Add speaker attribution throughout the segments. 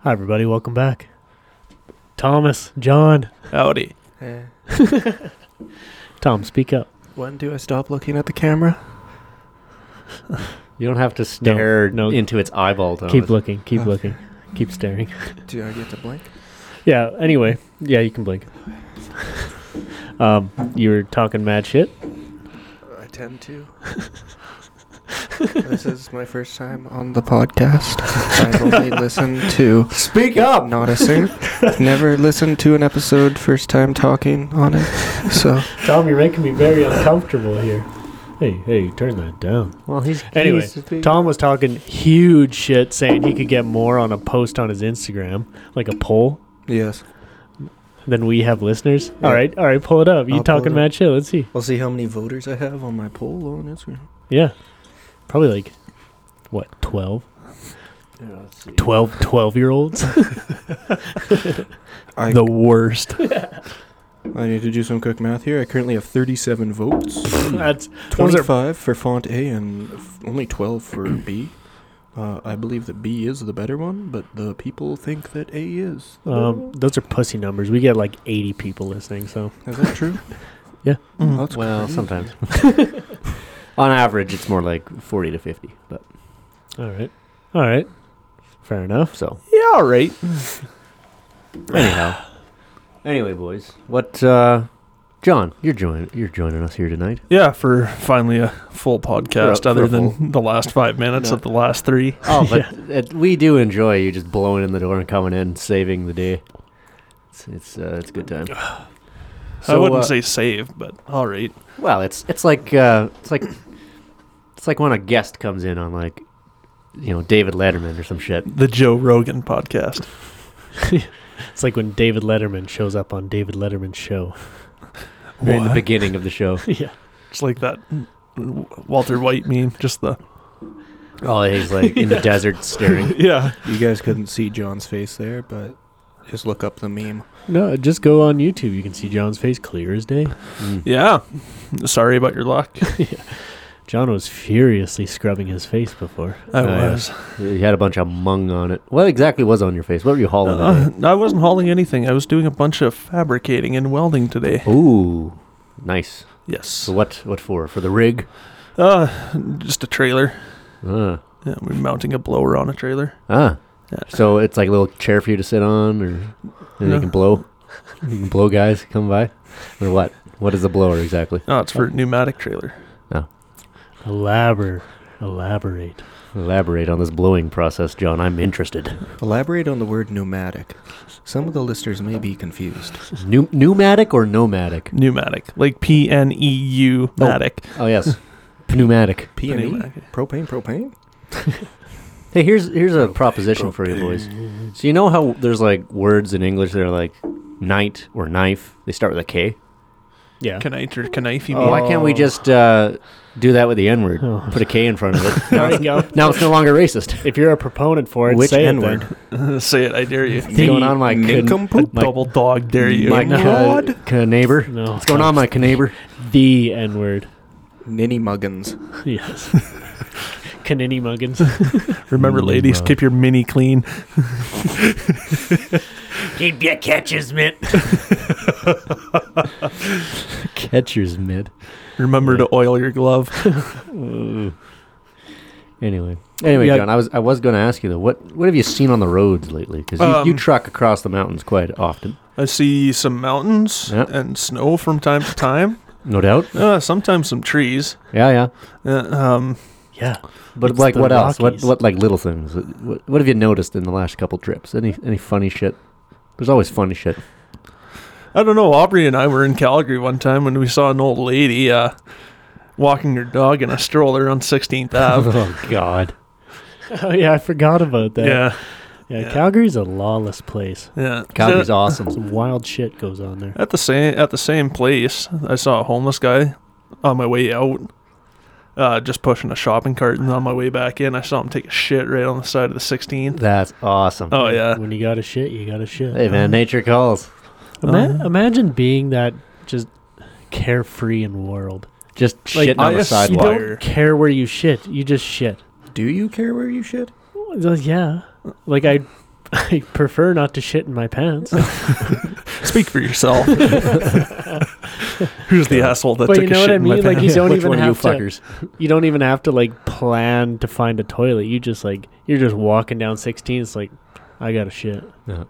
Speaker 1: Hi, everybody. Welcome back. Thomas, John,
Speaker 2: Howdy.
Speaker 3: Yeah.
Speaker 1: Tom, speak up.
Speaker 3: When do I stop looking at the camera?
Speaker 4: You don't have to stare
Speaker 1: no.
Speaker 4: into its eyeball. Though.
Speaker 1: Keep looking. Keep
Speaker 3: Okay.
Speaker 1: looking. Keep staring.
Speaker 3: Do I get to blink?
Speaker 1: Yeah. Anyway, yeah, you can blink. um, you were talking mad shit.
Speaker 3: I tend to. this is my first time on the podcast. I've only listened to
Speaker 4: Speak up.
Speaker 3: not a sing. Never listened to an episode. First time talking on it. So
Speaker 1: Tom, you're making me very uncomfortable here. Hey, hey, turn that down.
Speaker 4: Well, he's
Speaker 1: Anyway,
Speaker 4: he's-
Speaker 1: Tom was talking huge shit, saying he could get more on a post on his Instagram, like a poll.
Speaker 3: yes,
Speaker 1: Than we have listeners.
Speaker 3: Yeah.
Speaker 1: All right, all right, pull it up. You
Speaker 3: I'll pull
Speaker 1: talking
Speaker 3: it up.
Speaker 1: mad shit? Let's see.
Speaker 3: we'll see how many voters I have on my poll on Instagram.
Speaker 1: Yeah, probably like what 12?
Speaker 4: Yeah, let's see.
Speaker 1: 12 12 year olds
Speaker 3: I
Speaker 1: the worst
Speaker 3: I need to do some quick math here. I currently have 37 votes.
Speaker 1: that's Those are-
Speaker 3: 25 for font A and f- only 12 for B. Uh, I believe that B is the better one, but the people think that A is. the better
Speaker 1: um
Speaker 3: one.
Speaker 1: those are pussy numbers we get like 80 people listening so
Speaker 3: is that true?
Speaker 1: Yeah.
Speaker 3: Oh, that's
Speaker 4: well,
Speaker 3: crazy.
Speaker 4: sometimes. On average, it's more like forty to fifty. But
Speaker 1: all right all right fair enough
Speaker 4: so
Speaker 2: Yeah, all right.
Speaker 4: anyhow, anyway, boys, what? uh John, you're joining. You're joining us here tonight.
Speaker 2: Yeah, for finally a full podcast,
Speaker 4: For a-
Speaker 2: other
Speaker 4: for a
Speaker 2: than the last five minutes
Speaker 4: No.
Speaker 2: of the last three.
Speaker 4: Oh, but it, we do enjoy you just blowing in the door and coming in, saving the day. It's it's, uh, it's a good time.
Speaker 2: I
Speaker 4: So,
Speaker 2: wouldn't
Speaker 4: uh,
Speaker 2: say save, but all right.
Speaker 4: Well, it's it's like uh, it's like it's like when a guest comes in on like you know David Letterman or some shit.
Speaker 2: The Joe Rogan podcast.
Speaker 1: it's like when david letterman shows up on david letterman's show
Speaker 4: We're in the
Speaker 2: What?
Speaker 4: beginning of the show.
Speaker 1: yeah
Speaker 2: It's like that w- Walter White meme. Just the
Speaker 4: Oh, he's like in the desert staring.
Speaker 2: yeah.
Speaker 3: You guys couldn't see John's face there, but just look up the meme.
Speaker 1: no just go on youtube you can see john's face clear as day
Speaker 4: Mm.
Speaker 2: Yeah. Sorry about your luck.
Speaker 1: john was furiously scrubbing his face before
Speaker 2: I
Speaker 4: Oh, yeah.
Speaker 2: was.
Speaker 4: You had a bunch of mung on it. What exactly was on your face? What were you hauling?
Speaker 2: Uh, I wasn't hauling anything. I was doing a bunch of fabricating and welding today.
Speaker 1: Uh,
Speaker 4: today? Ooh, nice.
Speaker 2: Yes.
Speaker 4: So what? What for? For the rig?
Speaker 2: Uh, just a trailer.
Speaker 4: Uh,
Speaker 2: Yeah, we're mounting a blower on a trailer.
Speaker 4: ah.
Speaker 2: Yeah.
Speaker 4: So it's like a little chair for you to sit on, or and
Speaker 2: No.
Speaker 4: you can blow. You can blow guys come by, or what? What is a blower exactly?
Speaker 2: No, it's for a pneumatic trailer.
Speaker 1: elaborate elaborate
Speaker 4: Elaborate on this blowing process, John. I'm interested.
Speaker 3: Elaborate on the word pneumatic. Some of the listeners may be confused.
Speaker 4: Pneu- pneumatic or nomadic?
Speaker 2: Pneumatic, like P N E U matic.
Speaker 4: Oh yes, pneumatic.
Speaker 3: P and E? Propane, propane?
Speaker 4: Hey, here's here's a proposition for you boys. So you know how there's like words in English that are like knight or knife. They start with a K.
Speaker 1: yeah
Speaker 2: Knife or knife, you
Speaker 1: Oh.
Speaker 2: mean?
Speaker 4: Why can't we just uh, do that with the N word?
Speaker 1: Oh.
Speaker 4: Put a K in front of it.
Speaker 1: there you go
Speaker 4: now it's no longer racist.
Speaker 1: if you're a proponent for it
Speaker 4: Which
Speaker 1: say it
Speaker 3: N-word?
Speaker 1: then.
Speaker 2: Say it, I dare you.
Speaker 4: What's going on, my kid?
Speaker 3: nincompoop?
Speaker 4: My,
Speaker 2: Double dog dare you.
Speaker 4: my ca- ca- neighbor.
Speaker 1: no
Speaker 4: What's going on, my ca- neighbor?
Speaker 1: the n-word
Speaker 3: Ninny Muggins.
Speaker 1: Yes. Canini Muggins.
Speaker 2: Remember,
Speaker 4: Mm,
Speaker 2: ladies,
Speaker 4: uh,
Speaker 2: keep your mini clean.
Speaker 1: Keep your catches, mitt.
Speaker 4: Catcher's mid.
Speaker 2: Remember to oil your glove.
Speaker 4: Anyway, anyway,
Speaker 1: Uh, Yeah.
Speaker 4: John, I was I was going to ask you though. What what have you seen on the roads lately? Because you, you
Speaker 2: Um,
Speaker 4: truck across the mountains quite often,
Speaker 2: I see some mountains
Speaker 4: Yep.
Speaker 2: and snow from time to time.
Speaker 4: no doubt.
Speaker 2: Uh, sometimes some trees.
Speaker 4: Yeah, yeah.
Speaker 2: Uh, um,
Speaker 1: Yeah.
Speaker 4: But
Speaker 1: It's
Speaker 4: like,
Speaker 1: the
Speaker 4: what else? What
Speaker 1: Rockies.
Speaker 4: what like little things? What, what have you noticed in the last couple trips? Any any funny shit? There's always funny shit.
Speaker 2: I don't know. Aubrey and I were in Calgary one time when we saw an old lady uh, walking her dog in a stroller on 16th Ave.
Speaker 4: oh God.
Speaker 1: Oh yeah, I forgot about that.
Speaker 2: yeah,
Speaker 1: Yeah,
Speaker 2: yeah.
Speaker 1: Calgary's a lawless place.
Speaker 2: yeah.
Speaker 4: Calgary's awesome.
Speaker 1: Some wild shit goes on there.
Speaker 2: At the same at the same place, I saw a homeless guy on my way out, uh, just pushing a shopping cart, and on my way back in, I saw him take a shit right on the side of the 16th.
Speaker 4: That's awesome.
Speaker 2: Oh yeah,
Speaker 1: When you got a shit, you got a shit.
Speaker 4: Hey man, nature calls.
Speaker 1: Ima-
Speaker 2: Uh-huh.
Speaker 1: imagine being that just carefree in world.
Speaker 4: Just
Speaker 1: Like,
Speaker 4: shitting on
Speaker 2: I
Speaker 4: the
Speaker 2: assume-
Speaker 1: You
Speaker 4: sidewalk.
Speaker 2: Wire.
Speaker 1: don't care where you shit. You just shit.
Speaker 3: Do you care where you shit?
Speaker 1: Well, yeah. Like I I prefer not to shit in my pants.
Speaker 2: Speak for yourself. Who's the asshole that
Speaker 1: But
Speaker 2: took
Speaker 1: you
Speaker 2: a
Speaker 1: know
Speaker 2: shit
Speaker 1: what I
Speaker 2: in my
Speaker 1: mean? Like,
Speaker 2: pants?
Speaker 1: you don't
Speaker 4: Which
Speaker 1: even
Speaker 4: one
Speaker 1: have
Speaker 4: of
Speaker 1: to-
Speaker 4: you fuckers?
Speaker 1: you don't even have to like plan to find a toilet. You just like you're just walking down 16. It's like I got to shit,
Speaker 4: Yeah.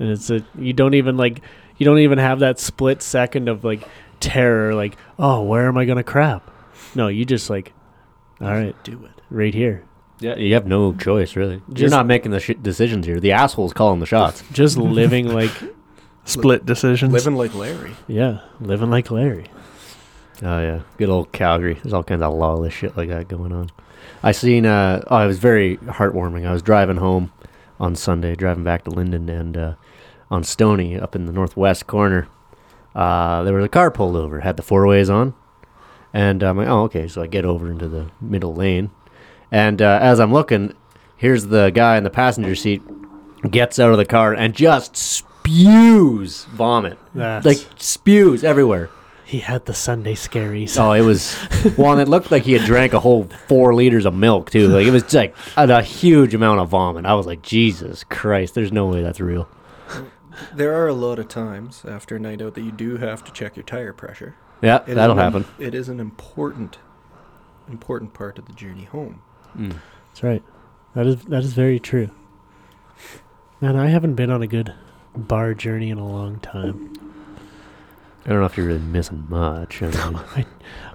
Speaker 1: and it's a you don't even like you don't even have that split second of like terror. Like oh, where am I gonna crap? No, you just like all right,
Speaker 3: Do it.
Speaker 1: right here.
Speaker 4: Yeah, you have no choice really. You're
Speaker 1: Just-
Speaker 4: not making the sh- decisions here. The asshole's calling the shots.
Speaker 1: Just living like
Speaker 2: Split decisions.
Speaker 3: Living like Larry.
Speaker 1: yeah, living like Larry.
Speaker 4: Oh yeah, good old Calgary. There's all kinds of lawless shit like that going on. I seen. Uh, oh, it was very heartwarming. I was driving home on Sunday, driving back to Linden, and uh, on Stony up in the northwest corner, uh, there was a car pulled over, had the four ways on, and I'm like, oh okay. So I get over into the middle lane, and uh, as I'm looking, here's the guy in the passenger seat gets out of the car and just spews vomit,
Speaker 1: That's,
Speaker 4: like spews everywhere.
Speaker 1: he had the Sunday scaries.
Speaker 4: Oh, it was. Well, and it looked like he had drank a whole four liters of milk too. Like it was like a, a huge amount of vomit. I was like, Jesus Christ, there's no way that's real.
Speaker 3: There are a lot of times after a night out that you do have to check your tire pressure.
Speaker 4: Yeah,
Speaker 3: It is
Speaker 4: that'll
Speaker 3: an-
Speaker 4: happen.
Speaker 3: It is an important, important part of the journey home.
Speaker 1: That's right. That is that is very true. Man, I haven't been on a good bar journey in a long time.
Speaker 4: I don't know if you're really missing much. I mean,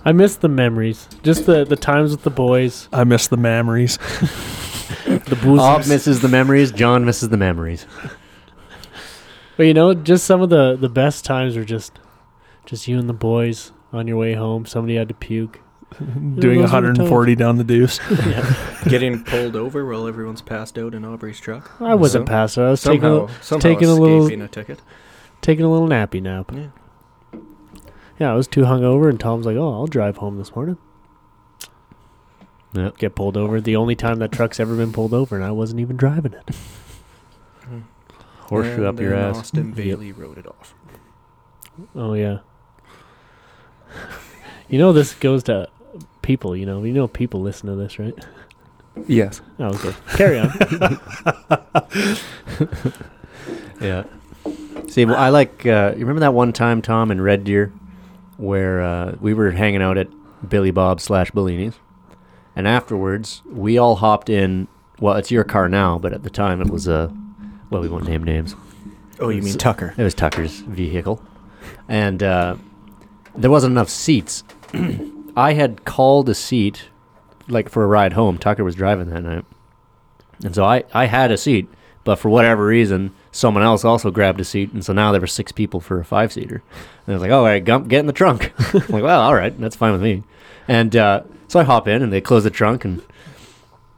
Speaker 1: I miss the memories, just the the times with the boys,
Speaker 2: I miss the memories.
Speaker 1: the booze.
Speaker 4: Ob misses the memories. John misses the memories.
Speaker 1: But you know, just some of the the best times were just just you and the boys on your way home. Somebody had to puke.
Speaker 2: Doing
Speaker 1: those are the
Speaker 2: 140 down the deuce.
Speaker 1: yeah,
Speaker 3: Getting pulled over while everyone's passed out in Aubrey's truck.
Speaker 1: I wasn't
Speaker 3: So-
Speaker 1: passed out. I was taking a,
Speaker 3: Somehow, somehow
Speaker 1: taking a little-
Speaker 3: escaping a ticket.
Speaker 1: taking a little nappy nap.
Speaker 3: Yeah.
Speaker 1: Yeah, I was too hungover, and Tom's like, "Oh, I'll drive home this morning."
Speaker 4: Yeah.
Speaker 1: Get pulled over. The only time that truck's ever been pulled over, and I wasn't even driving it.
Speaker 4: Horseshoe
Speaker 3: And
Speaker 4: up your
Speaker 3: then
Speaker 4: ass.
Speaker 3: Austin
Speaker 1: Yep.
Speaker 3: Bailey wrote it off.
Speaker 1: Oh yeah. you know this goes to people. You know, you know people listen to this, right?
Speaker 3: Yes.
Speaker 1: Oh, okay. Carry on.
Speaker 4: Yeah. See, well, I like. Uh, you remember that one time, Tom, in Red Deer, where uh, we were hanging out at Billy Bob slash Bellini's, and afterwards we all hopped in. Well, it's your car now, but at the time it was a. Well, we won't name names.
Speaker 3: Oh, you mean
Speaker 4: So-
Speaker 3: Tucker?
Speaker 4: It was Tucker's vehicle, and uh, there wasn't enough seats. I had called a seat, like for a ride home. Tucker was driving that night, and so I I had a seat, but for whatever reason, someone else also grabbed a seat, and so now there were six people for a five seater. And I was like, "All right, Gump, get in the trunk." I'm like, "Well, all right, that's fine with me." And uh, so I hop in, and they close the trunk, and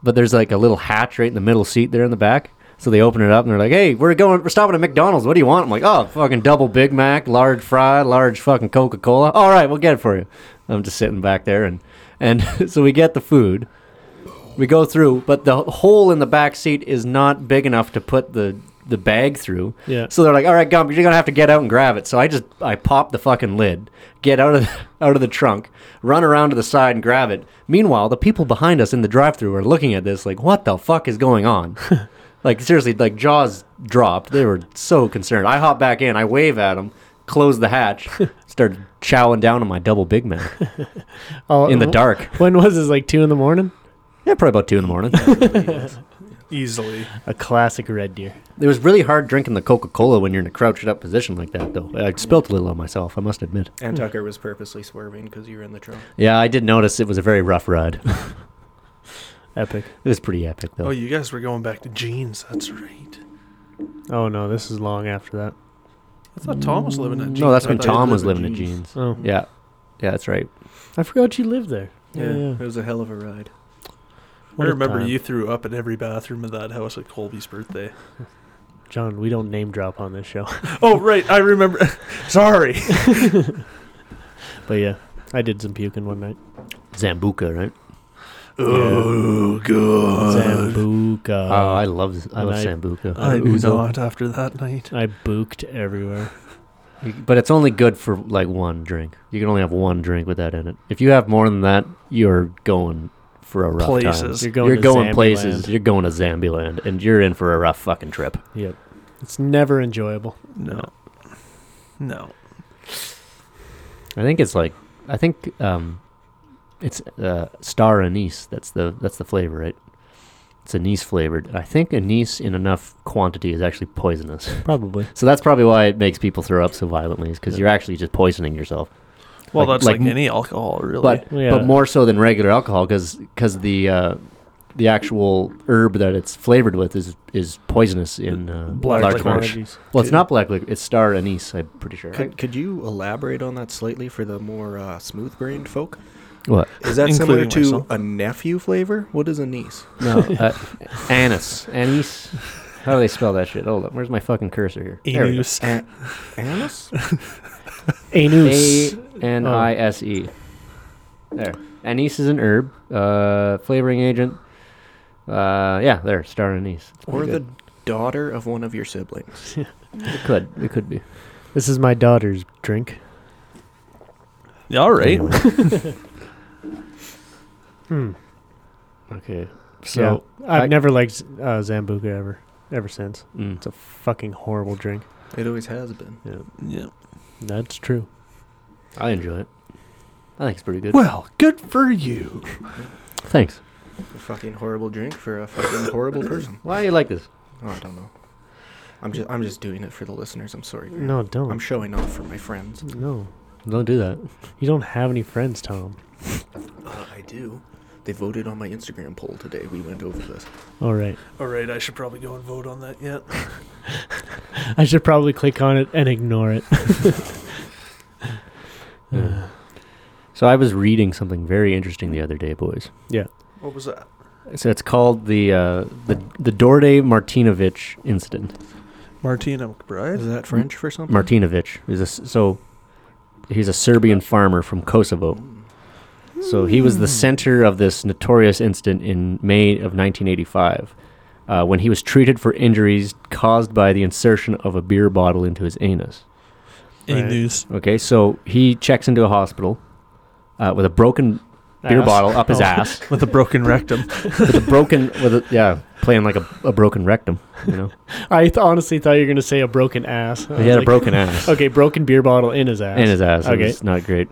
Speaker 4: but there's like a little hatch right in the middle seat there in the back. So they open it up and they're like, "Hey, we're going. We're stopping at McDonald's. What do you want?" I'm like, "Oh, fucking double Big Mac, large fry, large fucking Coca Cola. All right, we'll get it for you." I'm just sitting back there, and and so we get the food. We go through, but the hole in the back seat is not big enough to put the the bag through.
Speaker 1: Yeah.
Speaker 4: So they're like, "All right, Gump, you're gonna have to get out and grab it." So I just I pop the fucking lid, get out of the, out of the trunk, run around to the side and grab it. Meanwhile, the people behind us in the drive-through are looking at this like, "What the fuck is going on?" like seriously, like jaws dropped. They were so concerned. I hop back in, I wave at them, close the hatch, start chowing down on my double Big Mac
Speaker 1: Oh,
Speaker 4: in the
Speaker 1: wh-
Speaker 4: dark.
Speaker 1: When was this? Like two in the morning.
Speaker 4: Yeah, probably about two in the morning.
Speaker 2: Easily.
Speaker 1: A classic Red Deer.
Speaker 4: It was really hard drinking the Coca Cola when you're in a crouched up position like that, though. I spilt a little on myself, I must admit.
Speaker 3: And Tucker was purposely swerving because you were in the trunk.
Speaker 4: Yeah, I did notice it was a very rough ride. it
Speaker 1: Epic.
Speaker 4: was pretty epic, though.
Speaker 2: Oh, you guys were going back to jeans. That's right.
Speaker 1: Oh no, this is long after that.
Speaker 2: I thought Tom was living at jeans.
Speaker 4: no, that's
Speaker 2: I
Speaker 4: when
Speaker 2: thought he
Speaker 4: Tom was
Speaker 2: lived
Speaker 4: living
Speaker 2: in
Speaker 4: in jeans.
Speaker 1: Oh
Speaker 4: Yeah, yeah, that's right.
Speaker 1: I forgot you lived there.
Speaker 3: Yeah, it was a hell of a ride.
Speaker 2: I
Speaker 1: What a
Speaker 2: remember
Speaker 1: time.
Speaker 2: you threw up in every bathroom of that house at Colby's birthday.
Speaker 1: John. We don't name drop on this show,
Speaker 2: oh, right. I remember. Sorry.
Speaker 1: but yeah, I did some puking one night.
Speaker 4: Zambuca, right?
Speaker 2: Oh, God.
Speaker 1: Zambuca.
Speaker 4: oh, I love this- I
Speaker 1: and
Speaker 4: love
Speaker 1: I-
Speaker 4: Zambuca.
Speaker 1: I
Speaker 2: I do
Speaker 1: Uzo.
Speaker 2: not after that night.
Speaker 1: I booked everywhere.
Speaker 4: But it's only good for like one drink. You can only have one drink with that in it. If you have more than that, you're going for a rough time.
Speaker 2: Places.
Speaker 1: You're going,
Speaker 4: you're
Speaker 1: to
Speaker 4: going
Speaker 1: Zombieland.
Speaker 4: places. You're going to Zambiland, and you're in for a rough fucking trip.
Speaker 1: Yep. It's never enjoyable.
Speaker 2: No. No.
Speaker 4: I think it's like I think um, it's uh, star anise. That's the that's the flavor, right? It's anise flavored. I think anise in enough quantity is actually poisonous.
Speaker 1: Probably.
Speaker 4: So that's probably why it makes people throw up so violently, is because you're actually just poisoning yourself.
Speaker 2: Well,
Speaker 4: Like-
Speaker 2: that's
Speaker 4: like
Speaker 2: like,
Speaker 4: m-
Speaker 2: any alcohol, really.
Speaker 4: But
Speaker 1: Yeah.
Speaker 4: but more so than regular alcohol, because the uh, the actual herb that it's flavored with is is poisonous in uh,
Speaker 2: Black
Speaker 4: large
Speaker 2: licorice.
Speaker 4: quantities. Well, it's not black liquor. It's star anise. I'm pretty sure.
Speaker 3: Could, could you elaborate on that slightly for the more uh, smooth-brained folk?
Speaker 4: What?
Speaker 3: Is that similar
Speaker 2: Including
Speaker 3: to
Speaker 2: myself.
Speaker 3: a nephew flavor? What is a niece?
Speaker 4: No, uh, anise. Anise. How do they spell that shit? Hold up. Where's my fucking cursor here? There we go.
Speaker 2: Anus.
Speaker 3: A- anise?
Speaker 1: Anus.
Speaker 4: A N I S E. There. Anise is an herb, uh, flavoring agent. Uh, yeah, there. Star anise. It's
Speaker 3: Or
Speaker 4: pretty
Speaker 3: the daughter of one of your siblings?
Speaker 4: good. it could it could be.
Speaker 1: This is my daughter's drink.
Speaker 2: Yeah, All right.
Speaker 4: Anyway.
Speaker 1: Hmm.
Speaker 4: Okay.
Speaker 1: So
Speaker 4: So
Speaker 1: I've
Speaker 4: I-
Speaker 1: never liked uh, Zambuca ever, ever since.
Speaker 4: mm,
Speaker 1: It's a fucking horrible drink.
Speaker 3: It always has been.
Speaker 2: Yeah.
Speaker 1: That's true.
Speaker 4: I enjoy it. I think it's pretty good.
Speaker 2: Well, good for you.
Speaker 4: Thanks.
Speaker 3: A fucking horrible drink for a fucking horrible person.
Speaker 4: Why do you like this?
Speaker 3: Oh, I don't know. I'm just I'm just doing it for the listeners. I'm sorry. Grant.
Speaker 1: No, don't.
Speaker 3: I'm showing off for my friends.
Speaker 1: no,
Speaker 4: Don't do that.
Speaker 1: you don't have any friends, Tom.
Speaker 3: Uh, I do. They voted on my Instagram poll today. We went over this.
Speaker 1: All right.
Speaker 2: All right, I should probably go and vote on that yet.
Speaker 1: I should probably click on it and ignore it.
Speaker 4: Yeah. So I was reading something very interesting the other day, boys.
Speaker 2: What was that?
Speaker 4: So it's called the uh, the the Dorde Martinovich incident.
Speaker 2: Martina McBride?
Speaker 3: Is that French for something?
Speaker 4: Martinovich is a s so he's a Serbian farmer from Kosovo.
Speaker 3: Mm.
Speaker 4: So he was the
Speaker 1: Hmm.
Speaker 4: center of this notorious incident in May of 1985, uh, when he was treated for injuries caused by the insertion of a beer bottle into his anus.
Speaker 1: Right.
Speaker 2: Anus.
Speaker 4: Okay, so he checks into a hospital uh, with a broken beer
Speaker 1: Ass.
Speaker 4: bottle up his
Speaker 1: Oh.
Speaker 4: ass,
Speaker 2: With a broken rectum.
Speaker 4: with a broken, with a, yeah, playing like a, a broken rectum. You know,
Speaker 1: I th- honestly thought you were gonna say a broken ass. I
Speaker 4: he
Speaker 1: was
Speaker 4: had a
Speaker 1: like,
Speaker 4: broken ass.
Speaker 1: Okay, broken beer bottle in his ass.
Speaker 4: In his ass.
Speaker 1: Okay.
Speaker 4: Okay. It's not great.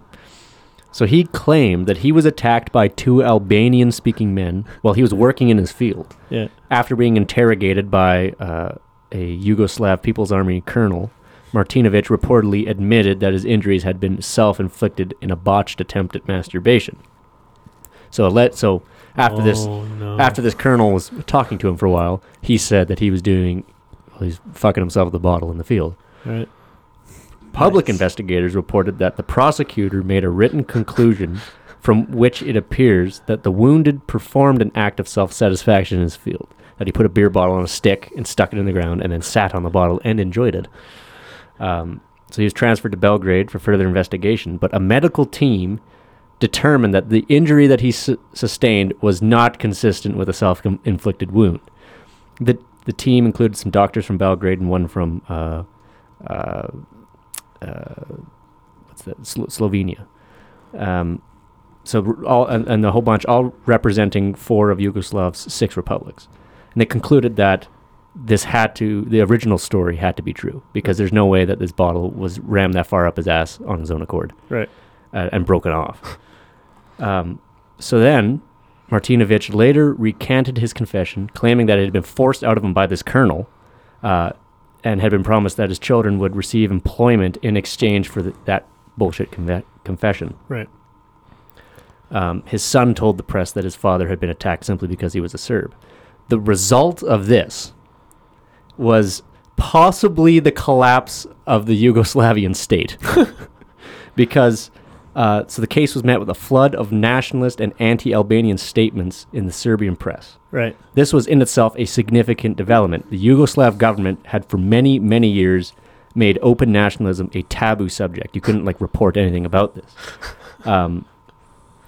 Speaker 4: So he claimed that he was attacked by two Albanian speaking men while he was working in his field
Speaker 1: Yeah.
Speaker 4: after being interrogated by uh, a Yugoslav People's Army colonel. Martinovic reportedly admitted that his injuries had been self inflicted in a botched attempt at masturbation. So let so after this
Speaker 1: Oh, no.
Speaker 4: after this colonel was talking to him for a while, he said that he was doing well, he's fucking himself with a bottle in the field.
Speaker 1: Right.
Speaker 4: Public investigators reported that the prosecutor made a written conclusion from which it appears that the wounded performed an act of self satisfaction in his field. That he put a beer bottle on a stick and stuck it in the ground and then sat on the bottle and enjoyed it. Um, so he was transferred to Belgrade for further investigation, but a medical team determined that the injury that he su- sustained was not consistent with a self inflicted wound. The, the team included some doctors from Belgrade and one from. Uh, uh, uh, what's that? Slo- Slovenia. Um, so r- all and, and the whole bunch, all representing four of Yugoslav's six republics, and they concluded that this had to the original story had to be true because there's no way that this bottle was rammed that far up his ass on his own accord,
Speaker 1: Right.
Speaker 4: uh, and broken off. um, so then. Martinovich later recanted his confession, claiming that it had been forced out of him by this colonel, uh, and had been promised that his children would receive employment in exchange for th- that bullshit conve- confession.
Speaker 1: Right.
Speaker 4: Um, his son told the press that his father had been attacked simply because he was a Serb. The result of this was possibly the collapse of the Yugoslavian state. because, uh, so the case was met with a flood of nationalist and anti Albanian statements in the Serbian press.
Speaker 1: Right.
Speaker 4: This was in itself a significant development. The Yugoslav government had for many, many years made open nationalism a taboo subject. You couldn't like report anything about this. Um,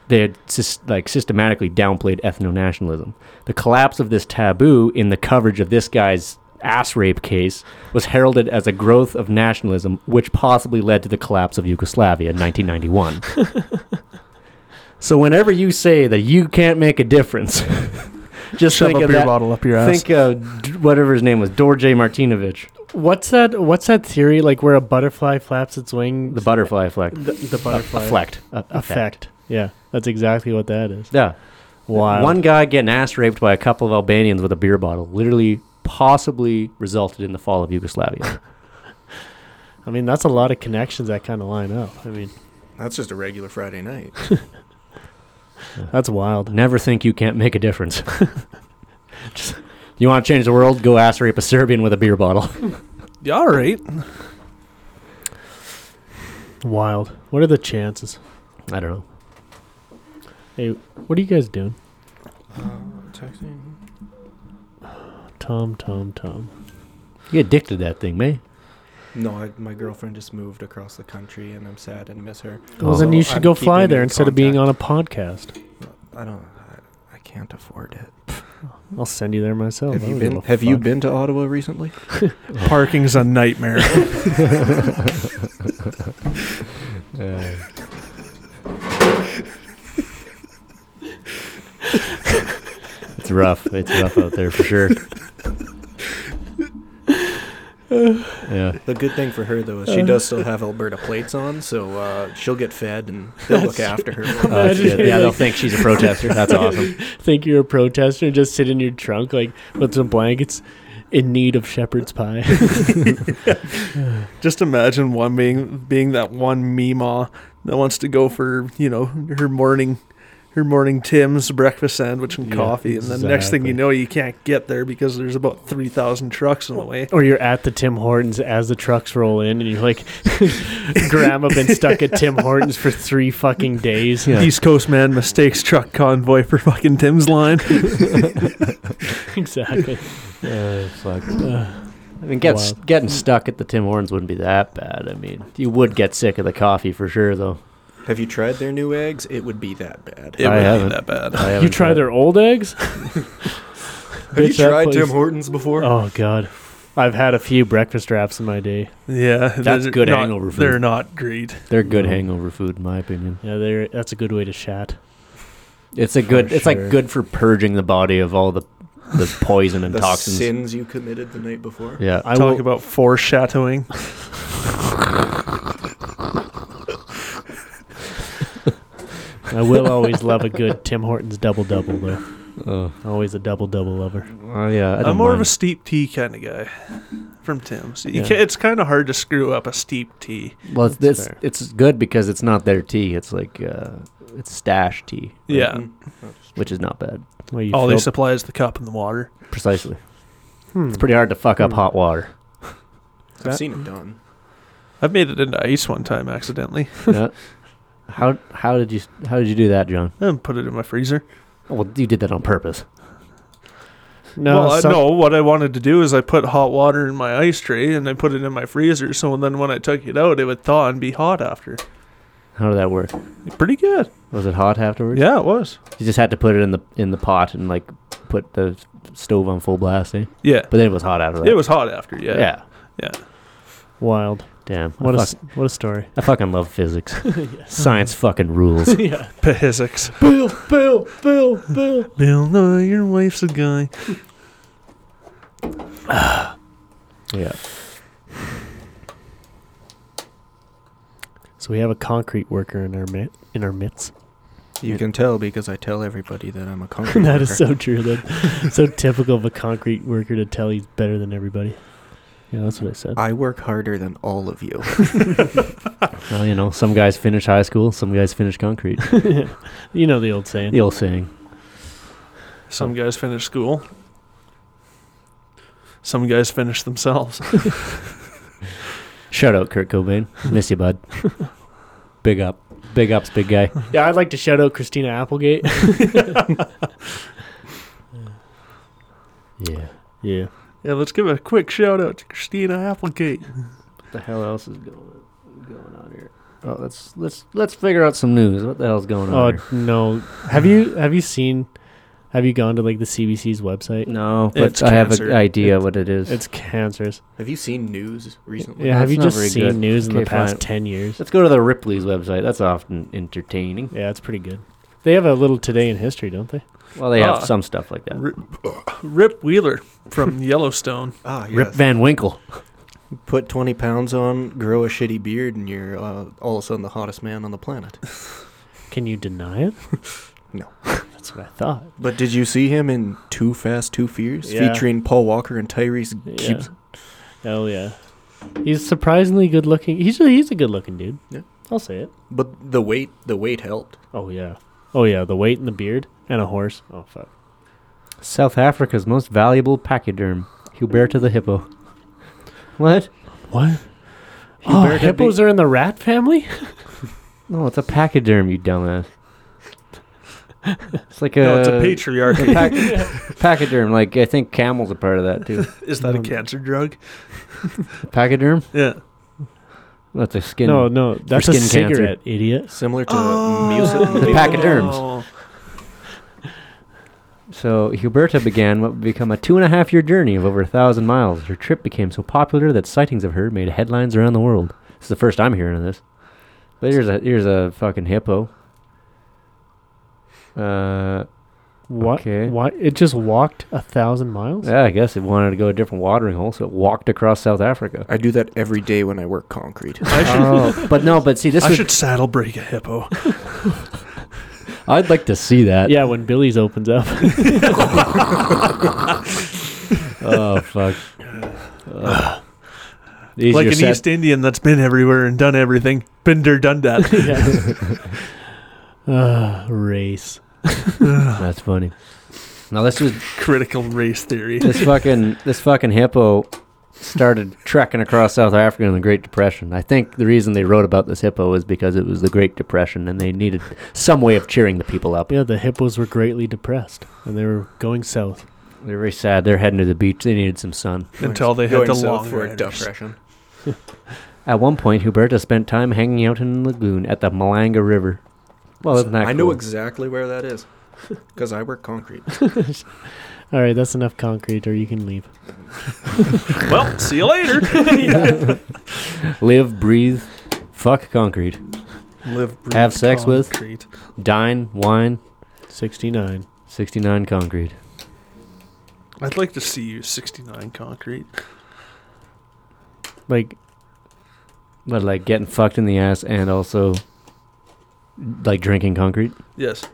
Speaker 4: they had sys- like systematically downplayed ethno-nationalism. The collapse of this taboo in the coverage of this guy's ass rape case was heralded as a growth of nationalism, which possibly led to the collapse of Yugoslavia in 1991. So whenever you say that you can't make a difference, just
Speaker 2: Shove
Speaker 4: think
Speaker 2: up
Speaker 4: of
Speaker 2: your
Speaker 4: that.
Speaker 2: bottle up your ass.
Speaker 4: Think of d- whatever his name was, Dorje Martinovich,
Speaker 1: What's that? What's that theory? Like where a butterfly flaps its wings,
Speaker 4: the butterfly effect.
Speaker 1: the, the butterfly
Speaker 4: Effect.
Speaker 1: effect. Yeah, that's exactly what that is.
Speaker 4: Yeah.
Speaker 1: Wow.
Speaker 4: One guy getting ass raped by a couple of Albanians with a beer bottle literally possibly resulted in the fall of Yugoslavia.
Speaker 1: I mean, that's a lot of connections that kind of line up. I mean,
Speaker 3: That's just a regular Friday night.
Speaker 1: that's wild.
Speaker 4: Never think you can't make a difference. Just- you want to change the world? Go ass rape a Serbian with a beer bottle.
Speaker 2: Yeah, all right.
Speaker 1: Wild. What are the chances?
Speaker 4: I don't know.
Speaker 1: Hey, what are you guys doing?
Speaker 3: uh, texting.
Speaker 1: Tom, Tom, Tom.
Speaker 4: You addicted to that thing, man.
Speaker 3: No, I, my girlfriend just moved across the country, and I'm sad and miss her.
Speaker 1: Well, then
Speaker 3: Oh.
Speaker 1: you should
Speaker 3: I'm
Speaker 1: go fly
Speaker 3: keeping
Speaker 1: there
Speaker 3: in
Speaker 1: instead of being on a
Speaker 3: contact.
Speaker 1: podcast.
Speaker 3: I don't. I, I can't afford it.
Speaker 1: I'll send you there myself. I
Speaker 3: have you
Speaker 1: don't give
Speaker 3: been?
Speaker 1: a
Speaker 3: Have you
Speaker 1: fuck.
Speaker 3: been to Ottawa recently?
Speaker 2: Parking's a nightmare.
Speaker 4: It's rough. It's rough out there for sure. yeah.
Speaker 3: The good thing for her though is she does still have Alberta plates on, so uh, she'll get fed and they'll look after her.
Speaker 4: Oh, shit. Yeah, they'll think she's a protester. That's awesome.
Speaker 1: Think you're a protester and just sit in your trunk like with some blankets in need of shepherd's pie.
Speaker 2: Just imagine one being being that one Mima that wants to go for you know her morning, her morning Tim's breakfast sandwich and
Speaker 1: Yeah,
Speaker 2: coffee, and the next thing
Speaker 1: exactly.
Speaker 2: you know you can't get there because there's about three thousand trucks in the way.
Speaker 1: or you're at the Tim Hortons as the trucks roll in and you're like grandma been stuck at Tim Hortons for 3 fucking days.
Speaker 2: East Coast man mistakes truck convoy for fucking Tim's line.
Speaker 1: exactly.
Speaker 4: Uh, fuck. I mean, get,
Speaker 1: Wild.
Speaker 4: getting stuck at the Tim Hortons wouldn't be that bad. I mean, you would get sick of the coffee for sure, though.
Speaker 3: have you tried their new eggs? It would be that bad.
Speaker 2: It
Speaker 4: I
Speaker 2: wouldn't
Speaker 4: haven't.
Speaker 2: be that bad.
Speaker 4: I
Speaker 1: You
Speaker 4: haven't
Speaker 1: try
Speaker 4: tried-
Speaker 1: their old eggs?
Speaker 3: have you
Speaker 1: Bitch, that
Speaker 3: tried
Speaker 1: place-
Speaker 3: Tim Hortons before?
Speaker 1: Oh god. I've had a few breakfast wraps in my day.
Speaker 2: Yeah,
Speaker 4: That's
Speaker 2: they're
Speaker 4: good
Speaker 2: not-
Speaker 4: hangover food.
Speaker 2: They're not great.
Speaker 4: They're good
Speaker 1: Mm.
Speaker 4: hangover food, in my opinion.
Speaker 1: Yeah, they're, that's a good way to chat.
Speaker 4: It's a good. It's
Speaker 1: sure.
Speaker 4: like good for purging the body of all the the poison and
Speaker 3: the
Speaker 4: toxins.
Speaker 3: sins you committed the night before.
Speaker 4: Yeah,
Speaker 1: I
Speaker 2: Talk
Speaker 1: will,
Speaker 2: about foreshadowing.
Speaker 1: I will always love a good Tim Hortons double double though.
Speaker 4: Oh,
Speaker 1: Always a double double lover.
Speaker 4: well, yeah. I don't
Speaker 2: I'm more of a
Speaker 4: mind.
Speaker 2: steep tea kind of guy from Tim's. You
Speaker 1: Yeah.
Speaker 2: ca it's kind of hard to screw up a steep tea.
Speaker 4: Well, it's
Speaker 1: That's
Speaker 4: this.
Speaker 1: fair.
Speaker 4: It's good because it's not their tea. It's like uh, it's stash tea, right?
Speaker 2: Yeah.
Speaker 3: Mm.
Speaker 4: which is not bad.
Speaker 1: Well, you
Speaker 2: All
Speaker 1: fill-
Speaker 2: they supply is the cup and the water.
Speaker 4: Precisely.
Speaker 1: Hmm.
Speaker 4: It's pretty hard to fuck up
Speaker 1: Hmm.
Speaker 4: hot water.
Speaker 3: I've
Speaker 1: That-
Speaker 3: seen it done.
Speaker 2: I've made it into ice one time accidentally
Speaker 4: Yeah. How how did you how did you do that, John?
Speaker 2: and put it in my freezer.
Speaker 4: Oh, Well, you did that on purpose.
Speaker 1: No,
Speaker 2: well, I,
Speaker 1: some-
Speaker 2: no, what I wanted to do is I put hot water in my ice tray and I put it in my freezer. So then when I took it out, it would thaw and be hot after.
Speaker 4: How did that work?
Speaker 2: Pretty good.
Speaker 4: Was it hot afterwards?
Speaker 2: Yeah, it was.
Speaker 4: You just had to put it in the in the pot and like put the stove on full blast, eh?
Speaker 2: Yeah.
Speaker 4: But then it was hot after that.
Speaker 2: It was hot after. Yeah.
Speaker 4: Yeah.
Speaker 1: wild.
Speaker 4: Damn.
Speaker 1: What
Speaker 4: I,
Speaker 1: a
Speaker 4: fuck,
Speaker 1: s- what a story.
Speaker 4: I fucking love physics. Science fucking rules.
Speaker 1: yeah.
Speaker 2: Physics.
Speaker 1: Bill, Bill, Bill, Bill.
Speaker 2: Bill Nye, your wife's a guy.
Speaker 4: yeah.
Speaker 1: So we have a concrete worker in our mi- in our midst.
Speaker 3: You can tell because I tell everybody that I'm a concrete
Speaker 1: that is
Speaker 3: worker.
Speaker 1: so true. That so typical of a concrete worker to tell he's better than everybody. Yeah, that's what I said.
Speaker 3: I work harder than all of you.
Speaker 4: Well, you know, some guys finish high school, some guys finish concrete.
Speaker 1: you know the old saying.
Speaker 4: the old saying.
Speaker 2: Some guys finish school. Some guys finish themselves.
Speaker 4: Shout out Kurt Cobain. Miss you, bud. big up. Big ups, big guy.
Speaker 1: Yeah, I'd like to shout out Christina Applegate.
Speaker 4: Yeah.
Speaker 1: yeah.
Speaker 2: Yeah, let's give a quick shout out to Christina Applegate.
Speaker 4: the hell else is going going on here? Oh, let's let's let's figure out some news. What the hell's going
Speaker 1: Oh
Speaker 4: on? here?
Speaker 1: no. Have you have you seen? Have you gone to like the CBC's website?
Speaker 4: No,
Speaker 3: It's
Speaker 4: but I have an
Speaker 3: cancer.
Speaker 4: idea
Speaker 1: It's-
Speaker 4: what it is.
Speaker 1: It's cancerous.
Speaker 3: Have you seen news recently?
Speaker 1: Yeah, have
Speaker 4: that's
Speaker 1: you
Speaker 4: not
Speaker 1: just
Speaker 4: very
Speaker 1: seen
Speaker 4: good.
Speaker 1: news in the
Speaker 4: Okay,
Speaker 1: past
Speaker 4: fine.
Speaker 1: ten years?
Speaker 4: Let's go to the Ripley's website. That's often entertaining.
Speaker 1: Yeah, it's pretty good. They have a little today in history, don't they?
Speaker 4: Well, they have
Speaker 2: Ah.
Speaker 4: some stuff like that.
Speaker 2: Rip, Rip Wheeler from Yellowstone.
Speaker 3: Ah, yes.
Speaker 4: Rip Van Winkle.
Speaker 3: Put 20 pounds on, grow a shitty beard, and you're uh, all of a sudden the hottest man on the planet.
Speaker 1: Can you deny it?
Speaker 3: No.
Speaker 1: That's what I thought.
Speaker 3: But did you see him in Too Fast, Too Fierce
Speaker 1: Yeah.
Speaker 3: featuring Paul Walker and Tyrese
Speaker 1: Yeah.
Speaker 3: Gibson?
Speaker 1: Hell yeah. He's surprisingly good looking. He's a, he's a good looking dude.
Speaker 3: Yeah.
Speaker 1: I'll say it.
Speaker 3: But the weight, the weight helped.
Speaker 1: Oh yeah. Oh yeah. The weight and the beard and a horse. Oh fuck.
Speaker 4: South Africa's most valuable pachyderm, Huberta the hippo. What?
Speaker 1: What? Oh,
Speaker 3: Huberta
Speaker 1: hippos
Speaker 3: be-
Speaker 1: are in the rat family.
Speaker 4: No, it's a pachyderm, you dumbass. It's like a,
Speaker 2: no, it's a
Speaker 4: a
Speaker 2: patriarchy.
Speaker 4: pac- pachyderm. Like I think camels are part of that too.
Speaker 2: Is that a cancer drug?
Speaker 4: Pachyderm?
Speaker 2: Yeah.
Speaker 4: That's a skin.
Speaker 1: no, no, that's a
Speaker 4: skin cancer.
Speaker 1: cigarette, idiot.
Speaker 3: Similar to
Speaker 4: The
Speaker 3: Mucin.
Speaker 4: pachyderms.
Speaker 2: Oh.
Speaker 4: So Huberta began what would become a two and a half year journey of over a thousand miles. Her trip became so popular that sightings of her made headlines around the world. This is the first I'm hearing of this. But here's a here's a fucking hippo. Uh,
Speaker 1: What?
Speaker 4: Okay.
Speaker 1: Why? It just walked a thousand miles.
Speaker 4: yeah, I guess it wanted to go a different watering hole, so it walked across South Africa.
Speaker 3: I do that every day when I work concrete.
Speaker 2: I should,
Speaker 4: oh, but no, but see, this
Speaker 2: I
Speaker 4: would
Speaker 2: should saddle break a hippo.
Speaker 4: I'd like to see that.
Speaker 1: Yeah, when Billy's opens up.
Speaker 4: Oh fuck. Uh, easier
Speaker 2: like an
Speaker 4: said-
Speaker 2: East Indian that's been everywhere and done everything. Been there, done that.
Speaker 1: yeah. uh, race.
Speaker 4: That's funny. Now this was
Speaker 2: Critical race theory.
Speaker 4: this fucking this fucking hippo started trekking across South Africa in the Great Depression. I think the reason they wrote about this hippo is because it was the Great Depression and they needed some way of cheering the people up.
Speaker 1: Yeah, the hippos were greatly depressed, and they were going south.
Speaker 4: They're very sad. They're heading to the beach. They needed some sun.
Speaker 2: Until they hit
Speaker 3: Going
Speaker 2: the
Speaker 3: south
Speaker 2: long
Speaker 3: for a
Speaker 2: riders.
Speaker 3: depression.
Speaker 4: At one point, Huberta spent time hanging out in the lagoon at the Malanga River. Well, isn't that
Speaker 3: I know
Speaker 4: cool?
Speaker 3: exactly where that is because I work concrete.
Speaker 1: All right, that's enough concrete, or you can leave.
Speaker 2: Well, see you later.
Speaker 4: Live, breathe, fuck concrete,
Speaker 2: Live, breathe
Speaker 4: Have sex with?
Speaker 2: concrete.
Speaker 4: dine, wine,
Speaker 1: Sixty-nine.
Speaker 4: 69 concrete.
Speaker 2: I'd like to see you 69 concrete.
Speaker 1: Like
Speaker 4: But like getting fucked in the ass and also like drinking concrete.
Speaker 2: Yes,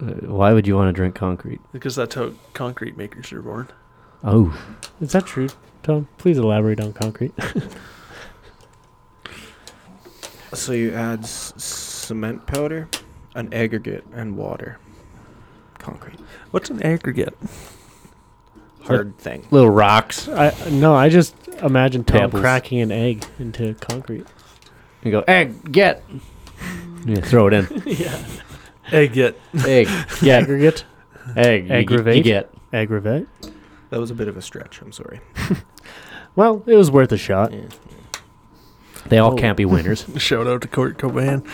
Speaker 4: Uh, why would you want to drink concrete?
Speaker 2: because that's how concrete makers are born.
Speaker 4: Oh,
Speaker 1: Is that true, Tom? Please elaborate on concrete.
Speaker 3: So you add s- cement powder, an aggregate, and water. Concrete.
Speaker 2: What's an aggregate?
Speaker 3: Hard thing.
Speaker 4: little rocks.
Speaker 1: I no, I just imagine Tom
Speaker 4: Pebbles.
Speaker 1: cracking an egg into concrete.
Speaker 4: You go egg get. Yeah, throw it in.
Speaker 1: yeah,
Speaker 2: Agate.
Speaker 4: Egg, get,
Speaker 1: aggregate,
Speaker 4: egg, you- You,
Speaker 1: Aggravate?
Speaker 4: get.
Speaker 1: aggravate.
Speaker 3: That was a bit of a stretch. I'm sorry.
Speaker 1: Well, it was worth a shot.
Speaker 3: Yeah.
Speaker 4: They all
Speaker 1: Oh.
Speaker 4: can't be winners.
Speaker 2: Shout out to Kurt Cobain.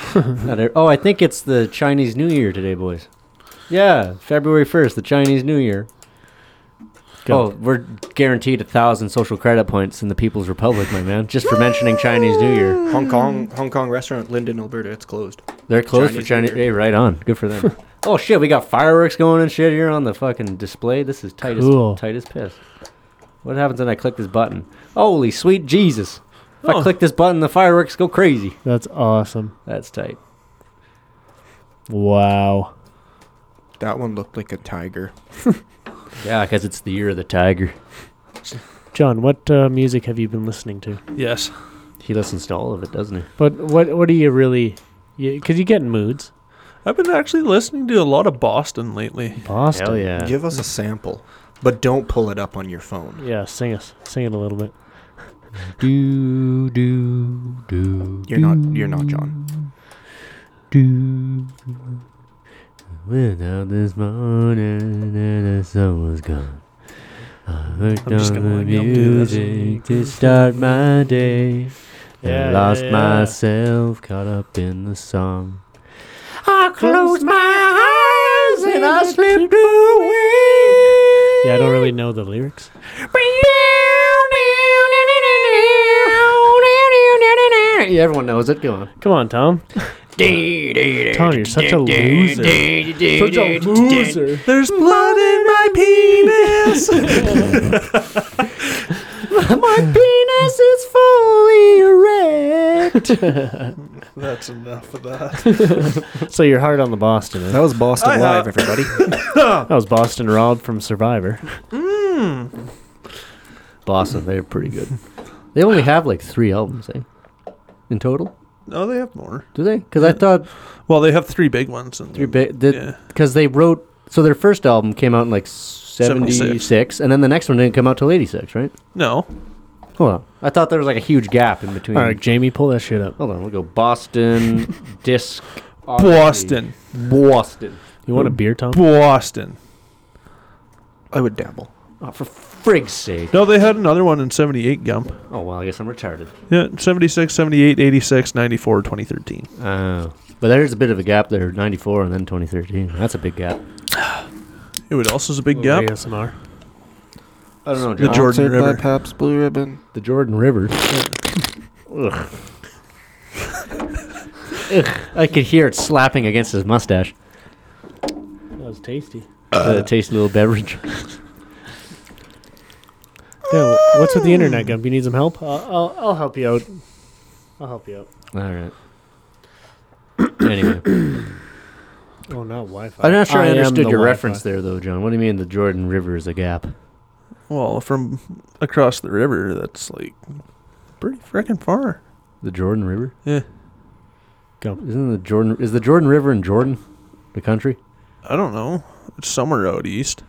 Speaker 4: Not e- oh, I think it's the Chinese New Year today, boys. Yeah, February first, the Chinese New Year. Oh,
Speaker 1: Go.
Speaker 4: we're guaranteed a thousand social credit points in the People's Republic, my man, just for mentioning Chinese New Year.
Speaker 3: Hong Kong, Hong Kong restaurant, Linden, Alberta. It's closed.
Speaker 4: They're closed for
Speaker 3: Chinese
Speaker 4: Chinese.
Speaker 3: New Year.
Speaker 4: Hey, right on. Good for them. oh shit, we got fireworks going and shit here on the fucking display. This is tight
Speaker 1: Cool.
Speaker 4: as tight as piss. What happens when I click this button? Holy sweet Jesus! If I
Speaker 2: Oh.
Speaker 4: click this button, the fireworks go crazy.
Speaker 1: That's awesome.
Speaker 4: That's tight.
Speaker 1: Wow.
Speaker 3: That one looked like a tiger.
Speaker 4: Yeah, 'cause it's the year of the tiger.
Speaker 1: John, what uh, music have you been listening to?
Speaker 2: Yes.
Speaker 4: He listens to all of it, doesn't he?
Speaker 1: But what what are you really? Because you, get in moods.
Speaker 2: I've been actually listening to a lot of Boston lately.
Speaker 1: Boston.
Speaker 4: Hell yeah.
Speaker 3: Give us a sample, but don't pull it up on your phone.
Speaker 1: Yeah, sing us, sing it a little bit.
Speaker 4: Do do do.
Speaker 3: You're not. You're not John.
Speaker 4: do. Without this morning and the sun was gone. I worked
Speaker 2: just
Speaker 4: on
Speaker 2: gonna
Speaker 4: the
Speaker 2: let y'all do this.
Speaker 4: music to start my day.
Speaker 1: Yeah,
Speaker 4: and lost
Speaker 1: yeah, yeah.
Speaker 4: myself caught up in the song. I closed my eyes and I slipped away.
Speaker 1: Yeah, I don't really know the lyrics.
Speaker 4: Yeah, everyone knows it. Go on.
Speaker 1: Come on, Tom. Tony, you're such a loser. Such a loser.
Speaker 2: There's blood in my penis.
Speaker 4: My penis is fully erect.
Speaker 2: That's enough of that.
Speaker 1: So you're hard on the Boston.
Speaker 3: That
Speaker 1: eh? Huh?
Speaker 3: was Boston
Speaker 2: I
Speaker 3: Live,
Speaker 2: have-
Speaker 3: everybody.
Speaker 1: That was Boston Rob from Survivor.
Speaker 2: Mm.
Speaker 4: Boston, they're pretty good. They only have like three albums, eh? In total,
Speaker 2: No, they have more.
Speaker 4: do they? Because I thought
Speaker 2: Well, they have three big ones. And
Speaker 4: three big.
Speaker 2: yeah.
Speaker 4: Because they wrote. So their first album came out in like 76,
Speaker 2: 76.
Speaker 4: and then the next one didn't come out till 86, right?
Speaker 2: No.
Speaker 4: Hold on. I thought there was like a huge gap in between.
Speaker 1: All right, Jamie, pull that shit up.
Speaker 4: Hold on, we'll go Boston, disc.
Speaker 2: Boston.
Speaker 4: Boston.
Speaker 1: You want a beer, Tom?
Speaker 2: Boston.
Speaker 3: I would dabble.
Speaker 4: Oh, for frig's sake.
Speaker 2: No, they had another one in 78 Gump.
Speaker 4: Oh, well, I guess I'm retarded.
Speaker 2: Yeah, 76, 78, 86, 94, 2013.
Speaker 4: Oh. But there's a bit of a gap there 94 and then 2013. That's a big gap.
Speaker 2: It would also is a big gap.
Speaker 1: ASMR.
Speaker 4: I don't know,
Speaker 2: The Jordan
Speaker 3: Sponsored by
Speaker 2: River.
Speaker 3: Pabst Blue Ribbon.
Speaker 4: The Jordan River. Ugh. Ugh, I could hear it slapping against his mustache.
Speaker 1: That was tasty.
Speaker 4: Uh, tasty little beverage.
Speaker 1: Yeah, what's with the internet, Gump? You need some help? Uh, I'll, I'll help you out. I'll help you out.
Speaker 4: All right. anyway,
Speaker 1: Oh, not Wi-Fi.
Speaker 4: I'm not sure I,
Speaker 1: am
Speaker 4: understood your
Speaker 1: the
Speaker 4: reference there,
Speaker 1: Wi-Fi.
Speaker 4: though, John. What do you mean the Jordan River is a gap?
Speaker 2: Well, from across the river, that's like pretty freaking far.
Speaker 4: The Jordan River
Speaker 2: Yeah.
Speaker 4: isn't the Jordan is the Jordan River in Jordan, the country?
Speaker 2: I don't know. It's somewhere out east.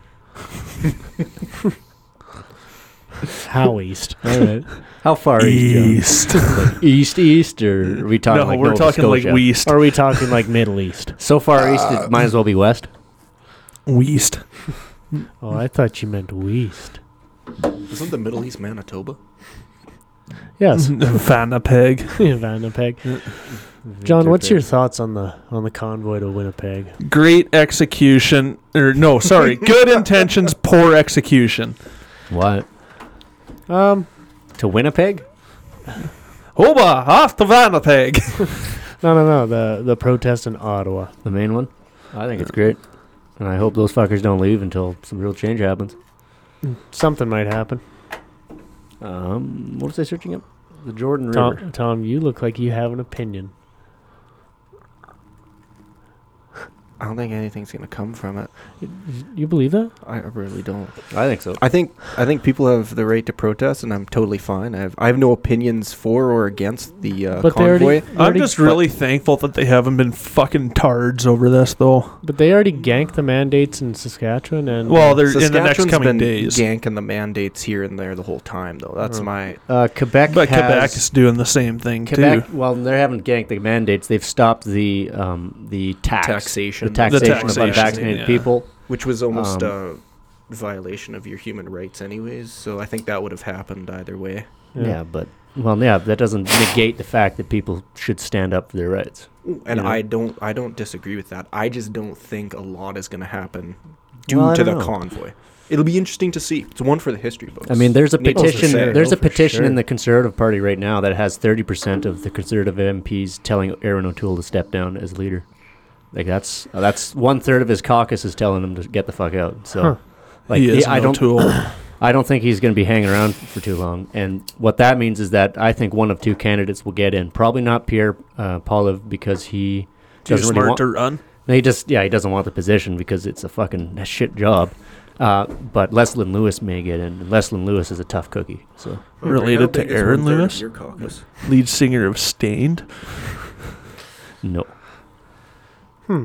Speaker 1: How east?
Speaker 4: All right. How far east? John? Like east, east, or are we talking?
Speaker 2: E. no,
Speaker 4: like
Speaker 2: we're
Speaker 4: Nova
Speaker 2: talking
Speaker 4: Scotia?
Speaker 2: like west.
Speaker 1: Are we talking like Middle East?
Speaker 4: So far east, it might as well be west.
Speaker 2: West.
Speaker 1: Oh, I thought you meant West.
Speaker 3: Isn't the Middle East Manitoba?
Speaker 1: Yes,
Speaker 2: Vanapeg.
Speaker 1: Winnipeg. John, what's your thoughts on the on the convoy to Winnipeg?
Speaker 2: Great execution. Or no, sorry. Good intentions, poor execution.
Speaker 4: what
Speaker 1: Um,
Speaker 4: to Winnipeg?
Speaker 2: Hoba, off the Vanapeg.
Speaker 1: no, no, no. The the protest in Ottawa.
Speaker 4: The main one. I think it's great, and I hope those fuckers don't leave until some real change happens.
Speaker 1: Something might happen.
Speaker 4: Um, what was I searching up? The Jordan River.
Speaker 1: Tom, Tom, you look like you have an opinion.
Speaker 3: I don't think anything's gonna come from it.
Speaker 1: You believe that?
Speaker 3: I really don't.
Speaker 4: I think so.
Speaker 3: I think I think people have the right to protest, and I'm totally fine. I have I have no opinions for or against the uh,
Speaker 1: But they
Speaker 3: convoy.
Speaker 1: already-
Speaker 2: I'm just really thankful that they haven't been fucking tards over this, though.
Speaker 1: But they already ganked the mandates in Saskatchewan, and
Speaker 2: Well, they're in the next
Speaker 3: Saskatchewan's
Speaker 2: coming
Speaker 3: been
Speaker 2: days.
Speaker 3: yanking the mandates here and there the whole time, though. That's
Speaker 1: Mm.
Speaker 3: my
Speaker 4: Uh, Quebec,
Speaker 2: But
Speaker 4: has-
Speaker 2: Quebec is doing the same thing
Speaker 4: Quebec.
Speaker 2: too.
Speaker 4: Well, they haven't ganked the mandates. They've stopped the um, the tax,
Speaker 3: taxation.
Speaker 4: the taxation,
Speaker 2: taxation,
Speaker 4: of unvaccinated
Speaker 2: yeah.
Speaker 4: people.
Speaker 3: which was almost
Speaker 4: Um,
Speaker 3: a violation of your human rights, anyways. So I think that would have happened either way.
Speaker 1: Yeah.
Speaker 4: Yeah. but well, yeah, that doesn't negate the fact that people should stand up for their rights.
Speaker 3: And
Speaker 4: Yeah.
Speaker 3: I don't I don't disagree with that. I just don't think a lot is going to happen due
Speaker 4: Well, I
Speaker 3: to
Speaker 4: don't
Speaker 3: the
Speaker 4: know.
Speaker 3: convoy. It'll be interesting to see. It's one for the history books.
Speaker 4: I mean, there's a
Speaker 3: Needless to
Speaker 4: petition.
Speaker 3: say.
Speaker 4: There's
Speaker 1: oh,
Speaker 4: a
Speaker 1: for
Speaker 4: petition
Speaker 1: sure.
Speaker 4: in the Conservative Party right now that has 30 percent of the Conservative MPs telling Aaron O'Toole to step down as leader. Like that's that's one third of his caucus is telling him to get the fuck out. So,
Speaker 1: Huh.
Speaker 4: like,
Speaker 2: he is
Speaker 4: I
Speaker 2: no
Speaker 4: don't
Speaker 2: tool.
Speaker 4: I don't think he's going to be hanging around for too long. And what that means is that I think one of two candidates will get in. Probably not Pierre uh, Polyev because he
Speaker 2: Too
Speaker 4: doesn't
Speaker 2: smart
Speaker 4: really want.
Speaker 2: to run.
Speaker 4: no, he just yeah he doesn't want the position because it's a fucking shit job. Uh, but Leslin Lewis may get in. And Leslin Lewis is a tough cookie. So
Speaker 2: Related to Aaron Lewis,
Speaker 3: Your caucus.
Speaker 2: lead singer of Stained.
Speaker 4: no.
Speaker 1: Hmm.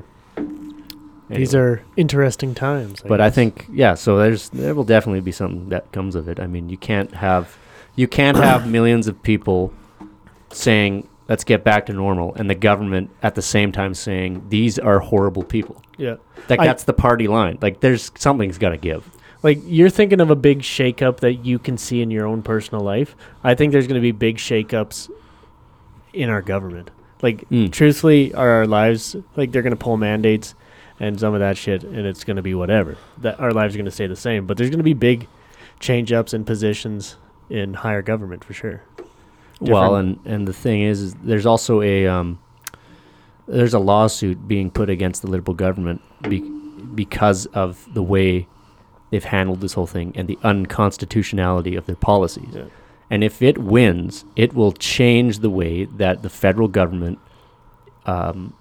Speaker 1: these
Speaker 4: Anyway.
Speaker 1: are interesting times.
Speaker 4: but I
Speaker 1: guess.
Speaker 4: think yeah. So there's there will definitely be something that comes of it. I mean, you can't have you can't have millions of people saying let's get back to normal, and the government at the same time saying these are horrible people.
Speaker 1: yeah,
Speaker 4: Like
Speaker 1: I-
Speaker 4: that's the party line. Like there's something's got to give.
Speaker 1: like you're thinking of a big shakeup that you can see in your own personal life. I think there's going to be big shakeups in our government. Like
Speaker 4: Mm.
Speaker 1: truthfully, are our lives like they're going to pull mandates and some of that shit, and it's going to be whatever. That our lives are going to stay the same, but there's going to be big change ups in positions in higher government for sure.
Speaker 4: Well,
Speaker 1: Different-
Speaker 4: and and the thing is, is there's also a um, there's a lawsuit being put against the Liverpool government be, because of the way they've handled this whole thing and the unconstitutionality of their policies.
Speaker 1: Yeah.
Speaker 4: And if it wins, it will change the way that the federal government, um,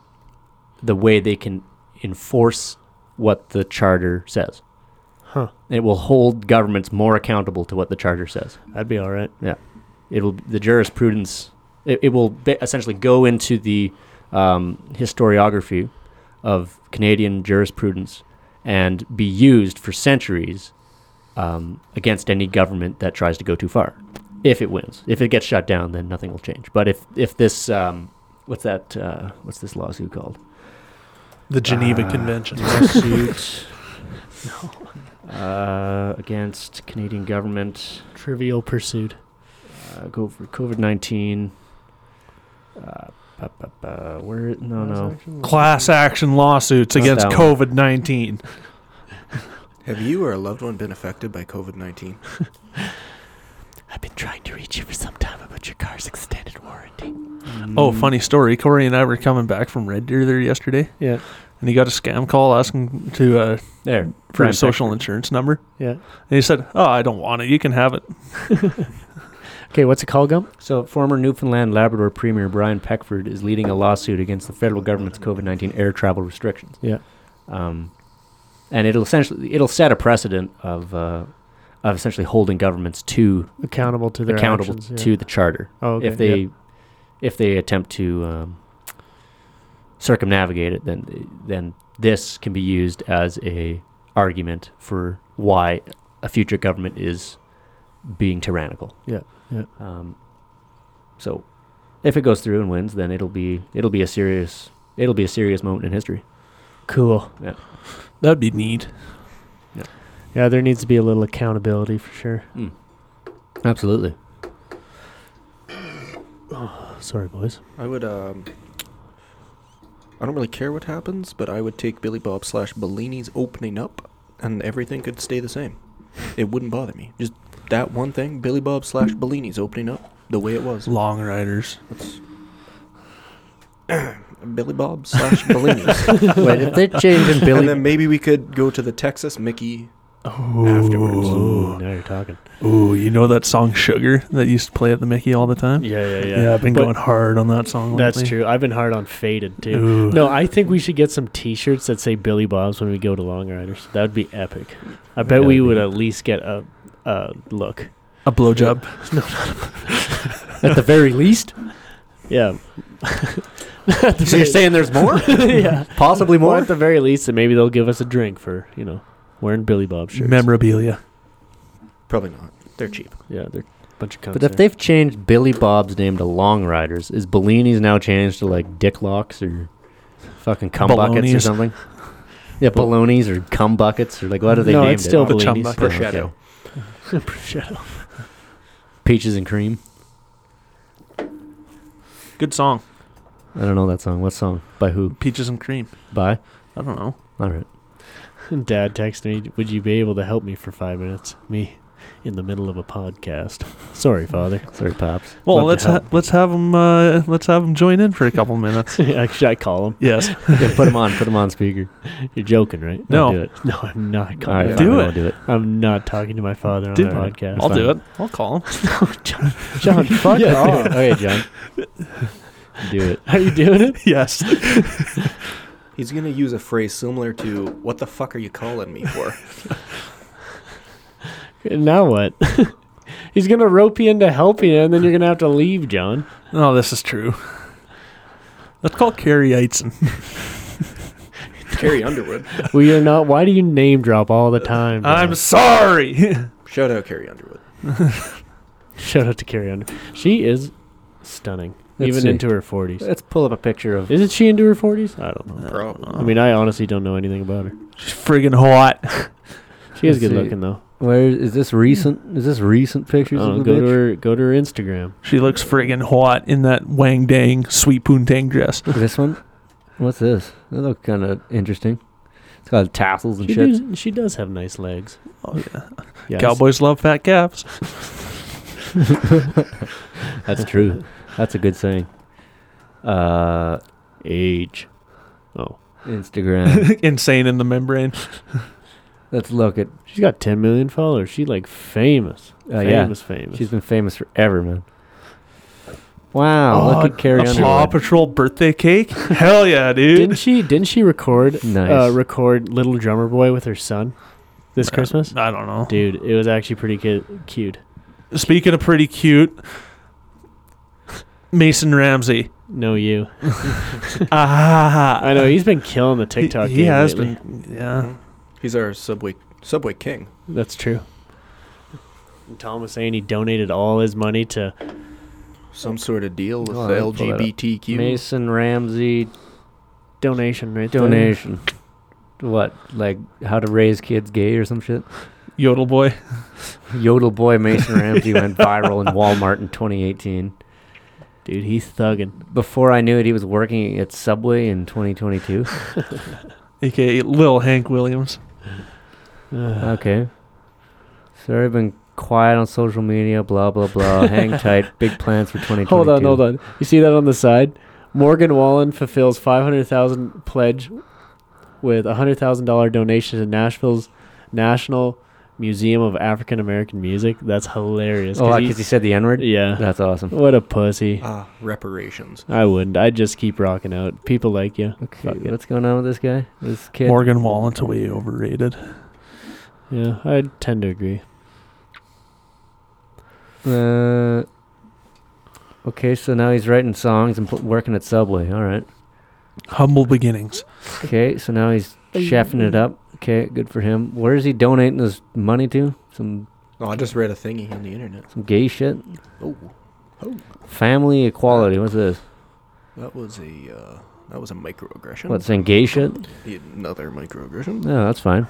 Speaker 4: the way they can enforce what the charter says.
Speaker 1: Huh.
Speaker 4: It will hold governments more accountable to what the charter says
Speaker 1: That'd be all right.
Speaker 4: it'll the jurisprudence it, it will ba- essentially go into the um, historiography of Canadian jurisprudence and be used for centuries um, against any government that tries to go too far. If it wins, if it gets shut down, then nothing will change. But if if this um, what's that uh, what's this lawsuit called?
Speaker 2: The Geneva
Speaker 4: Ah.
Speaker 2: Convention.
Speaker 4: Lawsuit. Uh, against Canadian government.
Speaker 1: Trivial pursuit.
Speaker 4: uh, go for COVID nineteen. Uh, ba- ba- ba- where? No, no.
Speaker 2: Class action lawsuits
Speaker 4: That's
Speaker 2: against
Speaker 4: that
Speaker 2: COVID 19.
Speaker 3: Have you or a loved one been affected by COVID 19?
Speaker 1: I've been trying to reach you for some time about your car's extended warranty.
Speaker 4: Mm.
Speaker 2: Oh, funny story. Corey and I were coming back from Red Deer there yesterday,
Speaker 1: Yeah.
Speaker 2: and he got a scam call asking to uh,
Speaker 4: There.
Speaker 2: for
Speaker 4: Brian
Speaker 2: his social insurance number.
Speaker 1: Yeah.
Speaker 2: And he said, Oh, I don't want it. You can have it.
Speaker 1: Okay, what's a call gum?
Speaker 4: So, former Newfoundland Labrador Premier Brian Peckford is leading a lawsuit against the federal government's COVID nineteen air travel restrictions.
Speaker 1: Yeah.
Speaker 4: Um, and it'll essentially it'll set a precedent of uh, of essentially holding governments to
Speaker 1: Accountable to their
Speaker 4: accountable
Speaker 1: actions, yeah.
Speaker 4: to the charter.
Speaker 1: Oh, okay.
Speaker 4: if they
Speaker 1: yeah.
Speaker 4: if they attempt to um, circumnavigate it, then then this can be used as a argument for why a future government is being tyrannical.
Speaker 1: Yeah, yeah.
Speaker 4: Um, so, if it goes through and wins, then it'll be it'll be a serious it'll be a serious moment in history.
Speaker 1: cool.
Speaker 2: That'd be neat.
Speaker 1: Yeah, there needs to be a little accountability for sure.
Speaker 4: Absolutely.
Speaker 1: Sorry, boys.
Speaker 3: I would, um. I don't really care what happens, but I would take Billy Bob slash Bellini's opening up, and everything could stay the same. It wouldn't bother me. Just that one thing Billy Bob slash Bellini's opening up the way it was.
Speaker 2: Long riders.
Speaker 3: That's- Billy Bob slash Bellini's.
Speaker 4: Wait, if they're changing
Speaker 3: and
Speaker 4: Billy,
Speaker 3: then maybe we could go to the Texas Mickey
Speaker 1: Afterwards.
Speaker 2: Ooh.
Speaker 1: now you're talking.
Speaker 2: Ooh, you know that song Sugar that used to play at the Mickey all the time?
Speaker 1: Yeah, yeah,
Speaker 2: Yeah, I've been
Speaker 1: But-
Speaker 2: going hard on that song.
Speaker 1: That's
Speaker 2: lately.
Speaker 1: true. I've been hard on faded too.
Speaker 2: Ooh.
Speaker 1: No, I think we should get some T-shirts that say Billy Bob's when we go to Long Riders. That would be epic. I bet
Speaker 4: That
Speaker 1: we
Speaker 4: would
Speaker 1: would
Speaker 4: be-
Speaker 1: at least get a, a look.
Speaker 2: A blowjob.
Speaker 4: at the very least.
Speaker 1: Yeah.
Speaker 4: So you're saying there's more?
Speaker 1: yeah.
Speaker 4: Possibly
Speaker 1: Or
Speaker 4: more.
Speaker 1: at the very least, and maybe they'll give us a drink for you know wearing Billy Bob shirts.
Speaker 2: Memorabilia.
Speaker 3: Probably not. They're cheap.
Speaker 1: Yeah, they're a bunch of cunts.
Speaker 4: But if
Speaker 1: there.
Speaker 4: they've changed Billy Bob's name to Long Riders, is Bellini's now changed to like Dick Locks or fucking cum buckets or
Speaker 2: Baloney's.
Speaker 4: something? Yeah, balonies or cum buckets or like what are they
Speaker 1: No,
Speaker 4: named?
Speaker 1: it's still
Speaker 4: it?
Speaker 2: The chum
Speaker 1: Bellini's.
Speaker 2: bucket.
Speaker 4: Okay.
Speaker 3: Prosciutto.
Speaker 1: Prosciutto.
Speaker 4: Peaches and cream.
Speaker 2: Good song.
Speaker 4: I don't know that song. What song? By who?
Speaker 2: Peaches and cream.
Speaker 4: By?
Speaker 2: I don't know.
Speaker 4: All right.
Speaker 1: Dad texted me, "Would you be able to help me for five minutes?" Me, in the middle of a podcast. Sorry, father.
Speaker 4: Sorry, pops.
Speaker 2: Well,
Speaker 1: Love to
Speaker 2: let's ha-
Speaker 1: help.
Speaker 2: let's have them uh, let's have 'em join in for a couple minutes.
Speaker 1: Actually, I call him.
Speaker 2: Yes,
Speaker 4: Okay, put him on. Put him on speaker.
Speaker 1: You're joking, right?
Speaker 2: No.
Speaker 4: do it.
Speaker 1: No, I'm not
Speaker 4: All
Speaker 1: calling.
Speaker 4: right,
Speaker 1: him.
Speaker 2: Do
Speaker 4: fine,
Speaker 2: it.
Speaker 4: I'll do it.
Speaker 1: I'm not talking to my father on
Speaker 2: Do
Speaker 1: the
Speaker 2: it.
Speaker 1: podcast.
Speaker 2: I'll do
Speaker 4: fine.
Speaker 2: it. I'll call them.
Speaker 4: John, fuck
Speaker 1: Yeah.
Speaker 4: off. Okay, John. Do it.
Speaker 1: Are you doing it?
Speaker 2: yes,
Speaker 3: He's gonna use a phrase similar to "What the fuck are you calling me for?"
Speaker 1: Now what? He's gonna rope you into helping, you, and then you're gonna have to leave, John.
Speaker 2: No, this is true. Let's call Carrie Eitzen.
Speaker 3: Carrie Underwood.
Speaker 1: We are not. Why do you name drop all the time? John?
Speaker 2: I'm sorry.
Speaker 3: Shout out Carrie Underwood.
Speaker 1: Shout out to Carrie Under. She is stunning,
Speaker 4: Let's
Speaker 1: even
Speaker 4: see.
Speaker 1: into her 40s.
Speaker 4: Let's pull up a picture of.
Speaker 1: Isn't she into her 40s?
Speaker 2: Oh,
Speaker 1: I don't know.
Speaker 3: Probably.
Speaker 1: I mean, I honestly don't know anything about her.
Speaker 2: She's friggin' hot.
Speaker 1: She is
Speaker 4: Let's
Speaker 1: good
Speaker 4: see.
Speaker 1: looking though.
Speaker 4: Where is this recent? Is this recent pictures
Speaker 1: Uh,
Speaker 4: of the
Speaker 1: go to
Speaker 4: bitch?
Speaker 1: her. Go to her Instagram.
Speaker 2: She looks friggin' hot in that wang dang sweet poontang dress.
Speaker 4: this one? What's this? That looks kind of interesting. It's got tassels and
Speaker 1: She
Speaker 4: shit.
Speaker 1: does, she does have nice legs.
Speaker 2: Oh, yeah.
Speaker 1: Yes.
Speaker 2: Cowboys love fat calves.
Speaker 4: That's true. That's a good saying. Uh,
Speaker 1: Age. Oh,
Speaker 4: Instagram.
Speaker 2: Insane in the membrane.
Speaker 4: Let's look at.
Speaker 1: she's got 10 million followers. She like famous.
Speaker 4: Uh,
Speaker 1: famous,
Speaker 4: yeah.
Speaker 1: famous.
Speaker 4: She's been famous forever, man. Wow,
Speaker 1: Oh,
Speaker 4: look at Carrie
Speaker 2: a Paw
Speaker 4: Underwood.
Speaker 2: Patrol birthday cake. Hell yeah,
Speaker 1: didn't
Speaker 2: dude.
Speaker 1: she? Didn't she record?
Speaker 4: Nice.
Speaker 1: Uh, record Little Drummer Boy with her son this Christmas.
Speaker 2: I don't know.
Speaker 1: Dude, it was actually pretty cu- cute.
Speaker 2: Speaking of pretty cute, Mason Ramsey.
Speaker 1: No, you.
Speaker 2: ah,
Speaker 1: I know he's been killing the TikTok.
Speaker 2: He, he
Speaker 1: game
Speaker 2: has
Speaker 1: lately.
Speaker 2: been. Yeah.
Speaker 3: Mm-hmm. He's our subway subway king.
Speaker 1: That's true. And Tom was saying he donated all his money to
Speaker 3: Some sort of deal with
Speaker 4: Oh,
Speaker 3: the
Speaker 4: I'll pull that up.
Speaker 3: LGBTQ.
Speaker 4: Mason Ramsey
Speaker 1: donation right
Speaker 4: donation. What? Like how to raise kids gay or some shit?
Speaker 2: Yodel boy.
Speaker 4: Yodel boy Mason Ramsey went viral in Walmart in 2018.
Speaker 1: Dude, he's thugging.
Speaker 4: Before I knew it, he was working at Subway in 2022.
Speaker 2: aka Lil Hank Williams.
Speaker 1: Ugh.
Speaker 4: Okay. Sorry, I've been quiet on social media. Blah blah blah. Hang tight. Big plans for 2022.
Speaker 1: hold on, hold on. You see that on the side? Morgan Wallen fulfills 500,000 pledge with a $100,000 donation to Nashville's National Museum of African American Music. That's hilarious.
Speaker 4: Oh,
Speaker 1: 'cause
Speaker 4: because he said the N word.
Speaker 1: he- yeah.
Speaker 4: That's awesome.
Speaker 1: What a pussy.
Speaker 3: Ah, reparations.
Speaker 1: I wouldn't. I'd just keep rocking out. People like you.
Speaker 4: Okay,
Speaker 1: Fuck it.
Speaker 4: what's going on with this guy? This kid.
Speaker 2: Morgan Wallen's way overrated.
Speaker 1: Yeah, I tend to agree.
Speaker 4: Uh, okay, so now he's writing songs and pl- working at Subway. All right.
Speaker 2: Humble beginnings.
Speaker 4: Okay, so now he's chefing it up. Okay, good for him. Where is he donating his money to? Some
Speaker 3: Oh, I just read a thingy on the internet.
Speaker 4: some gay shit.
Speaker 3: Oh,
Speaker 4: Family equality. What's this?
Speaker 3: that was a uh, that was a microaggression.
Speaker 4: What saying gay shit?
Speaker 3: another microaggression?
Speaker 4: No, that's fine.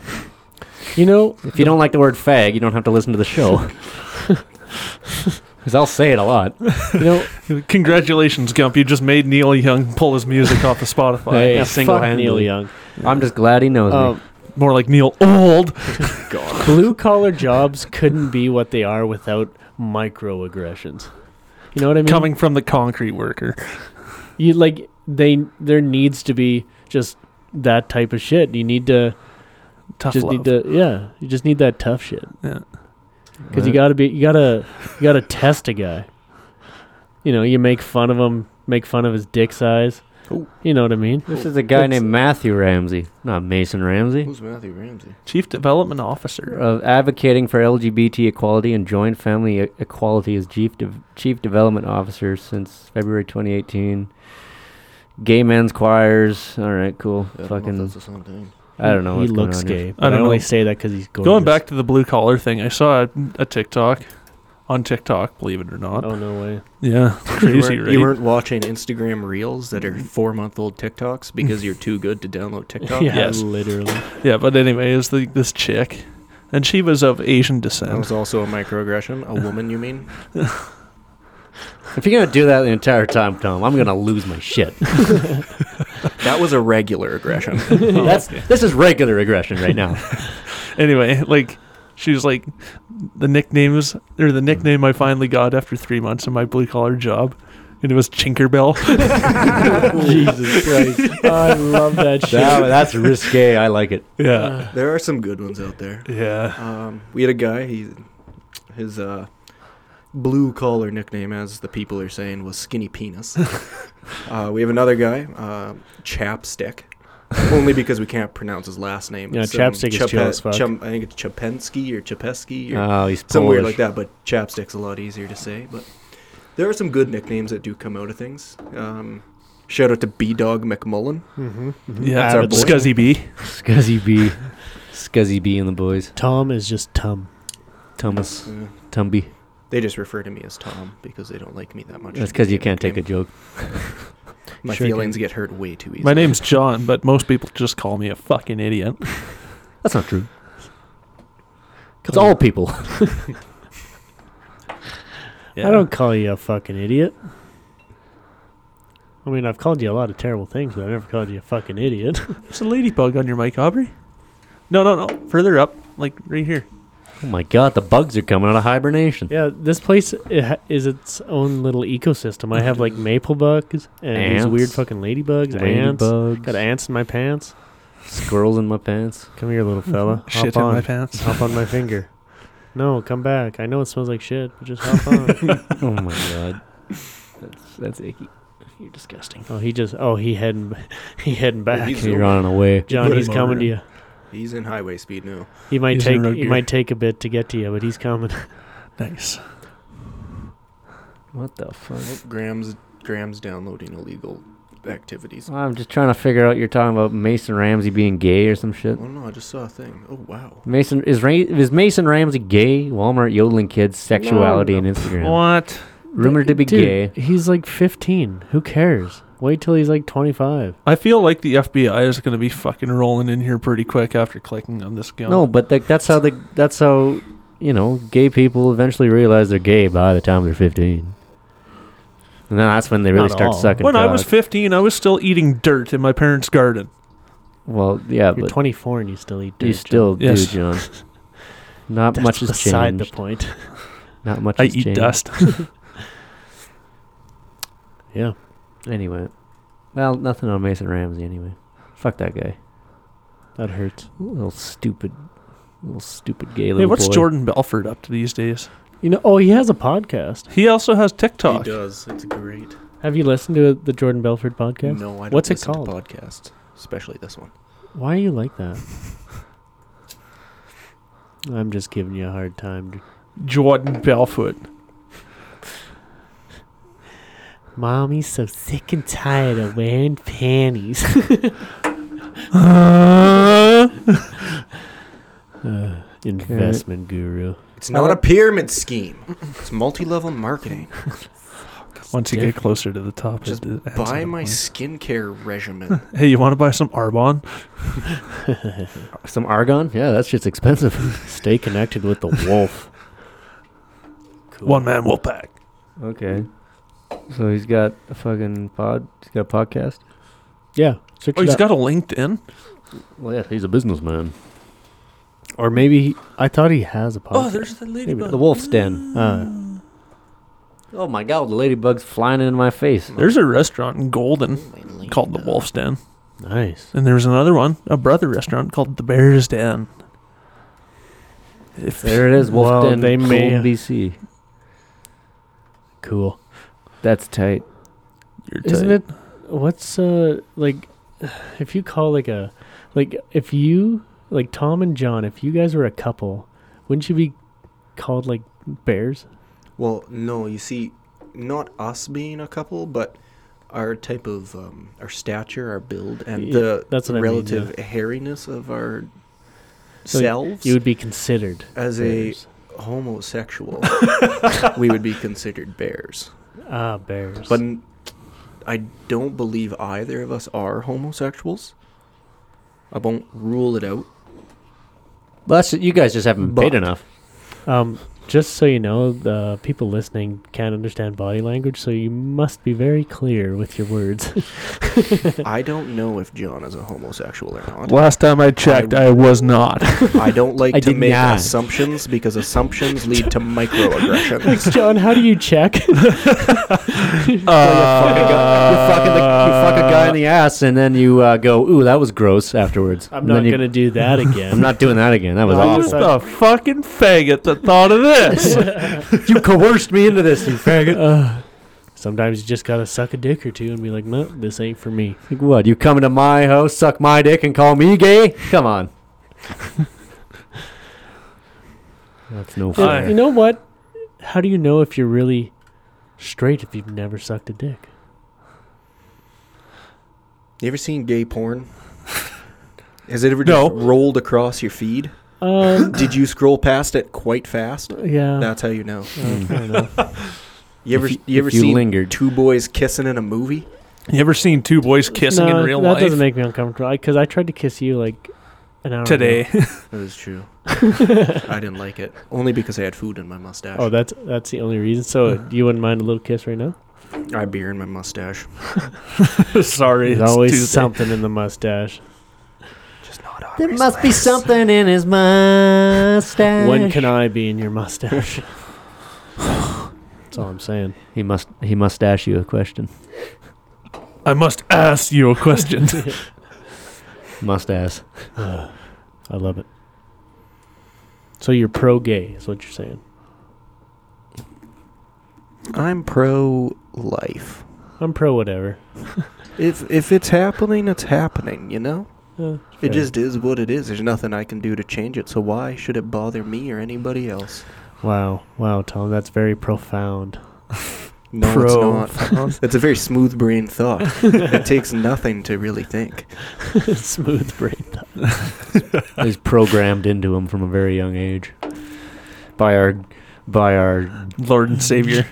Speaker 1: You know,
Speaker 4: If you don't like the word fag, you don't have to listen to the show. Because I'll say it a lot.
Speaker 1: you know,
Speaker 2: Congratulations, Gump. You just made Neil Young pull his music off of Spotify.
Speaker 4: Hey,
Speaker 1: yeah,
Speaker 4: single
Speaker 1: fuck Neil
Speaker 4: handedly.
Speaker 1: Young.
Speaker 4: I'm just glad he knows
Speaker 1: Um,
Speaker 2: More like Neil Old.
Speaker 3: God.
Speaker 1: blue collar Um, jobs couldn't be what they are without microaggressions. You know what I mean?
Speaker 2: Coming from the concrete worker.
Speaker 1: You like they there needs to be just that type of shit. You need to
Speaker 2: Tough
Speaker 1: just
Speaker 2: love.
Speaker 1: need to yeah. You just need that tough shit
Speaker 4: me.
Speaker 1: because you got to be you gotta you gotta test a guy. You know, you make fun of him, make fun of his dick size.
Speaker 3: Ooh.
Speaker 1: You know what I mean?
Speaker 4: This is a guy
Speaker 1: It's-
Speaker 4: named Matthew Ramsey, not Mason Ramsey.
Speaker 3: Who's Matthew Ramsey?
Speaker 2: Chief Development Officer. Uh,
Speaker 4: of advocating for LGBT equality and joint family e- equality as chief de- chief development officer since February 2018. Gay men's choirs. All right, cool.
Speaker 3: I don't know if
Speaker 4: Fucking,
Speaker 3: that's the same thing.
Speaker 4: I don't know.
Speaker 1: He
Speaker 4: what's going
Speaker 1: looks
Speaker 4: on here.
Speaker 1: gay.
Speaker 2: I
Speaker 1: But I,
Speaker 2: don't know.
Speaker 1: only say that because he's gorgeous.
Speaker 2: Going back to the blue collar thing, I saw a, a TikTok on TikTok, believe it or not.
Speaker 1: Oh no way!
Speaker 2: Yeah.
Speaker 3: You
Speaker 2: Crazy,
Speaker 3: weren't, you
Speaker 2: right?
Speaker 3: weren't watching Instagram reels that
Speaker 4: Mm-hmm.
Speaker 3: are four month old TikToks because you're too good to download TikTok.
Speaker 1: yeah,
Speaker 2: Yes.
Speaker 1: literally.
Speaker 2: Yeah, but anyway, it was the, this chick. And she was of Asian
Speaker 3: That was
Speaker 2: descent.
Speaker 3: also a microaggression. A woman, you mean?
Speaker 4: If you're gonna do that the entire time, Tom, I'm gonna lose my shit.
Speaker 3: That was a regular aggression.
Speaker 4: That's
Speaker 2: Oh.
Speaker 4: this is regular aggression right now.
Speaker 2: anyway, like she was like the nicknames or the nickname I finally got after three months in my blue collar job, and it was Chinkerbell.
Speaker 1: Jesus Christ. I love that shit.
Speaker 4: That- that's risque. I like it.
Speaker 2: yeah,
Speaker 3: there are some good ones out there.
Speaker 2: yeah.
Speaker 3: Um, we had a guy. He, his uh, blue collar nickname, as the people are saying, was Skinny Penis. uh, we have another guy, uh, Chapstick, only because we can't pronounce his last name.
Speaker 1: Yeah,
Speaker 3: um,
Speaker 1: Chapstick is chill as fuck. Ah,
Speaker 3: Chum- I think it's Chapensky or Chapeski or
Speaker 4: Oh, he's
Speaker 3: some
Speaker 4: Polish.
Speaker 3: weird like that. But Chapstick's a lot easier to say. But there are some good nicknames that do come out of things. Um, shout out to B Dog McMullen.
Speaker 1: Mm-hmm.
Speaker 2: Yeah,
Speaker 3: That's our boy.
Speaker 2: Scuzzy B.
Speaker 4: Scuzzy B, Scuzzy B and the boys.
Speaker 1: Tom is just Tom.
Speaker 4: Thomas
Speaker 3: Uh,
Speaker 4: Tumby.
Speaker 3: they just refer to me as Tom because they don't like me that much.
Speaker 4: That's because you can't take a
Speaker 3: Nickname.
Speaker 4: joke.
Speaker 3: My
Speaker 1: Sure
Speaker 3: feelings get hurt way too easily.
Speaker 2: My name's John, but most people just call me a fucking idiot.
Speaker 4: That's not true. It's all people.
Speaker 2: Yeah.
Speaker 1: I don't call you a fucking idiot. I mean, I've called you a lot of terrible things, but I never called you a fucking idiot.
Speaker 2: There's a ladybug on your mic, Aubrey. No, no, no. Further up, like right here.
Speaker 4: Oh my god, the bugs are coming out of hibernation.
Speaker 1: Yeah, this place i- ha- is its own little ecosystem. I have like maple bugs and these weird
Speaker 4: Ants.
Speaker 1: fucking ladybugs, ants.
Speaker 4: Ladybugs,
Speaker 1: Got ants in my pants.
Speaker 4: squirrels in my pants.
Speaker 1: Come here, little fella.
Speaker 2: Shit
Speaker 1: hop
Speaker 2: in
Speaker 1: on.
Speaker 2: my pants.
Speaker 1: hop on my finger. No, come back. I know it smells like shit, but just hop on.
Speaker 4: oh my god, that's that's icky. You're disgusting.
Speaker 1: oh, he just. Oh, he heading. He heading back.
Speaker 3: He's-
Speaker 4: You're on away.
Speaker 3: He's
Speaker 1: Johnny's coming to you.
Speaker 3: He's in highway speed now.
Speaker 1: He might
Speaker 2: He's in
Speaker 1: take.
Speaker 2: road
Speaker 1: He
Speaker 2: gear.
Speaker 1: might take a bit to get to you, but he's coming.
Speaker 2: Nice.
Speaker 4: What the fuck?
Speaker 3: Oh, Graham's Graham's downloading illegal activities.
Speaker 1: Oh.
Speaker 4: I'm just trying to figure out. You're talking about Mason Ramsey being gay or some
Speaker 3: Oh
Speaker 4: shit.
Speaker 3: no, I just saw a thing. Oh wow.
Speaker 4: Mason is Ra- is Mason Ramsey gay? Walmart yodeling kids sexuality
Speaker 1: No, no.
Speaker 4: and Instagram.
Speaker 2: What?
Speaker 4: Rumored to be
Speaker 1: Dude,
Speaker 4: gay.
Speaker 1: He's like 15. Who cares? Wait till he's like 25.
Speaker 2: I feel like the FBI is going to be fucking rolling in here pretty quick after clicking on this gun.
Speaker 4: No, but like that's how the that's how you know gay people eventually realize they're gay by the time they're 15. And then that's when they really
Speaker 1: Not
Speaker 4: start
Speaker 1: all.
Speaker 4: sucking.
Speaker 2: When I was
Speaker 4: cock.
Speaker 2: 15, I was still eating dirt in my parents' garden.
Speaker 4: well, yeah,
Speaker 1: You're
Speaker 4: but
Speaker 1: 24 and you still eat dirt.
Speaker 4: you still do,
Speaker 2: Yes.
Speaker 4: John. Not
Speaker 1: That's
Speaker 4: much has
Speaker 1: beside the
Speaker 4: changed.
Speaker 1: point.
Speaker 4: Not much.
Speaker 2: I
Speaker 4: has
Speaker 2: eat
Speaker 4: changed.
Speaker 2: dust.
Speaker 1: yeah.
Speaker 4: Anyway, well, nothing on Mason Ramsey anyway. Fuck that guy.
Speaker 1: That hurts.
Speaker 4: Little stupid, little stupid gay
Speaker 2: hey,
Speaker 4: little
Speaker 2: what's
Speaker 4: boy.
Speaker 2: Jordan Belford up to these days?
Speaker 1: You know, oh, he has a podcast.
Speaker 2: He also has TikTok.
Speaker 3: He does. It's great.
Speaker 1: Have you listened to the Jordan Belford podcast?
Speaker 3: No, I don't
Speaker 1: What's it
Speaker 3: listen
Speaker 1: called?
Speaker 3: to podcasts, especially this one.
Speaker 1: Why are you like that? I'm just giving you a hard time. dude.
Speaker 2: Jordan Belford.
Speaker 1: Mommy's so sick and tired of wearing panties. Uh, investment guru.
Speaker 3: It's not a pyramid scheme. It's multi-level marketing.
Speaker 2: Once you get closer to the top, it-
Speaker 3: Just
Speaker 2: it ends in
Speaker 3: buy
Speaker 2: a
Speaker 3: my
Speaker 2: point.
Speaker 3: skincare regimen.
Speaker 2: Hey, you want to buy some Arbonne?
Speaker 4: Some argon? Yeah, that shit's expensive.
Speaker 1: Stay connected with the wolf. Cool.
Speaker 2: One man will pack.
Speaker 4: okay. So he's got a fucking pod. He's got a podcast.
Speaker 1: Yeah. Search
Speaker 2: Oh,
Speaker 1: it
Speaker 2: he's
Speaker 1: up.
Speaker 2: got a LinkedIn.
Speaker 4: Well, yeah, he's a businessman.
Speaker 1: or maybe he, I thought he has a podcast.
Speaker 2: Oh, there's the ladybug.
Speaker 4: The wolf's den.
Speaker 1: Uh,
Speaker 4: Oh my god, the ladybug's flying in my face.
Speaker 2: There's a restaurant in
Speaker 3: Oh,
Speaker 2: Golden called the Wolf's Den,
Speaker 1: nice.
Speaker 2: and there's another one, a brother restaurant called the Bear's Den. If
Speaker 4: There it is, Wolf
Speaker 1: Well,
Speaker 4: Den,
Speaker 1: they may-
Speaker 4: Golden, BC.
Speaker 1: Cool.
Speaker 4: That's tight.
Speaker 2: you're
Speaker 1: Isn't
Speaker 2: tight.
Speaker 1: it what's uh like if you call like a like if you like Tom and John, if you guys were a couple, wouldn't you be called like bears?
Speaker 3: Well, no, you see, not us being a couple, but our type of um, our stature, our build, and
Speaker 1: Yeah,
Speaker 3: the
Speaker 1: that's what I mean,
Speaker 3: relative hairiness of our
Speaker 1: So
Speaker 3: selves
Speaker 1: You would be considered
Speaker 3: as
Speaker 1: bears.
Speaker 3: a homosexual, we would be considered bears.
Speaker 1: ah bears.
Speaker 3: But n- I don't believe either of us are homosexuals. I won't rule it out.
Speaker 4: Well, that's, you guys just haven't paid
Speaker 3: But-
Speaker 4: enough.
Speaker 1: um just so you know, the people listening can't understand body language, so you must be very clear with your words.
Speaker 3: I don't know if John is a homosexual or not.
Speaker 2: Last time I checked, I, was not.
Speaker 3: I don't like
Speaker 4: I
Speaker 3: to
Speaker 4: did
Speaker 3: make
Speaker 4: not.
Speaker 3: assumptions because assumptions lead to microaggressions.
Speaker 1: John, how do you check?
Speaker 2: uh,
Speaker 4: you, fuck a guy, you fuck a guy in the ass, and then you uh, go, "Ooh, that was gross." Afterwards,
Speaker 1: I'm
Speaker 4: And
Speaker 1: not
Speaker 4: then you-
Speaker 1: gonna do that again.
Speaker 4: I'm not doing that again. That was
Speaker 1: No,
Speaker 2: Who's
Speaker 1: just-
Speaker 4: awful.
Speaker 2: the fucking faggot that thought of this?
Speaker 4: you coerced me into this, you faggot.
Speaker 1: Uh, sometimes you just gotta suck a dick or two and be like, no, this ain't for me.
Speaker 4: Like, what? You coming to my house, suck my dick, and call me gay? Come on. That's no
Speaker 1: Dude,
Speaker 2: Aye.
Speaker 1: you
Speaker 4: fair.
Speaker 1: know what? How do you know if you're really straight if you've never sucked a dick?
Speaker 3: You ever seen gay porn? Has it ever
Speaker 2: No.
Speaker 3: just rolled across your feed?
Speaker 1: Um,
Speaker 3: Did you scroll past it quite fast?
Speaker 1: yeah.
Speaker 3: That's how you know.
Speaker 1: Uh, fair enough.
Speaker 3: You
Speaker 4: Hmm.
Speaker 3: ever
Speaker 4: If
Speaker 3: you,
Speaker 4: you- if
Speaker 3: ever
Speaker 4: you
Speaker 3: seen
Speaker 4: lingered.
Speaker 3: two boys kissing in a movie?
Speaker 2: you ever seen two boys kissing
Speaker 1: No,
Speaker 2: in real
Speaker 1: that
Speaker 2: life?
Speaker 1: doesn't make me uncomfortable because I tried to kiss you like an hour ago.
Speaker 2: Today,
Speaker 3: That is true. I didn't like it only because I had food in my mustache.
Speaker 1: Oh, that's that's the only reason. So you wouldn't mind a little kiss right now?
Speaker 3: I had beer in my mustache.
Speaker 2: sorry,
Speaker 1: There's
Speaker 2: it's
Speaker 1: always
Speaker 2: Tuesday.
Speaker 1: something in the mustache.
Speaker 3: Just not
Speaker 4: There must be something in his mustache.
Speaker 1: When can I be in your mustache? That's all I'm saying.
Speaker 4: He must. He mustache you a question.
Speaker 2: I must ask you a question.
Speaker 4: Mustache.
Speaker 1: I love it. So you're pro gay, is what you're saying.
Speaker 3: I'm pro life.
Speaker 1: I'm pro whatever.
Speaker 3: If if it's happening, it's happening, you know?
Speaker 1: Uh,
Speaker 3: It just is what it is. There's nothing I can do to change it, so why should it bother me or anybody else?
Speaker 1: Wow. Wow, Tom, that's very profound.
Speaker 3: No, it's
Speaker 2: Pro.
Speaker 3: not. It's a very smooth brain thought. it takes nothing to really think.
Speaker 1: Smooth brain.
Speaker 4: He's programmed into him from a very young age by our by our
Speaker 2: Lord and Savior.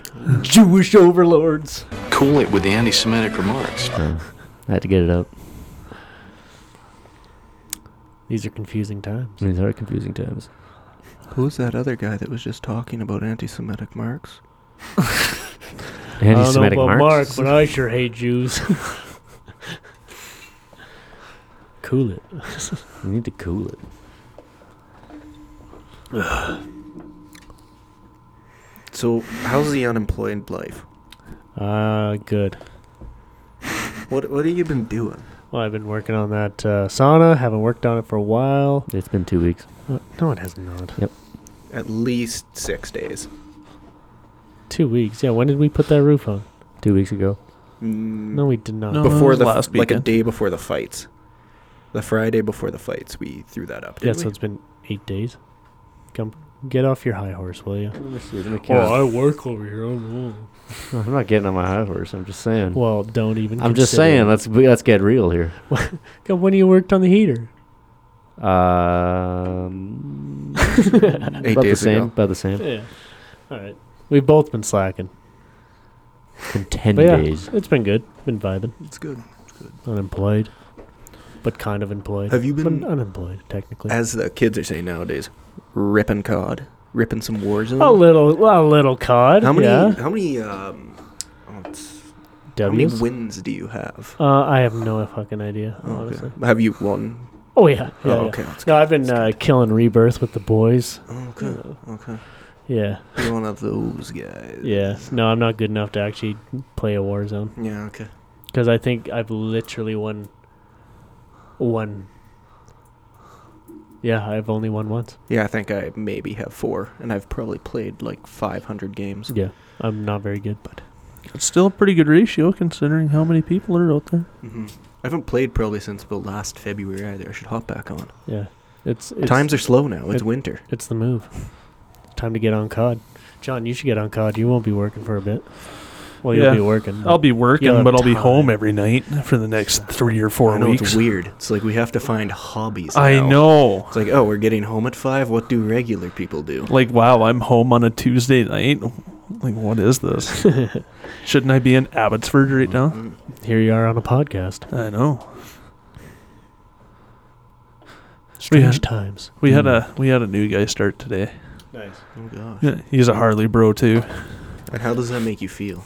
Speaker 4: Jewish overlords.
Speaker 5: Cool it with the anti Semitic remarks.
Speaker 4: Uh, I had to get it up.
Speaker 1: These are confusing times.
Speaker 4: These are confusing times.
Speaker 3: Who's that other guy that was just talking about anti-Semitic marks?
Speaker 4: Anti-Semitic
Speaker 1: I don't know about Mark,
Speaker 4: marks.
Speaker 1: but I sure hate Jews. cool it.
Speaker 4: You need to cool it.
Speaker 3: So, how's the unemployed life?
Speaker 1: Uh, good.
Speaker 3: What what have you been doing?
Speaker 1: Well, I've been working on that uh, sauna. Haven't worked on it for a while.
Speaker 4: It's been two weeks.
Speaker 1: Uh, No, it has not.
Speaker 3: At least six days.
Speaker 1: Two weeks. Yeah. When did we put that roof on?
Speaker 4: Two weeks ago.
Speaker 3: Mm,
Speaker 1: No, we did not.
Speaker 2: No.
Speaker 3: before
Speaker 2: Uh,
Speaker 3: the
Speaker 2: last
Speaker 3: like a
Speaker 2: weekend.
Speaker 3: day before the fights, the Friday before the fights, we threw that up.
Speaker 1: yeah.
Speaker 3: Didn't
Speaker 1: So
Speaker 3: we?
Speaker 1: it's been eight days. Come, get off your high horse, will you?
Speaker 4: Oh,
Speaker 1: work over here. I'm
Speaker 4: I- I'm not getting on my high horse. I'm just saying.
Speaker 1: well, don't even.
Speaker 4: I'm just
Speaker 1: consider
Speaker 4: saying.
Speaker 1: it.
Speaker 4: Let's be- let's get real here.
Speaker 1: God, when you worked on the heater.
Speaker 4: Um,
Speaker 3: Eight
Speaker 4: about the
Speaker 3: days
Speaker 4: same.
Speaker 3: ago.
Speaker 4: About the same.
Speaker 1: Yeah. All right. We've both been slacking.
Speaker 4: In ten
Speaker 1: But yeah,
Speaker 4: days.
Speaker 1: it's been good. Been vibing.
Speaker 3: It's good.
Speaker 1: Unemployed, but kind of employed.
Speaker 3: Have you
Speaker 1: But uh,
Speaker 3: been-
Speaker 1: unemployed technically?
Speaker 3: As the kids are saying nowadays, ripping cod, ripping some Warzone.
Speaker 1: a little, a little cod.
Speaker 3: how many?
Speaker 1: Oh, Yeah.
Speaker 3: How many? Um, oh, it's- how many
Speaker 1: W's.
Speaker 3: wins do you have?
Speaker 1: Uh, I have no fucking idea,
Speaker 3: Oh, okay.
Speaker 1: honestly.
Speaker 3: Have you won?
Speaker 1: Oh yeah.
Speaker 3: Oh,
Speaker 1: yeah, yeah.
Speaker 3: okay. That's
Speaker 1: No, I've been uh, killing rebirth with the boys.
Speaker 3: Okay. Okay.
Speaker 1: Yeah,
Speaker 3: You're one of those guys.
Speaker 1: yeah. No, I'm not good enough to actually play a Warzone
Speaker 3: Yeah. Okay.
Speaker 1: because I think I've literally won one. Yeah, I've only won once.
Speaker 3: Yeah, I think I maybe have four, and I've probably played like 500 games.
Speaker 1: Yeah, I'm not very good, but
Speaker 2: It's still a pretty good ratio considering how many people are out there.
Speaker 3: hmm I haven't played probably since about last February either. I should hop back on.
Speaker 1: yeah, it's, it's
Speaker 3: Times are slow now. It's
Speaker 1: it-
Speaker 3: winter.
Speaker 1: it's the move. Time to get on COD. John, you should get on COD. You won't be working for a bit. Well, you'll
Speaker 2: Yeah. Oh.
Speaker 1: be working.
Speaker 2: I'll
Speaker 1: but-
Speaker 2: be working,
Speaker 1: have
Speaker 2: but I'll be
Speaker 1: time.
Speaker 2: home every night for the next three or four
Speaker 3: I know
Speaker 2: weeks.
Speaker 3: it's weird. It's like we have to find hobbies.
Speaker 2: I
Speaker 3: now.
Speaker 2: know.
Speaker 3: It's like, oh, we're getting home at five. What do regular people do?
Speaker 2: Like, wow, I'm home on a Tuesday night. Like, what is this? Shouldn't I be in Abbotsford right now?
Speaker 3: Mm.
Speaker 1: here. You are on a podcast.
Speaker 2: I know.
Speaker 1: Strange
Speaker 2: had-
Speaker 1: times.
Speaker 2: We had a we had a new guy start today.
Speaker 1: Nice.
Speaker 3: Oh gosh.
Speaker 2: Yeah, He's a Harley bro too.
Speaker 3: And how does that make you feel?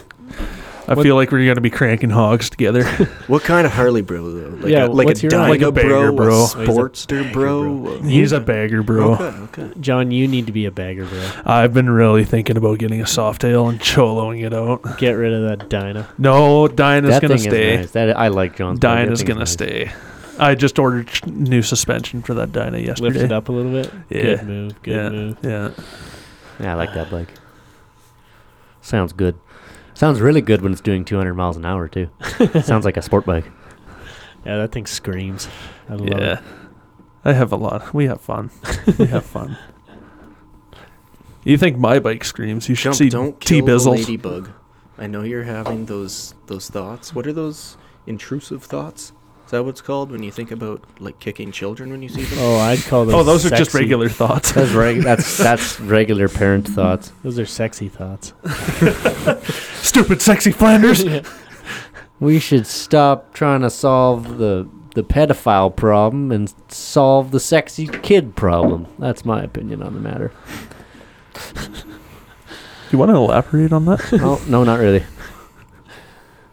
Speaker 2: I feel like we're gonna be cranking hogs together.
Speaker 3: What kind of Harley bro though? Like a,
Speaker 1: Yeah,
Speaker 3: like
Speaker 1: what's
Speaker 3: a
Speaker 1: your- Like
Speaker 2: a
Speaker 3: Dyna
Speaker 2: bagger
Speaker 3: bro,
Speaker 2: bro.
Speaker 3: a
Speaker 2: He's
Speaker 1: a
Speaker 3: Sportster bro.
Speaker 1: bro.
Speaker 2: He's a bagger bro.
Speaker 3: Okay, okay.
Speaker 1: John, you need to be a bagger, bro.
Speaker 2: I've been really thinking about getting a soft tail and choloing it out.
Speaker 1: Get rid of that Dyna.
Speaker 2: No, Dinah's
Speaker 4: that
Speaker 2: gonna
Speaker 4: thing
Speaker 2: stay.
Speaker 4: is nice. That I like John's. bike. That
Speaker 2: Dinah's
Speaker 4: thing's
Speaker 2: gonna
Speaker 4: nice.
Speaker 2: stay. I just ordered ch- new suspension for that Dinah yesterday.
Speaker 1: Lift it up a little bit.
Speaker 2: Yeah.
Speaker 1: Good move. Good
Speaker 2: yeah,
Speaker 1: move.
Speaker 2: yeah.
Speaker 4: Yeah, I like that bike. Sounds good. Sounds really good when it's doing 200 miles an hour too. Sounds like a sport bike.
Speaker 1: Yeah, that thing screams. I love
Speaker 2: Yeah.
Speaker 1: it.
Speaker 2: I have a lot. We have fun. we have fun. You think my bike screams? You should
Speaker 3: Jump,
Speaker 2: see
Speaker 3: don't
Speaker 2: T
Speaker 3: kill the
Speaker 2: Bizzle.
Speaker 3: ladybug. I know you're having those those thoughts. What are those intrusive thoughts? Is that what it's called when you think about like kicking children when you see them?
Speaker 1: Oh, I'd call those.
Speaker 2: Oh, those are just
Speaker 1: sexy-
Speaker 2: regular thoughts.
Speaker 4: That's reg- that's that's regular parent thoughts.
Speaker 1: Those are sexy thoughts.
Speaker 2: Stupid, sexy Flanders.
Speaker 4: We should stop trying to solve the the pedophile problem and solve the sexy kid problem. That's my opinion on the matter.
Speaker 2: you want to elaborate on that?
Speaker 4: Oh, no, not really.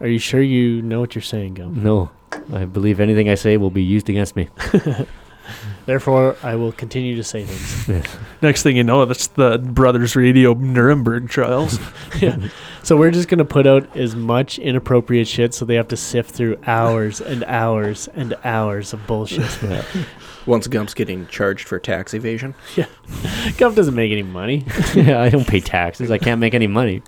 Speaker 1: Are you sure you know what you're saying, Gum?
Speaker 4: No. I believe anything I say will be used against me.
Speaker 2: Mm.
Speaker 1: Therefore, I will continue to say things.
Speaker 2: Next thing you know, that's the Brothers Radio Nuremberg trials.
Speaker 1: yeah. So we're just gonna put out as much inappropriate shit, so they have to sift through hours and hours and hours of bullshit.
Speaker 3: Once Gump's getting charged for tax evasion.
Speaker 1: Gov doesn't make any money.
Speaker 4: yeah, I don't pay taxes. I can't make any money.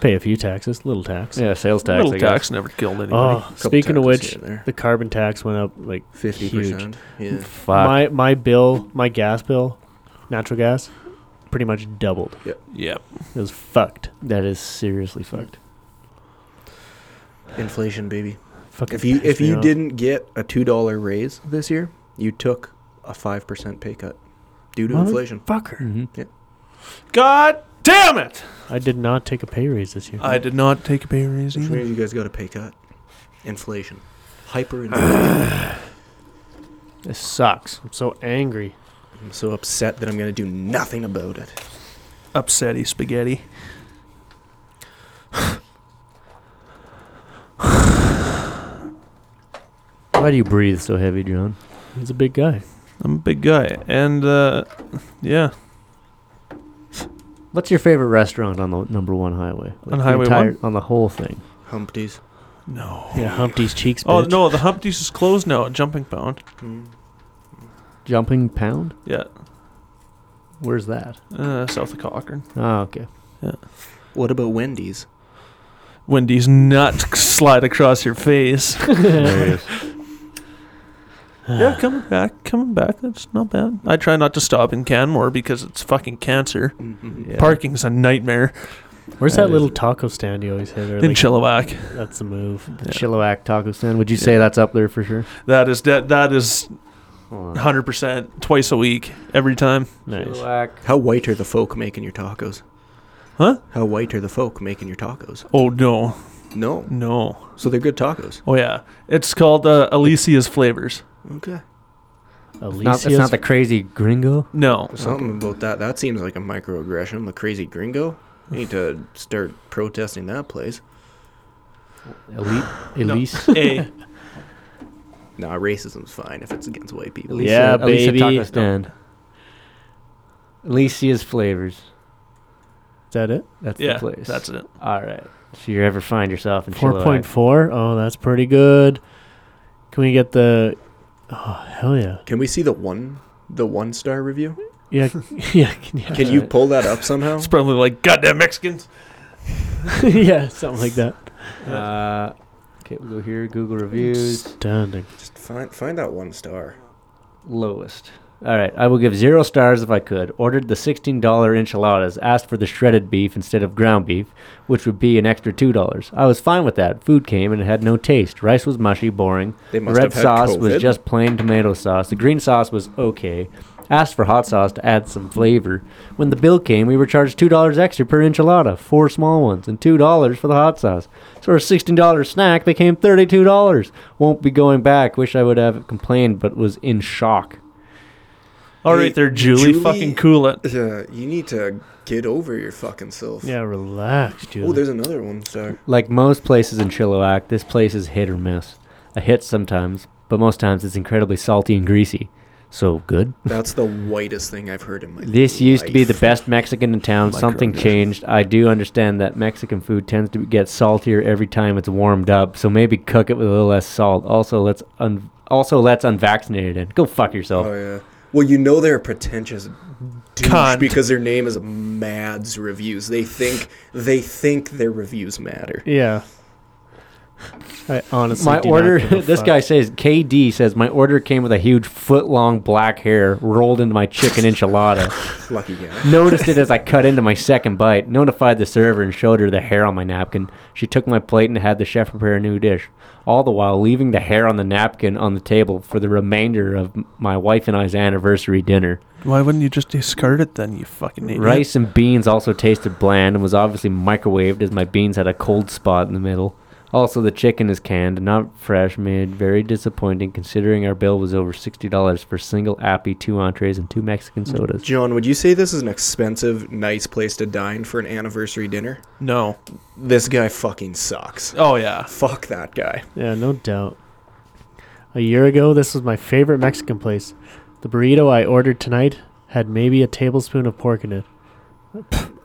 Speaker 1: Pay a few taxes, little tax.
Speaker 4: Yeah, sales tax.
Speaker 2: Little
Speaker 4: I guess.
Speaker 2: tax never killed anybody.
Speaker 1: Oh,
Speaker 3: Couple
Speaker 1: speaking of
Speaker 3: taxes
Speaker 1: which,
Speaker 3: here and there.
Speaker 1: the carbon tax went up like
Speaker 3: Fifty
Speaker 1: huge.
Speaker 3: percent. Yeah.
Speaker 4: Fuck.
Speaker 1: My my bill, my gas bill, natural gas, pretty much doubled.
Speaker 2: Yep.
Speaker 1: It was fucked.
Speaker 4: that is seriously fucked.
Speaker 3: Inflation, baby.
Speaker 1: Fucking
Speaker 3: If you
Speaker 1: pissed
Speaker 3: if
Speaker 1: me
Speaker 3: you
Speaker 1: off.
Speaker 3: didn't get a two dollar raise this year, you took a five percent pay cut due to inflation.
Speaker 1: fucker,
Speaker 4: Mm-hmm.
Speaker 2: God damn it!
Speaker 1: I did not take a pay raise this year.
Speaker 2: I did not take a pay raise
Speaker 3: Which
Speaker 2: either.
Speaker 3: means you guys got a pay cut. Inflation. Hyperinflation.
Speaker 1: This sucks. I'm so angry.
Speaker 3: I'm so upset that I'm gonna do nothing about it.
Speaker 2: Upsetty spaghetti.
Speaker 4: Why do you breathe so heavy, John?
Speaker 1: He's a big guy.
Speaker 2: I'm a big guy, and uh, yeah,
Speaker 4: What's your favorite restaurant on the number one highway? Like,
Speaker 2: On
Speaker 4: the
Speaker 2: Highway
Speaker 4: entire-
Speaker 2: one?
Speaker 4: On the whole thing.
Speaker 3: Humpties.
Speaker 2: no.
Speaker 1: Yeah, Humpty's cheeks.
Speaker 2: Oh
Speaker 1: bitch.
Speaker 2: no, the Humpties is closed now. at Jumping Pound.
Speaker 3: Mm.
Speaker 4: Jumping Pound?
Speaker 2: Yeah,
Speaker 4: Where's that?
Speaker 2: uh, south of Cochrane.
Speaker 4: Oh, okay.
Speaker 3: What about Wendy's?
Speaker 2: Wendy's nut slide across your face.
Speaker 4: Hilarious.
Speaker 2: yeah, coming back, coming back. That's not bad. I try not to stop in Canmore because it's fucking cancer.
Speaker 3: Mm-hmm.
Speaker 4: Yeah.
Speaker 2: Parking's a nightmare
Speaker 1: Where's
Speaker 4: That
Speaker 1: that,
Speaker 4: is-
Speaker 1: little taco stand you always hit? Or
Speaker 2: in
Speaker 1: like,
Speaker 2: Chilliwack.
Speaker 1: that's the move.
Speaker 4: The Chilliwack Taco Stand. Would you say that's up there for sure?
Speaker 2: That is that that is hundred percent twice a week every time.
Speaker 1: Nice.
Speaker 3: How white are the folk making your tacos?
Speaker 2: Huh?
Speaker 3: How white are the folk making your tacos?
Speaker 2: Oh no,
Speaker 3: No.
Speaker 2: no.
Speaker 3: So they're good tacos.
Speaker 2: Oh yeah, it's called uh, Alicia's Flavors.
Speaker 3: Okay.
Speaker 1: Alicia's.
Speaker 4: Not, it's not the crazy gringo.
Speaker 2: No,
Speaker 3: Something about that. That seems like a microaggression. The crazy gringo. You need to start protesting that place.
Speaker 4: Elite. Elise.
Speaker 2: a
Speaker 3: Nah, racism's fine if it's against white people.
Speaker 4: Elisa,
Speaker 1: Yeah,
Speaker 4: Elisa
Speaker 1: baby.
Speaker 4: Taco Stand. Alicia's Flavors.
Speaker 1: Is that it?
Speaker 4: That's
Speaker 2: yeah,
Speaker 4: the place.
Speaker 2: that's it.
Speaker 4: All right. If you ever find yourself in
Speaker 1: Four
Speaker 4: Chilliwack.
Speaker 1: point four. Oh, that's pretty good. Can we get the? Oh hell yeah!
Speaker 3: uh, Can we see the one the one star review?
Speaker 1: Yeah, yeah. Can, yeah.
Speaker 3: Can you pull that up somehow?
Speaker 2: It's probably like goddamn Mexicans.
Speaker 1: yeah, something like that.
Speaker 4: Uh, okay, we'll go here. Google reviews.
Speaker 1: Standing.
Speaker 3: Just find find that one star.
Speaker 4: Lowest. All right, I will give zero stars if I could. Ordered the $16 enchiladas, asked for the shredded beef instead of ground beef, which would be an extra $2. I was fine with that. Food came and it had no taste. Rice was mushy, boring.
Speaker 3: They
Speaker 4: The
Speaker 3: must
Speaker 4: red
Speaker 3: have had
Speaker 4: sauce was
Speaker 3: COVID.
Speaker 4: just plain tomato sauce. The green sauce was okay. Asked for hot sauce to add some flavor. When the bill came, we were charged $2 extra per enchilada, four small ones, and $2 for the hot sauce. So our $16 snack became $32. Won't be going back. Wish I would have complained, but was in shock.
Speaker 2: All
Speaker 3: Hey,
Speaker 2: right, there, Julie,
Speaker 3: Julie-
Speaker 2: Fucking cool it.
Speaker 3: Yeah, you need to get over your fucking self.
Speaker 1: Yeah, relax, dude.
Speaker 3: Oh, there's another one star.
Speaker 4: Like most places in Chilliwack, this place is hit or miss. A hit sometimes, but most times it's incredibly salty and greasy. So good.
Speaker 3: That's the whitest thing I've heard in my
Speaker 4: This used to be the
Speaker 3: life.
Speaker 4: best Mexican in town. Something
Speaker 2: Microaggressions.
Speaker 4: changed. I do understand that Mexican food tends to get saltier every time it's warmed up, so maybe cook it with a little less salt. Also, let's un- also let's unvaccinated in. Go fuck yourself.
Speaker 3: Oh yeah. Well, you know they're a pretentious douche
Speaker 2: Cunt.
Speaker 3: because their name is Mads Reviews. They think they think their reviews matter.
Speaker 1: Yeah. I honestly.
Speaker 4: My
Speaker 1: do not
Speaker 4: order.
Speaker 1: give a
Speaker 4: This
Speaker 1: fuck.
Speaker 4: guy says KD says my order came with a huge foot long black hair rolled into my chicken enchilada.
Speaker 3: Lucky guy.
Speaker 4: Noticed it as I cut into my second bite, notified the server, and showed her the hair on my napkin. She took my plate and had the chef prepare a new dish, all the while leaving the hair on the napkin on the table for the remainder of m- my wife and I's anniversary dinner.
Speaker 2: Why wouldn't you just discard it then, you fucking idiot?
Speaker 4: Rice and beans also tasted bland and was obviously microwaved as my beans had a cold spot in the middle. Also, the chicken is canned, not fresh, made very disappointing considering our bill was over $60 for single appy, two entrees, and two Mexican sodas.
Speaker 3: John, would you say this is an expensive, nice place to dine for an anniversary dinner?
Speaker 2: No.
Speaker 3: This guy fucking sucks.
Speaker 2: Oh yeah.
Speaker 3: Fuck that guy.
Speaker 1: Yeah, no doubt. A year ago, this was my favorite Mexican place. The burrito I ordered tonight had maybe a tablespoon of pork in it,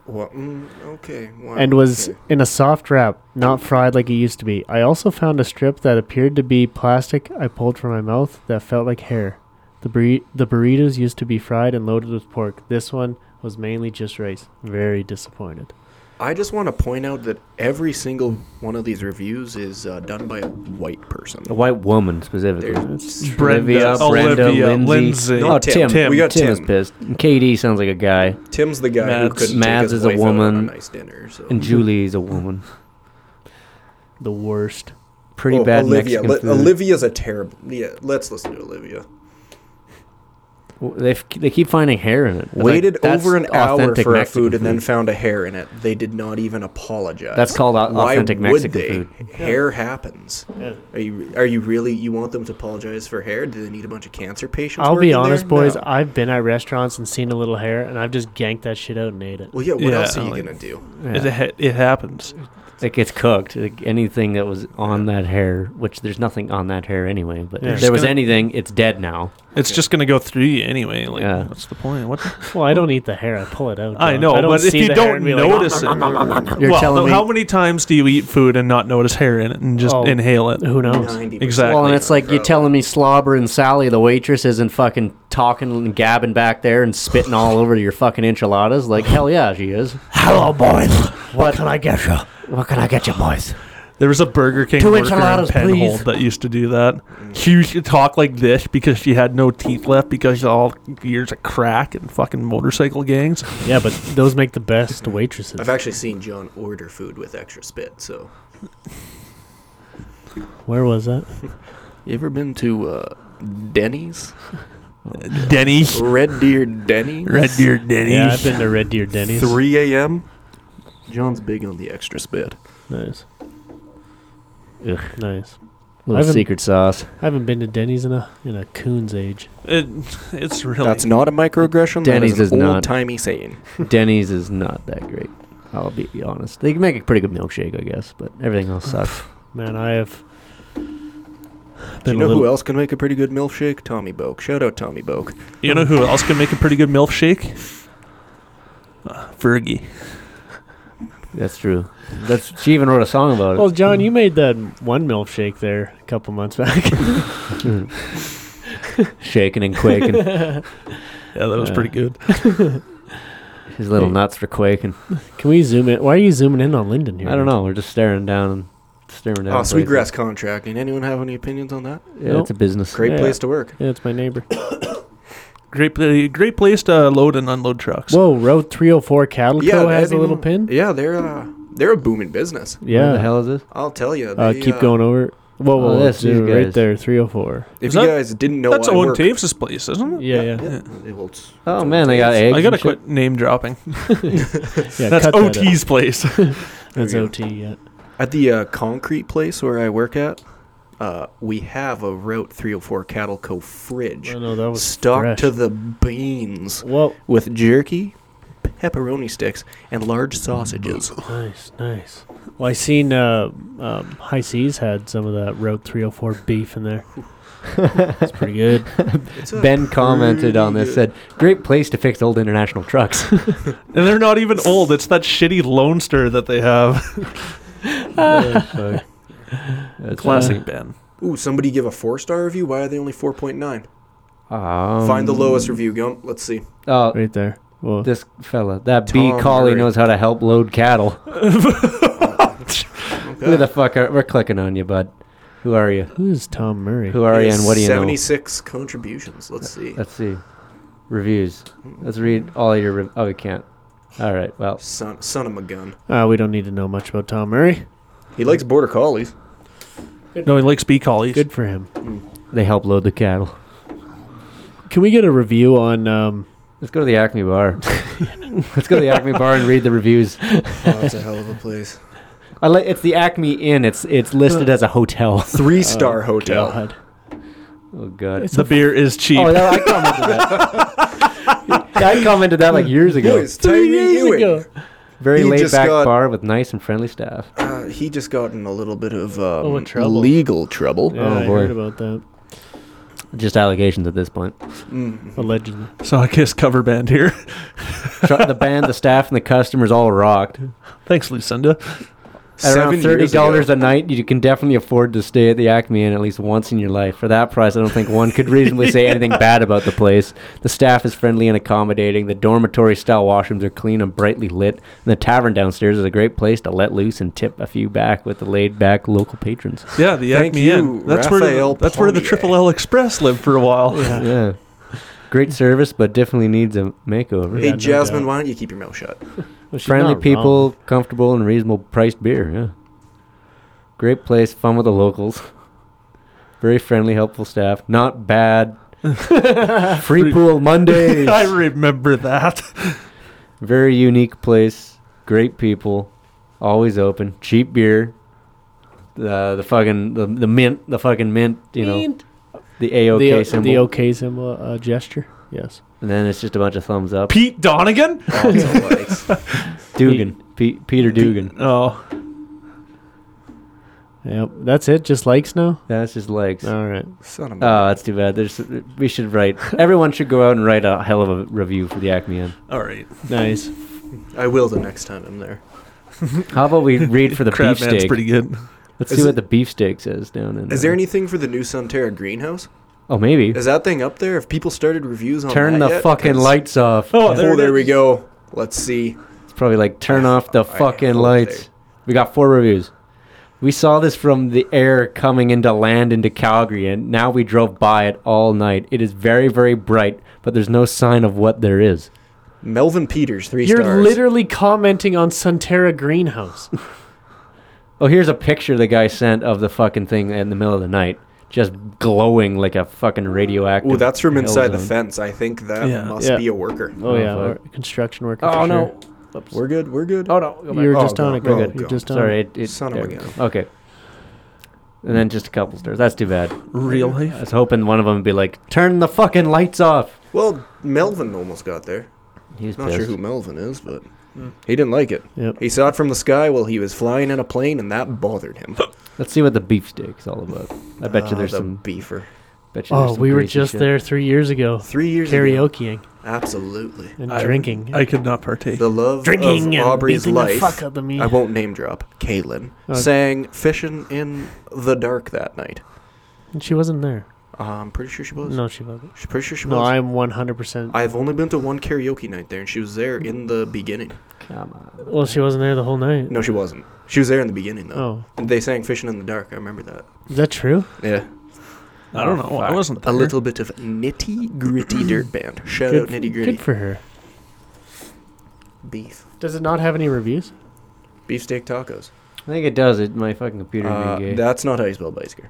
Speaker 3: Well, mm, okay. Wow,
Speaker 1: and was
Speaker 3: okay.
Speaker 1: in a soft wrap, not fried like it used to be. I also found a strip that appeared to be plastic I pulled from my mouth that felt like hair. The, burri- the burritos used to be fried and loaded with pork. This one was mainly just rice. Very disappointed.
Speaker 3: I just want to point out that every single one of these reviews is uh, done by a white person.
Speaker 4: A white woman specifically.
Speaker 2: Brenda,
Speaker 4: Brenda,
Speaker 2: Olivia,
Speaker 4: Lindsay.
Speaker 2: Lindsay.
Speaker 4: Oh,
Speaker 3: Tim.
Speaker 4: Tim.
Speaker 2: Tim.
Speaker 4: Tim.
Speaker 2: We
Speaker 3: got
Speaker 4: is
Speaker 3: Tim.
Speaker 4: pissed. And KD sounds like a guy.
Speaker 3: Tim's the guy who
Speaker 2: Mads-
Speaker 3: couldn't
Speaker 4: Mads
Speaker 3: take his
Speaker 4: is a
Speaker 3: wife out on
Speaker 4: woman.
Speaker 3: nice dinner. So.
Speaker 4: And Julie's a woman.
Speaker 1: The worst.
Speaker 4: Pretty
Speaker 3: Oh,
Speaker 4: bad
Speaker 3: Olivia.
Speaker 4: Mexican
Speaker 3: Li-
Speaker 4: food.
Speaker 3: Olivia's a terrible. Yeah, let's listen to Olivia.
Speaker 4: Well, They, f- they keep finding hair in it. It's like,
Speaker 3: Waited
Speaker 4: that's
Speaker 3: over an hour
Speaker 4: authentic
Speaker 3: for our
Speaker 4: Mexican
Speaker 3: food and then found a hair in it. They did not even apologize.
Speaker 4: That's called au-
Speaker 3: Why
Speaker 4: authentic
Speaker 3: would
Speaker 4: Mexican
Speaker 3: they?
Speaker 4: food.
Speaker 3: Hair happens. Are you are you really you want them to apologize for hair? Do they need a bunch of cancer patients?
Speaker 1: I'll
Speaker 3: working
Speaker 1: be
Speaker 3: there?
Speaker 1: honest, boys.
Speaker 3: No.
Speaker 1: I've been at restaurants and seen a little hair, and I've just ganked that shit out and ate it.
Speaker 3: well, yeah. What
Speaker 2: Yeah,
Speaker 3: else are you
Speaker 2: like-
Speaker 3: gonna do?
Speaker 2: It, ha- it happens.
Speaker 4: It gets cooked. Like anything that was on that hair, which there's nothing on that hair anyway. But
Speaker 1: Yeah.
Speaker 4: if there was
Speaker 2: Just gonna-
Speaker 4: anything, it's dead now.
Speaker 2: It's just gonna go through you anyway. Like,
Speaker 4: Yeah.
Speaker 2: what's the point? What? the-
Speaker 1: Well, I don't eat the hair; I pull it out.
Speaker 2: I
Speaker 1: dog.
Speaker 2: know,
Speaker 1: don't
Speaker 2: but if
Speaker 1: see
Speaker 2: you
Speaker 1: the hair
Speaker 2: don't
Speaker 1: and be like,
Speaker 2: notice it,
Speaker 4: You're
Speaker 2: well,
Speaker 4: telling me-
Speaker 2: how many times do you eat food and not notice hair in it and just
Speaker 1: Oh.
Speaker 2: inhale it?
Speaker 1: who knows?
Speaker 3: 90%.
Speaker 2: Exactly.
Speaker 4: Well, and it's like you're
Speaker 3: Bro.
Speaker 4: telling me Slobber and Sally, the waitress, isn't fucking talking and gabbing back there and spitting all over your fucking enchiladas. Like, hell yeah, she is.
Speaker 1: Hello, boys. What can I get you? What can I get you, boys?
Speaker 2: There was a Burger King
Speaker 4: Two
Speaker 2: worker in
Speaker 4: enchiladas,
Speaker 2: Penhold
Speaker 4: please.
Speaker 2: that used to do that. She used to talk like this because she had no teeth left because of all years of crack and fucking motorcycle gangs.
Speaker 1: Yeah, but those make the best waitresses.
Speaker 3: I've actually seen John order food with extra spit. So
Speaker 1: Where was that?
Speaker 3: you ever been to uh, Denny's?
Speaker 2: Denny,
Speaker 3: Red Deer Denny.
Speaker 2: Red Deer Denny.
Speaker 1: Yeah, I've been to Red Deer Denny's.
Speaker 3: 3 a.m. John's big on the extra spit.
Speaker 1: Nice.
Speaker 4: Ugh.
Speaker 1: Nice.
Speaker 4: Little
Speaker 1: I've-
Speaker 4: secret sauce.
Speaker 1: I haven't been to Denny's in a in a coon's age.
Speaker 2: It, it's really
Speaker 3: That's not a microaggression.
Speaker 4: Denny's
Speaker 3: that is
Speaker 4: is
Speaker 3: an
Speaker 4: not.
Speaker 3: old timey saying.
Speaker 4: Denny's is not that great. I'll be honest. They can make a pretty good milkshake, I guess, but everything else sucks.
Speaker 1: Man, I have. Been
Speaker 3: Do you
Speaker 1: a
Speaker 3: know
Speaker 1: little,
Speaker 3: who else can make a pretty good milkshake? Tommy Boke. Shout out Tommy Boke.
Speaker 2: You know who else can make a pretty good milkshake? Uh, Fergie.
Speaker 4: That's true. That's she even wrote a song about it.
Speaker 1: Well, John, you made that one milkshake there a couple months back.
Speaker 4: Shaking and quaking.
Speaker 2: Yeah, that was
Speaker 1: Yeah.
Speaker 2: pretty good.
Speaker 4: His little nuts were quaking.
Speaker 1: Can we zoom in? Why are you zooming in on Linden here?
Speaker 4: I don't know. We're just staring down and staring down.
Speaker 3: Oh,
Speaker 4: places.
Speaker 3: Sweetgrass Contracting. Anyone have any opinions on that?
Speaker 4: Yeah, it's a business.
Speaker 3: Great
Speaker 1: Yeah.
Speaker 3: place to work.
Speaker 1: Yeah, it's my neighbor.
Speaker 2: Great, pla- great place to load and unload trucks.
Speaker 1: Whoa, Road 304 Cattle
Speaker 3: Yeah,
Speaker 1: Co. has a
Speaker 3: anyone-
Speaker 1: little pin.
Speaker 3: Yeah, they're uh, they're a booming business.
Speaker 4: Yeah. What the
Speaker 1: Yeah.
Speaker 4: hell is this?
Speaker 3: I'll tell you.
Speaker 1: Uh, keep going over. Whoa, whoa,
Speaker 4: Oh,
Speaker 1: whoa.
Speaker 4: that's these
Speaker 1: dude, right
Speaker 4: guys.
Speaker 1: there, 304.
Speaker 3: If
Speaker 2: Is
Speaker 3: you
Speaker 2: that-
Speaker 3: guys didn't know,
Speaker 2: That's
Speaker 3: I
Speaker 2: Owen
Speaker 3: work-
Speaker 2: Taves' place, isn't it?
Speaker 1: Yeah, yeah.
Speaker 3: Yeah. it will- it's
Speaker 4: Oh
Speaker 3: Owen
Speaker 4: man, they got
Speaker 3: Taves.
Speaker 4: eggs.
Speaker 2: I gotta
Speaker 4: and shit.
Speaker 2: quit name dropping.
Speaker 1: yeah
Speaker 2: That's
Speaker 1: cut that out.
Speaker 2: OT's place.
Speaker 1: That's
Speaker 3: There we
Speaker 1: OT, yeah.
Speaker 3: At the uh, concrete place where I work at, uh, we have a Route 304 Cattle Co. fridge
Speaker 1: Oh, no, that was
Speaker 3: stocked
Speaker 1: fresh.
Speaker 3: to the beans
Speaker 1: Whoa,
Speaker 3: with jerky, pepperoni sticks, and large sausages.
Speaker 1: nice, nice. Well, I seen uh, um, High Seas had some of that Road 304 beef in there. It's pretty good.
Speaker 3: It's a
Speaker 4: Ben commented on
Speaker 3: pretty
Speaker 4: this,
Speaker 3: good-
Speaker 4: said, "Great place to fix old international trucks."
Speaker 2: And they're not even old. It's that shitty Lone Star that they have.
Speaker 4: That's
Speaker 2: Classic Ben.
Speaker 3: "Ooh, somebody give a four star review. Why are they only 4.9?
Speaker 4: Um,
Speaker 3: Find the lowest review, Gump. Let's see.
Speaker 4: Oh,
Speaker 1: Right there. Whoa.
Speaker 4: this fella, that
Speaker 3: Tom
Speaker 4: B collie
Speaker 3: Murray.
Speaker 4: knows how to help load cattle. Who the fuck are we're clicking on you, bud? Who are you?
Speaker 1: Who is Tom Murray?
Speaker 4: Who are you? And what do you know?
Speaker 3: 76 contributions. Let's see.
Speaker 4: Let's see. Reviews. Let's read all your. Rev- oh, we can't. All right. Well,
Speaker 3: Son, son of a gun.
Speaker 1: Uh, we don't need to know much about Tom Murray.
Speaker 3: He likes border collies.
Speaker 2: No, he likes bee collies.
Speaker 1: Good for him.
Speaker 4: they help load the cattle.
Speaker 1: Can we get a review on um,
Speaker 4: Let's go to the Acme Bar. Let's go to the Acme Bar and read the reviews.
Speaker 3: Oh, that's a hell of a place.
Speaker 4: I li- it's the Acme Inn. It's it's listed as a hotel.
Speaker 3: Three star hotel.
Speaker 1: God.
Speaker 4: Oh God.
Speaker 2: The beer is cheap.
Speaker 4: Oh, that, I commented that. I commented that like years ago.
Speaker 3: Boys, Tyree Ewing.
Speaker 4: Very
Speaker 3: He
Speaker 4: laid
Speaker 3: just
Speaker 4: back
Speaker 3: got-
Speaker 4: bar with nice and friendly staff.
Speaker 3: Uh, he just got in a little bit of um,
Speaker 1: trouble.
Speaker 3: legal trouble.
Speaker 1: Yeah,
Speaker 4: Oh,
Speaker 1: I
Speaker 4: boy.
Speaker 1: heard about that.
Speaker 4: Just allegations at this point.
Speaker 3: Mm.
Speaker 1: Allegedly.
Speaker 2: So I kiss cover band here.
Speaker 4: Tr- the band, the staff, and the customers all rocked.
Speaker 2: Thanks, Lucinda.
Speaker 4: At around
Speaker 3: Seven
Speaker 4: thirty
Speaker 3: years
Speaker 4: dollars
Speaker 3: ago.
Speaker 4: a night, you can definitely afford to stay at the Acme Inn at least once in your life. For that price, I don't think one could reasonably say anything bad about the place. The staff is friendly and accommodating. The dormitory-style washrooms are clean and brightly lit. And the tavern downstairs is a great place to let loose and tip a few back with the laid-back local patrons.
Speaker 2: Yeah, the
Speaker 3: Thank
Speaker 2: Acme
Speaker 3: you,
Speaker 2: Inn. That's where
Speaker 3: Raphael
Speaker 2: the, that's where the
Speaker 3: Pommier.
Speaker 2: Triple L Express lived for a while.
Speaker 4: yeah, great service, but definitely needs a makeover.
Speaker 1: Yeah,
Speaker 3: hey,
Speaker 1: no
Speaker 3: Jasmine,
Speaker 1: doubt.
Speaker 3: why don't you keep your mouth shut?
Speaker 1: Well, she's
Speaker 4: Friendly
Speaker 1: not
Speaker 4: people,
Speaker 1: wrong.
Speaker 4: comfortable and reasonable priced beer. Yeah, great place, fun with the locals. Very friendly, helpful staff. Not bad. Free pool Mondays.
Speaker 2: I remember that.
Speaker 4: Very unique place. Great people. Always open. Cheap beer. The the fucking the, the mint the fucking mint you know the AOK
Speaker 1: the, o-
Speaker 4: symbol
Speaker 1: the OK symbol uh, gesture. Yes.
Speaker 4: and then it's just a bunch of thumbs up.
Speaker 2: Pete Donegan?
Speaker 3: Also likes.
Speaker 4: Dugan Pe- Peter Dugan.
Speaker 2: Oh,
Speaker 1: Yep. That's it. Just likes now.
Speaker 4: That's his legs.
Speaker 1: All right.
Speaker 3: Son of a.
Speaker 4: Oh, that's too bad. There's we should write. Everyone should go out and write a hell of a review for the Acme Inn.
Speaker 2: all right.
Speaker 1: Nice.
Speaker 3: I will the next time I'm there.
Speaker 4: How about we read for the
Speaker 2: Crab
Speaker 4: beef
Speaker 2: Man's
Speaker 4: steak?
Speaker 2: pretty good.
Speaker 4: Let's
Speaker 3: Is
Speaker 4: see
Speaker 3: it-
Speaker 4: what the beef steak says down in. uh,
Speaker 3: Is there anything for the new Sunterra greenhouse?
Speaker 4: Oh, maybe.
Speaker 3: Is that thing up there? Have people started reviews on
Speaker 4: Turn
Speaker 3: that
Speaker 4: the
Speaker 3: yet?
Speaker 4: fucking
Speaker 3: 'Cause-
Speaker 4: lights off.
Speaker 2: Oh,
Speaker 3: Oh,
Speaker 2: there
Speaker 3: there,
Speaker 2: it
Speaker 3: we
Speaker 2: is.
Speaker 3: go. Let's see.
Speaker 4: It's probably like turn off the
Speaker 3: I
Speaker 4: fucking
Speaker 3: hope
Speaker 4: lights.
Speaker 3: they-
Speaker 4: We got four reviews. We saw this from the air coming into land into Calgary, and now we drove by it all night. It is very, very bright, but there's no sign of what there is.
Speaker 3: Melvin Peters, 3
Speaker 1: You're
Speaker 3: stars.
Speaker 1: literally commenting on Sunterra Greenhouse.
Speaker 4: Oh, here's a picture the guy sent of the fucking thing in the middle of the night, just glowing like a fucking radioactive.
Speaker 3: Oh, that's from
Speaker 4: hell
Speaker 3: inside the
Speaker 4: zone.
Speaker 3: fence. I think that
Speaker 2: Yeah.
Speaker 3: must
Speaker 1: Yeah.
Speaker 3: be a worker.
Speaker 1: oh yeah,
Speaker 4: fuck.
Speaker 1: or construction worker.
Speaker 4: Oh
Speaker 1: for
Speaker 4: no!
Speaker 3: We're good. We're good.
Speaker 4: Oh no!
Speaker 1: sure. You're
Speaker 3: Oh,
Speaker 1: just on
Speaker 3: God.
Speaker 1: it. Go.
Speaker 3: Oh,
Speaker 1: You're
Speaker 3: God.
Speaker 1: just on
Speaker 4: Sorry,
Speaker 1: it.
Speaker 4: it, it
Speaker 3: Son of
Speaker 4: there
Speaker 3: a
Speaker 4: we go.
Speaker 3: gun.
Speaker 4: Okay. And then just a couple stars. That's too bad.
Speaker 2: Real
Speaker 4: I
Speaker 2: life.
Speaker 4: was hoping one of them would be like, "Turn the fucking lights off."
Speaker 3: Well, Melvin almost got there.
Speaker 4: He was
Speaker 3: Not
Speaker 4: pissed.
Speaker 3: sure who Melvin is, but he didn't like it.
Speaker 1: Yep.
Speaker 3: He saw it from the sky while he was flying in a plane, and that bothered him.
Speaker 4: Let's see what the beef steak's all about. I bet
Speaker 3: Ah,
Speaker 4: you there's
Speaker 3: the
Speaker 4: some.
Speaker 3: beefer.
Speaker 4: Bet you there's
Speaker 1: Oh,
Speaker 4: some
Speaker 1: we were
Speaker 4: greasy
Speaker 1: just
Speaker 4: shit.
Speaker 1: there three years ago,
Speaker 3: Three years ago.
Speaker 1: karaokeing
Speaker 3: Absolutely.
Speaker 1: and
Speaker 2: I-
Speaker 1: drinking.
Speaker 2: I could not partake.
Speaker 3: The love
Speaker 1: drinking
Speaker 3: of
Speaker 1: and
Speaker 3: Aubrey's
Speaker 1: beating
Speaker 3: life.
Speaker 1: the fuck out of me.
Speaker 3: I won't name drop. Caitlin
Speaker 1: Okay.
Speaker 3: sang "Fishing in the Dark" that night.
Speaker 1: And she wasn't there.
Speaker 3: Uh, I'm pretty sure she was.
Speaker 1: No, she wasn't.
Speaker 3: She's pretty sure she
Speaker 1: No,
Speaker 3: was.
Speaker 1: I'm 100%.
Speaker 3: I've only been to one karaoke night there, and she was there in the beginning.
Speaker 4: Come on.
Speaker 1: well, she wasn't there the whole night.
Speaker 3: No, she wasn't. She was there in the beginning though.
Speaker 1: Oh,
Speaker 3: And They sang "Fishing in the Dark." I remember that.
Speaker 1: is that true?
Speaker 3: Yeah,
Speaker 2: I don't know. I
Speaker 4: Fuck.
Speaker 2: wasn't
Speaker 3: a
Speaker 2: there.
Speaker 3: little bit of nitty gritty dirt band. Shout out nitty gritty
Speaker 1: Good for her.
Speaker 3: beef,
Speaker 1: Does it not have any reviews?
Speaker 3: beefsteak tacos.
Speaker 4: I think it does. It my fucking computer
Speaker 3: Uh,
Speaker 4: being gay.
Speaker 3: that's not how you spell bicycle.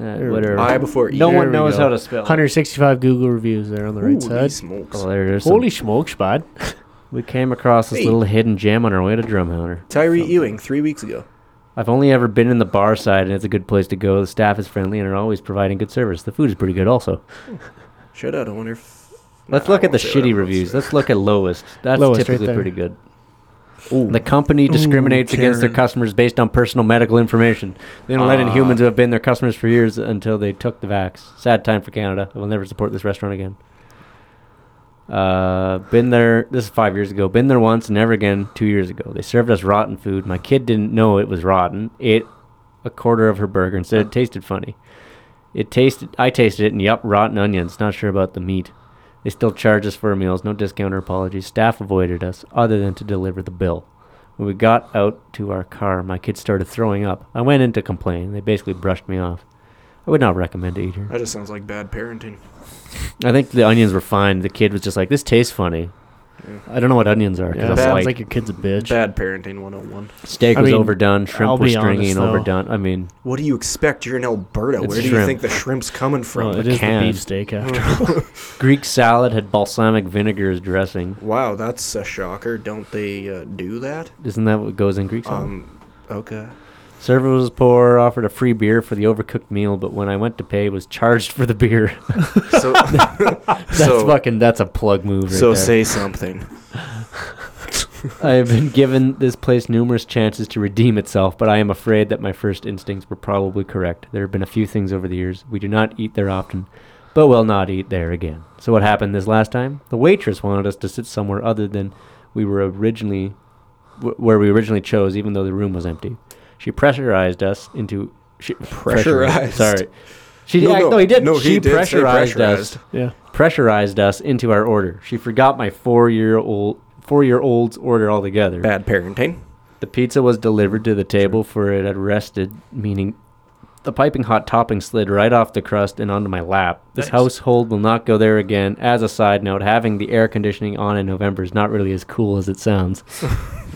Speaker 4: Uh, whatever.
Speaker 3: I before E.
Speaker 4: no
Speaker 1: There
Speaker 4: one
Speaker 1: we
Speaker 4: knows
Speaker 1: go.
Speaker 4: how to spell. it.
Speaker 1: 165 Google reviews there on the
Speaker 3: Holy
Speaker 1: right side.
Speaker 3: smokes!
Speaker 4: Oh, there it is.
Speaker 1: Holy smokes, bud.
Speaker 4: we came across this
Speaker 3: Hey.
Speaker 4: little hidden gem on our way to Drumhounter.
Speaker 3: Tyree Ewing three weeks ago.
Speaker 4: I've only ever been in the bar side, and it's a good place to go. The staff is friendly and are always providing good service. The food is pretty good, also.
Speaker 3: Shout out. I wonder if.
Speaker 4: Let's
Speaker 3: Nah,
Speaker 4: look
Speaker 3: I
Speaker 4: at the
Speaker 3: won't say what
Speaker 4: shitty
Speaker 3: I
Speaker 4: reviews.
Speaker 3: won't
Speaker 4: Let's look at lowest. That's
Speaker 1: Lowest, right
Speaker 4: typically
Speaker 1: there.
Speaker 4: pretty good.
Speaker 3: say. Ooh,
Speaker 4: The company discriminates against their
Speaker 2: Karen.
Speaker 4: customers based on personal medical information. They don't let in
Speaker 3: Ah.
Speaker 4: humans who have been their customers for years until they took the vax. Sad time for Canada. I will never support this restaurant again. Uh, been there. This is five years ago. Been there once, never again. Two years ago, they served us rotten food. My kid didn't know it was rotten. Ate a quarter of her burger and said it tasted funny. It tasted. I tasted it, and yup, rotten onions. Not sure about the meat. They still charge us for our meals. No discount or apologies. Staff avoided us, other than to deliver the bill. When we got out to our car, my kid started throwing up. I went in to complain. They basically brushed me off. I would not recommend to eat here.
Speaker 3: that just sounds like bad parenting.
Speaker 4: I think the onions were fine. The kid was just like, "This tastes funny." I don't know what onions are. 'cause
Speaker 1: Yeah,
Speaker 4: I'm
Speaker 1: sounds
Speaker 4: white.
Speaker 1: like your kid's a bitch.
Speaker 3: Bad parenting 101.
Speaker 4: Steak
Speaker 1: I
Speaker 4: was
Speaker 1: mean,
Speaker 4: overdone. Shrimp
Speaker 1: I'll
Speaker 4: was
Speaker 1: be
Speaker 4: stringy
Speaker 1: honest,
Speaker 4: and
Speaker 1: though.
Speaker 4: overdone. I mean,
Speaker 3: What do you expect? You're in Alberta.
Speaker 4: It's
Speaker 3: Where do
Speaker 4: shrimp. Oh,
Speaker 3: you think the shrimp's coming from?
Speaker 1: well,
Speaker 4: a
Speaker 1: it is
Speaker 4: can.
Speaker 1: the beefsteak after all.
Speaker 4: Greek salad had balsamic vinegar as dressing.
Speaker 3: wow, that's a shocker. Don't they uh, do that?
Speaker 4: Isn't that what goes in Greek salad?
Speaker 3: Um, okay.
Speaker 4: Server was poor. Offered a free beer for the overcooked meal, but when I went to pay, was charged for the beer.
Speaker 3: So,
Speaker 4: that's
Speaker 3: so,
Speaker 4: fucking. That's a plug move. Right
Speaker 3: so
Speaker 4: there.
Speaker 3: say something.
Speaker 4: I have been given this place numerous chances to redeem itself, but I am afraid that my first instincts were probably correct. There have been a few things over the years. We do not eat there often, but will not eat there again. So what happened this last time? The waitress wanted us to sit somewhere other than we were originally, wh- where we originally chose, even though the room was empty. She pressurized us into she,
Speaker 3: Pressurized.
Speaker 4: Sorry, she
Speaker 3: No,
Speaker 4: yeah,
Speaker 3: no.
Speaker 4: no, he did.
Speaker 3: No,
Speaker 4: she
Speaker 3: he did say
Speaker 4: pressurized,
Speaker 3: pressurized.
Speaker 4: us,
Speaker 1: Yeah.
Speaker 4: pressurized us into our order. She forgot my four year old four year old's order altogether.
Speaker 3: Bad parenting.
Speaker 4: The pizza was delivered to the table, for it had rested, meaning the piping hot topping slid right off the crust and onto my lap. This
Speaker 2: Nice.
Speaker 4: household will not go there again. As a side note, having the air conditioning on in November is not really as cool as it sounds.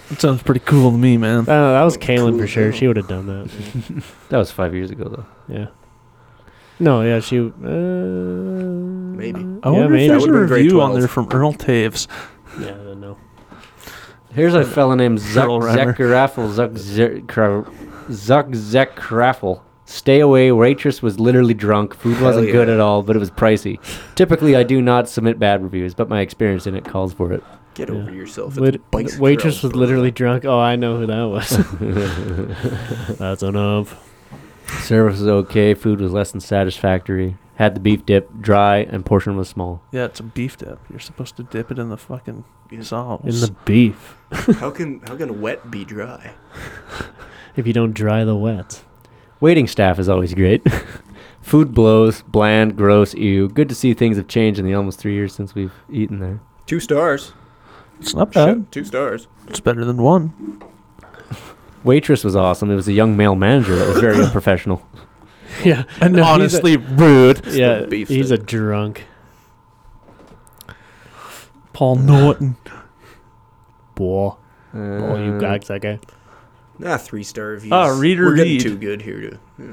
Speaker 2: That sounds pretty cool to me, man.
Speaker 1: I don't know, that was Kaylin
Speaker 3: Cool
Speaker 1: for sure.
Speaker 3: down.
Speaker 1: She would have done that.
Speaker 4: That was five years ago, though.
Speaker 1: yeah. No, yeah, she. Uh, maybe.
Speaker 2: I wonder
Speaker 1: maybe.
Speaker 2: if there's
Speaker 3: That would've
Speaker 2: a
Speaker 3: been grade
Speaker 2: review on
Speaker 3: 12.
Speaker 2: there from Earl Taves.
Speaker 1: Yeah, I don't know.
Speaker 4: Here's a fella named
Speaker 2: Earl
Speaker 4: Zuck
Speaker 2: Reimer.
Speaker 4: Zekraffel. Zuck Zekraffel. Zuck Zekraffel. Stay away. Waitress was literally drunk. Food wasn't
Speaker 3: yeah.
Speaker 4: good at all, but it was pricey. Typically, I do not submit bad reviews, but my experience in it calls for it.
Speaker 3: Get
Speaker 1: Yeah.
Speaker 3: over yourself. It's
Speaker 1: Lit-
Speaker 3: Bikes
Speaker 1: the waitress
Speaker 3: Trail
Speaker 1: was literally drunk. Oh, I know who that was. That's enough.
Speaker 4: Service was okay. Food was less than satisfactory. Had the beef dip, dry, and portion was small.
Speaker 2: Yeah, it's a beef dip. You're supposed to dip it in the fucking
Speaker 3: Yeah.
Speaker 2: sauce.
Speaker 1: In the beef.
Speaker 3: Burger. How can how can wet be dry?
Speaker 1: If you don't dry the wet.
Speaker 4: Waiting staff is always great. Food blows, bland, gross, ew. Good to see things have changed in the almost three years since we've eaten there.
Speaker 3: Two stars.
Speaker 2: it's not bad.
Speaker 3: Shit, two stars.
Speaker 2: It's better than one.
Speaker 4: Waitress was awesome. It was a young male manager that was very unprofessional.
Speaker 1: Yeah.
Speaker 2: And
Speaker 1: No, he's a-
Speaker 2: honestly, rude.
Speaker 1: Yeah.
Speaker 3: beef
Speaker 1: He's a
Speaker 3: stick.
Speaker 1: drunk
Speaker 2: Paul Norton.
Speaker 1: boy. Oh, you
Speaker 4: Uh,
Speaker 1: gags, that guy.
Speaker 3: Nah, three star reviews.
Speaker 2: Ah, reader
Speaker 3: We're getting
Speaker 2: read.
Speaker 3: too good here to. yeah.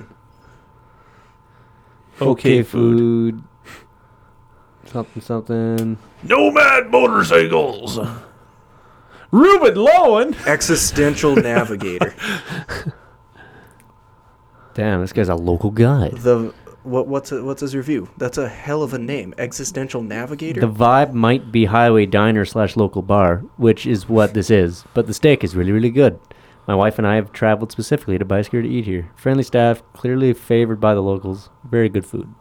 Speaker 4: okay food. Something, something.
Speaker 2: Nomad motorcycles. Ruben Lowen.
Speaker 3: Existential navigator.
Speaker 4: Damn, this guy's a local guide.
Speaker 3: The what what's a, what's his review? That's a hell of a name. Existential navigator.
Speaker 4: The vibe might be highway diner slash local bar, which is what this is, but the steak is really, really good. My wife and I have traveled specifically to Bisker to eat here. Friendly staff, clearly favored by the locals. Very good food.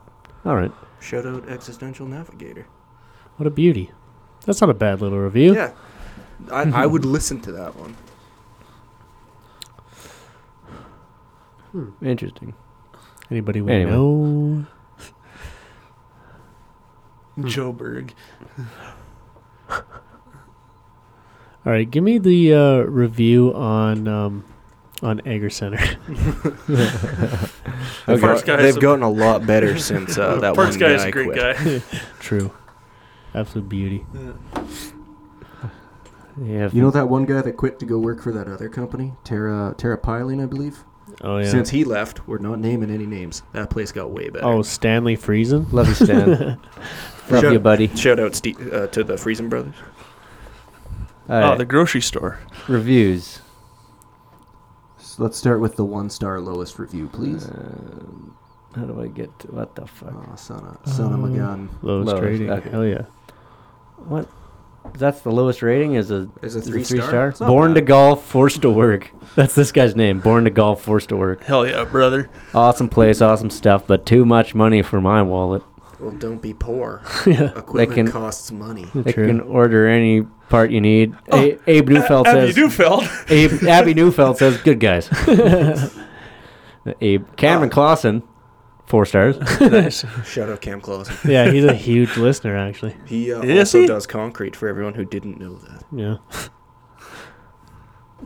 Speaker 4: All right.
Speaker 3: Shout out existential navigator.
Speaker 1: What a beauty. That's not a bad little review.
Speaker 3: Yeah, I, I would listen to that one.
Speaker 4: Interesting.
Speaker 1: Anybody we
Speaker 4: Anyway.
Speaker 1: know?
Speaker 2: Joe Berg.
Speaker 1: All right, give me the uh, review on um, on Egger Center.
Speaker 3: They've,
Speaker 2: first
Speaker 3: got-
Speaker 2: guy's
Speaker 3: they've
Speaker 2: a-
Speaker 3: gotten a lot better since uh, that
Speaker 2: First
Speaker 3: one
Speaker 2: guy
Speaker 3: guy,
Speaker 2: is a great
Speaker 3: quit.
Speaker 2: guy.
Speaker 1: True. Absolute beauty.
Speaker 4: Yeah.
Speaker 6: You know that one guy that quit to go work for that other company, Terra Terra Piling, I believe.
Speaker 1: Oh yeah.
Speaker 6: Since
Speaker 3: Since he left, we're not naming any names. That place got way better.
Speaker 1: oh, Stanley Friesen.
Speaker 4: Love you, Stan. Love
Speaker 3: Sure.
Speaker 4: you, buddy.
Speaker 3: Shout out Ste- uh, to the Friesen brothers.
Speaker 4: All
Speaker 2: Oh,
Speaker 4: right.
Speaker 2: the grocery store.
Speaker 4: Reviews.
Speaker 6: So let's start with the one star lowest review, please.
Speaker 4: Um, how do I get to. What the fuck?
Speaker 3: Ah,
Speaker 6: Oh, son of, son of
Speaker 3: Um,
Speaker 6: a
Speaker 1: Uh,
Speaker 6: gun.
Speaker 1: Lowest
Speaker 4: Lowest,
Speaker 1: trading.
Speaker 4: okay.
Speaker 1: Hell yeah.
Speaker 4: What? That's the lowest rating? Is a
Speaker 3: Is a
Speaker 4: is a
Speaker 3: three star? It's not
Speaker 4: Born
Speaker 3: bad.
Speaker 4: to golf, forced to work. That's this guy's name. Born to golf, forced to work.
Speaker 2: Hell yeah, brother.
Speaker 4: Awesome place, awesome stuff, but too much money for my wallet.
Speaker 3: Well, don't be poor.
Speaker 1: yeah.
Speaker 3: Equipment
Speaker 4: can-
Speaker 3: costs money.
Speaker 4: They
Speaker 1: True.
Speaker 4: can order any part you need. A- Abe Neufeld
Speaker 2: Oh. Abby
Speaker 4: says.
Speaker 2: Neufeld.
Speaker 4: Abe, Abby Neufeld says, "Good guys." Abe Cameron Clausen, four stars.
Speaker 2: nice.
Speaker 3: Shout out Cam Clausen.
Speaker 1: yeah, he's a huge listener actually.
Speaker 3: He uh,
Speaker 2: Is
Speaker 3: also
Speaker 2: he?
Speaker 3: does concrete for everyone who didn't know that.
Speaker 1: Yeah.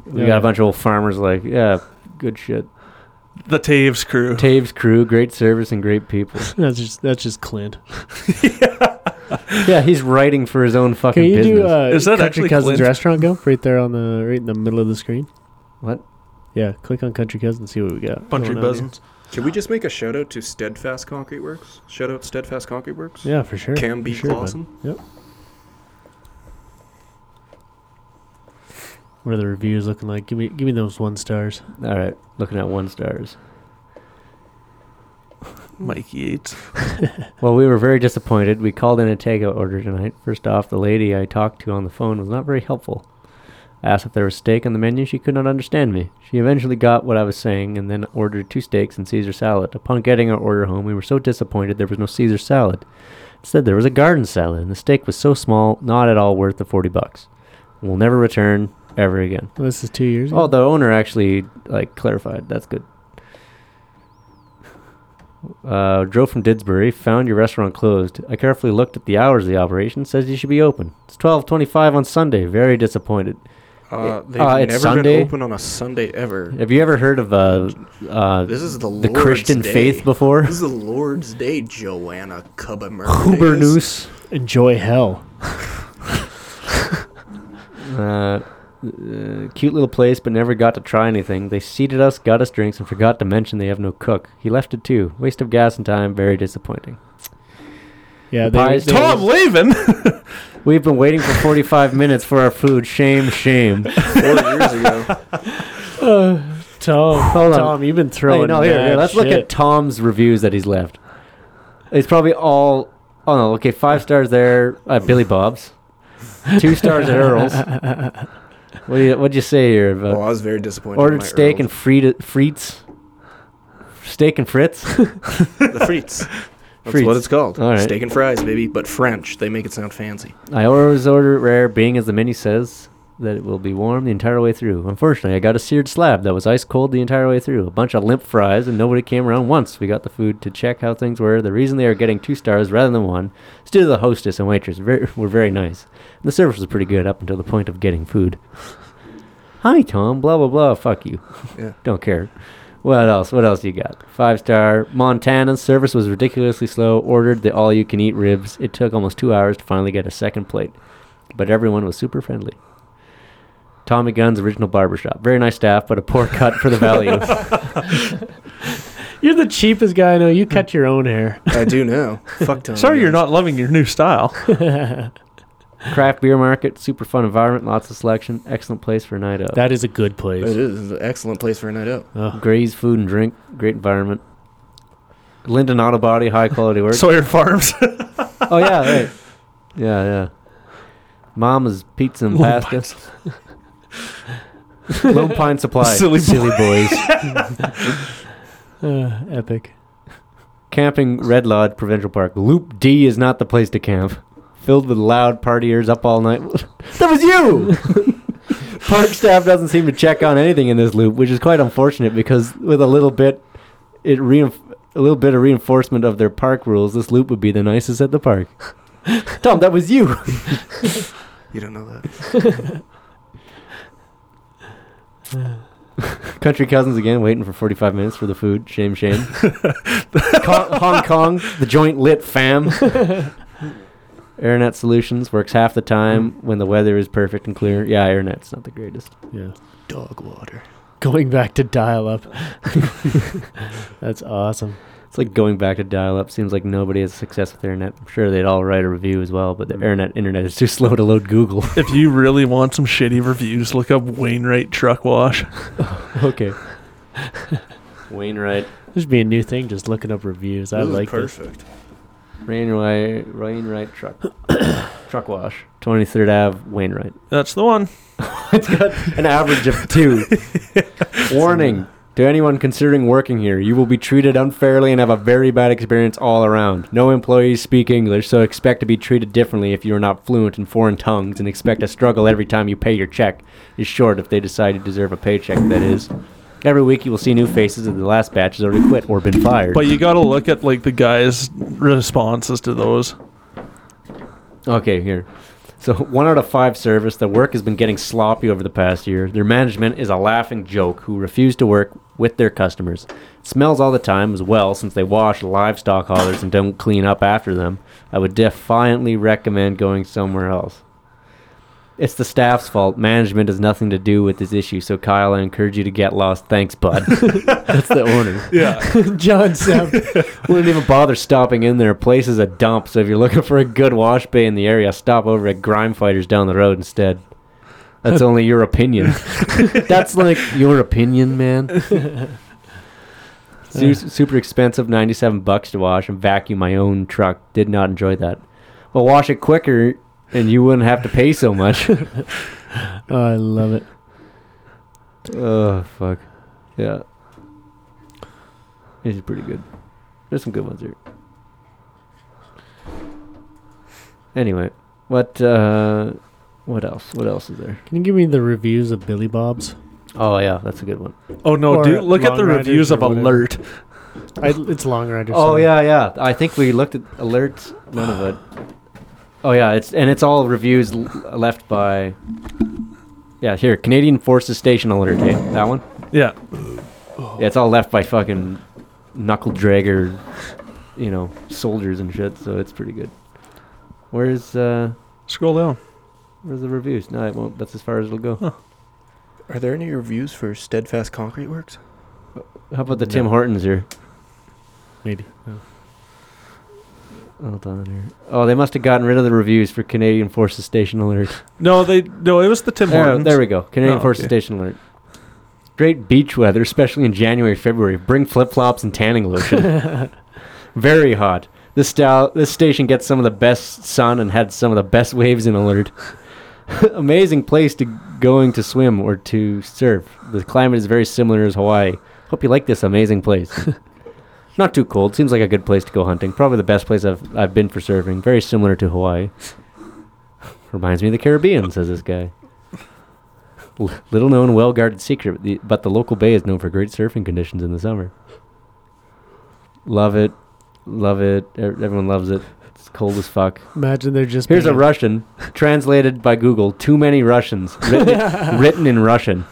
Speaker 4: We got a bunch of old farmers like, yeah, good shit.
Speaker 2: The Taves crew.
Speaker 4: Taves crew, great service and great people.
Speaker 1: That's just that's just Clint.
Speaker 4: Yeah, he's writing for his own fucking
Speaker 1: Can you
Speaker 4: business.
Speaker 1: do uh,
Speaker 2: Is that
Speaker 1: Country
Speaker 2: actually
Speaker 1: Cousins
Speaker 2: Clint?
Speaker 1: restaurant go right there on the right in the middle of the screen?
Speaker 4: What?
Speaker 1: Yeah, click on Country Cousins, see what we got.
Speaker 2: Country
Speaker 1: going on here.
Speaker 2: buzzing.
Speaker 3: Can we just make a shout out to Steadfast Concrete Works? Shout out Steadfast Concrete Works.
Speaker 1: Yeah, for sure.
Speaker 3: Cam B.
Speaker 1: For sure, bud.
Speaker 3: Clausen.
Speaker 1: What are the reviews looking like? Give me give me those one stars.
Speaker 4: All right, looking at one stars.
Speaker 2: Mike Yates.
Speaker 4: Well, we were very disappointed. We called in a takeout order tonight. First off, the lady I talked to on the phone was not very helpful. I asked if there was steak on the menu. She could not understand me. She eventually got what I was saying and then ordered two steaks and Caesar salad. Upon getting our order home, we were so disappointed there was no Caesar salad. Instead, there was a garden salad, and the steak was so small, not at all worth the 40 bucks. We'll never return ever again.
Speaker 1: Well, this is two years ago.
Speaker 4: Oh, the owner actually like clarified. That's good. Uh, drove from Didsbury, found your restaurant closed. I carefully looked at the hours of the operation. Says you should be open. It's twelve twenty-five on Sunday. Very disappointed.
Speaker 3: Uh, they've
Speaker 4: uh, it's
Speaker 3: never
Speaker 4: Sunday.
Speaker 3: been open on a Sunday ever.
Speaker 4: Have you ever heard of uh, uh,
Speaker 3: This is the,
Speaker 4: the
Speaker 3: Lord's
Speaker 4: Christian
Speaker 3: day.
Speaker 4: faith before?
Speaker 3: This is the Lord's Day, Joanna Cubba
Speaker 4: Oh,
Speaker 3: Mercedes.
Speaker 4: Hubernoose.
Speaker 1: Enjoy hell.
Speaker 4: Uh, uh, cute little place, but never got to try anything. They seated us, got us drinks, and forgot to mention they have no cook. He left it too. Waste of gas and time. Very disappointing.
Speaker 1: Yeah,
Speaker 4: The pies-
Speaker 1: they,
Speaker 2: Tom Levin.
Speaker 4: We've been waiting for 45 minutes for our food. Shame, shame.
Speaker 3: Four years ago.
Speaker 1: Tom,
Speaker 4: Hold on.
Speaker 1: Oh, Tom, you've been
Speaker 4: Hey,
Speaker 1: throwing.
Speaker 4: no, here,
Speaker 1: mad
Speaker 4: here, let's look
Speaker 1: shit.
Speaker 4: at Tom's reviews that he's left. It's probably all. Oh no, okay, five stars there at Billy Bob's, two stars at Earl's. What do you, what'd you say here? About
Speaker 3: Well, I was very disappointed.
Speaker 4: ordered steak and fried, frites, steak and frits.
Speaker 3: and the frites. That's
Speaker 4: Frites.
Speaker 3: what it's called.
Speaker 4: All right.
Speaker 3: Steak and fries, baby, but French. They make it sound fancy.
Speaker 4: I always order it rare, being as the menu says that it will be warm the entire way through. Unfortunately, I got a seared slab that was ice cold the entire way through, a bunch of limp fries, and nobody came around once. We got the food to check how things were. The reason they are getting two stars rather than one is due to the hostess and waitress. Very, were very nice. And the service was pretty good up until the point of getting food. Hi, Tom. Blah blah blah. Fuck you.
Speaker 3: Yeah.
Speaker 4: Don't care. What else? What else you got? Five star Montana service was ridiculously slow. Ordered the all you can eat ribs. It took almost two hours to finally get a second plate, but everyone was super friendly. Tommy Gunn's original barbershop. Very nice staff, but a poor cut for the value.
Speaker 1: You're the cheapest guy I know. You cut your own hair.
Speaker 3: I do know. Fuck Tom.
Speaker 2: Sorry, you're
Speaker 3: Jones.
Speaker 2: not loving your new style.
Speaker 4: Craft beer market, super fun environment, lots of selection, excellent place for a night out.
Speaker 1: That is a good place.
Speaker 3: It is an excellent place for a night out.
Speaker 1: Ugh.
Speaker 4: Gray's food and drink, great environment. Linden Auto Body, high quality work.
Speaker 2: Sawyer Farms.
Speaker 4: oh yeah, right. yeah, yeah. Mama's pizza and
Speaker 2: Lone
Speaker 4: pasta. Lone Pine Supply.
Speaker 2: Silly
Speaker 4: boys.
Speaker 1: Uh, epic.
Speaker 4: Camping Red Lodge Provincial Park. Loop D is not the place to camp. Filled with loud partiers up all night. that was you. Park staff doesn't seem to check on anything in this loop, which is quite unfortunate because with a little bit, it reinf- a little bit of reinforcement of their park rules, this loop would be the nicest at the park. Tom, that was you.
Speaker 3: You don't know that.
Speaker 4: Country cousins again, waiting for 45 minutes for the food. Shame, shame. Con- Hong Kong, the joint lit fam. Airnet Solutions works half the time when the weather is perfect and clear. Yeah, Airnet's not the greatest.
Speaker 1: Yeah.
Speaker 3: Dog water.
Speaker 1: Going back to dial up. That's awesome.
Speaker 4: It's like going back to dial up. Seems like nobody has success with Airnet. I'm sure they'd all write a review as well, but the Airnet internet is too slow to load Google.
Speaker 2: if you really want some shitty reviews, look up Wainwright Truck Wash.
Speaker 4: okay. Wainwright.
Speaker 1: This should be a new thing. Just looking up reviews. I
Speaker 3: This is
Speaker 1: like this.
Speaker 3: perfect.
Speaker 4: Wainwright. Wainwright truck. truck wash. 23rd Ave, Wainwright.
Speaker 2: That's the one.
Speaker 4: it's got an average of two. Warning to anyone considering working here, you will be treated unfairly and have a very bad experience all around. No employees speak English, so expect to be treated differently if you are not fluent in foreign tongues and expect a struggle every time you pay your check. Is short if they decide you deserve a paycheck, that is. Every week you will see new faces and the last batch has already quit or been fired.
Speaker 2: But you gotta look at like the guys' responses to those.
Speaker 4: Okay, here. So one out of five service. The work has been getting sloppy over the past year. Their management is a laughing joke who refuse to work with their customers. It smells all the time as well since they wash livestock haulers and don't clean up after them. I would defiantly recommend going somewhere else. It's the staff's fault. Management has nothing to do with this issue. So Kyle, I encourage you to get lost. Thanks, bud. That's the owner.
Speaker 2: Yeah.
Speaker 1: John Sapp.
Speaker 4: Wouldn't even bother stopping in there. Place is a dump, so if you're looking for a good wash bay in the area, stop over at Grime Fighters down the road instead. That's only your opinion. That's like your opinion, man. Su- super expensive, 97 bucks to wash and vacuum my own truck. Did not enjoy that. Well, wash it quicker and you wouldn't have to pay so much.
Speaker 1: Oh, I love it.
Speaker 4: oh fuck, yeah. This is pretty good. There's some good ones here. Anyway, what uh, what else? What else is there?
Speaker 1: Can you give me the reviews of Billy Bob's?
Speaker 4: Oh yeah, that's a good one.
Speaker 2: Oh no,
Speaker 1: Or
Speaker 2: dude! Look at
Speaker 1: Long
Speaker 2: the
Speaker 1: Riders
Speaker 2: reviews
Speaker 1: or
Speaker 2: of
Speaker 1: whatever.
Speaker 2: Alert.
Speaker 1: I, it's Long Riders.
Speaker 4: Oh
Speaker 1: sorry.
Speaker 4: yeah, yeah. I think we looked at alerts. None of it. Oh yeah, it's and it's all reviews l- left by. Yeah, here Canadian Forces Station alert. Hey, that one.
Speaker 2: Yeah,
Speaker 4: Yeah, it's all left by fucking knuckle dragger, you know, soldiers and shit. So it's pretty good. Where's uh,
Speaker 2: scroll down.
Speaker 4: where's the reviews? No, it won't. That's as far as it'll go.
Speaker 3: Are there any reviews for Steadfast Concrete Works?
Speaker 4: How about the Tim Hortons here?
Speaker 1: Maybe. Oh.
Speaker 4: Hold on here. Oh, they must have gotten rid of the reviews for Canadian Forces Station alert.
Speaker 2: No, they no. It was the Tim
Speaker 4: There,
Speaker 2: Hortons.
Speaker 4: there we go. Canadian
Speaker 2: Oh,
Speaker 4: Forces
Speaker 2: okay.
Speaker 4: Station alert. Great beach weather, especially in January, February. Bring flip flops and tanning lotion. Very hot. This style, this station gets some of the best sun and had some of the best waves in alert. Amazing place to going to swim or to surf. The climate is very similar as Hawaii. Hope you like this amazing place. Not too cold. Seems like a good place to go hunting. Probably the best place I've I've been for surfing. Very similar to Hawaii. Reminds me of the Caribbean, says this guy. L- little known, well guarded secret, but the, but the local bay is known for great surfing conditions in the summer. Love it. Love it. E- Everyone loves it. It's cold as fuck.
Speaker 1: Imagine they're just.
Speaker 4: Here's a
Speaker 1: being-
Speaker 4: Russian, translated by Google. Too many Russians. Written, written in Russian.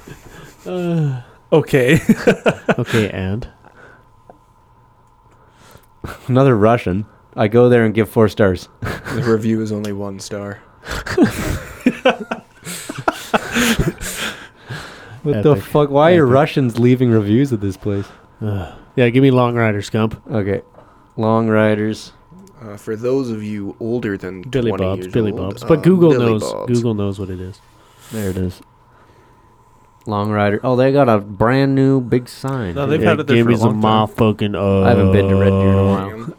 Speaker 2: Okay.
Speaker 1: Okay, and
Speaker 4: Another Russian. I go there and give four stars.
Speaker 3: The review is only one star.
Speaker 4: What the
Speaker 1: Epic.
Speaker 4: fuck? Why are
Speaker 1: Epic.
Speaker 4: Russians leaving reviews at this place?
Speaker 1: Ugh. yeah, give me Long Riders, Scump.
Speaker 4: Okay. Long Riders.
Speaker 3: Uh, for those of you older than
Speaker 1: Billy
Speaker 3: 20
Speaker 1: Bob's,
Speaker 3: years
Speaker 1: Billy
Speaker 3: old,
Speaker 1: Bob's.
Speaker 4: Um,
Speaker 1: But
Speaker 3: uh,
Speaker 1: Google
Speaker 3: Billy
Speaker 1: knows.
Speaker 3: Bob's.
Speaker 1: Google knows what it is.
Speaker 4: There it is. Long Rider. Oh, they got a brand new big sign.
Speaker 2: No,
Speaker 4: too.
Speaker 2: they've had it there
Speaker 1: give
Speaker 2: for
Speaker 1: me
Speaker 2: a long
Speaker 1: some
Speaker 2: time.
Speaker 1: motherfucking. Uh,
Speaker 4: I haven't been to Red Deer in a while.
Speaker 3: Damn.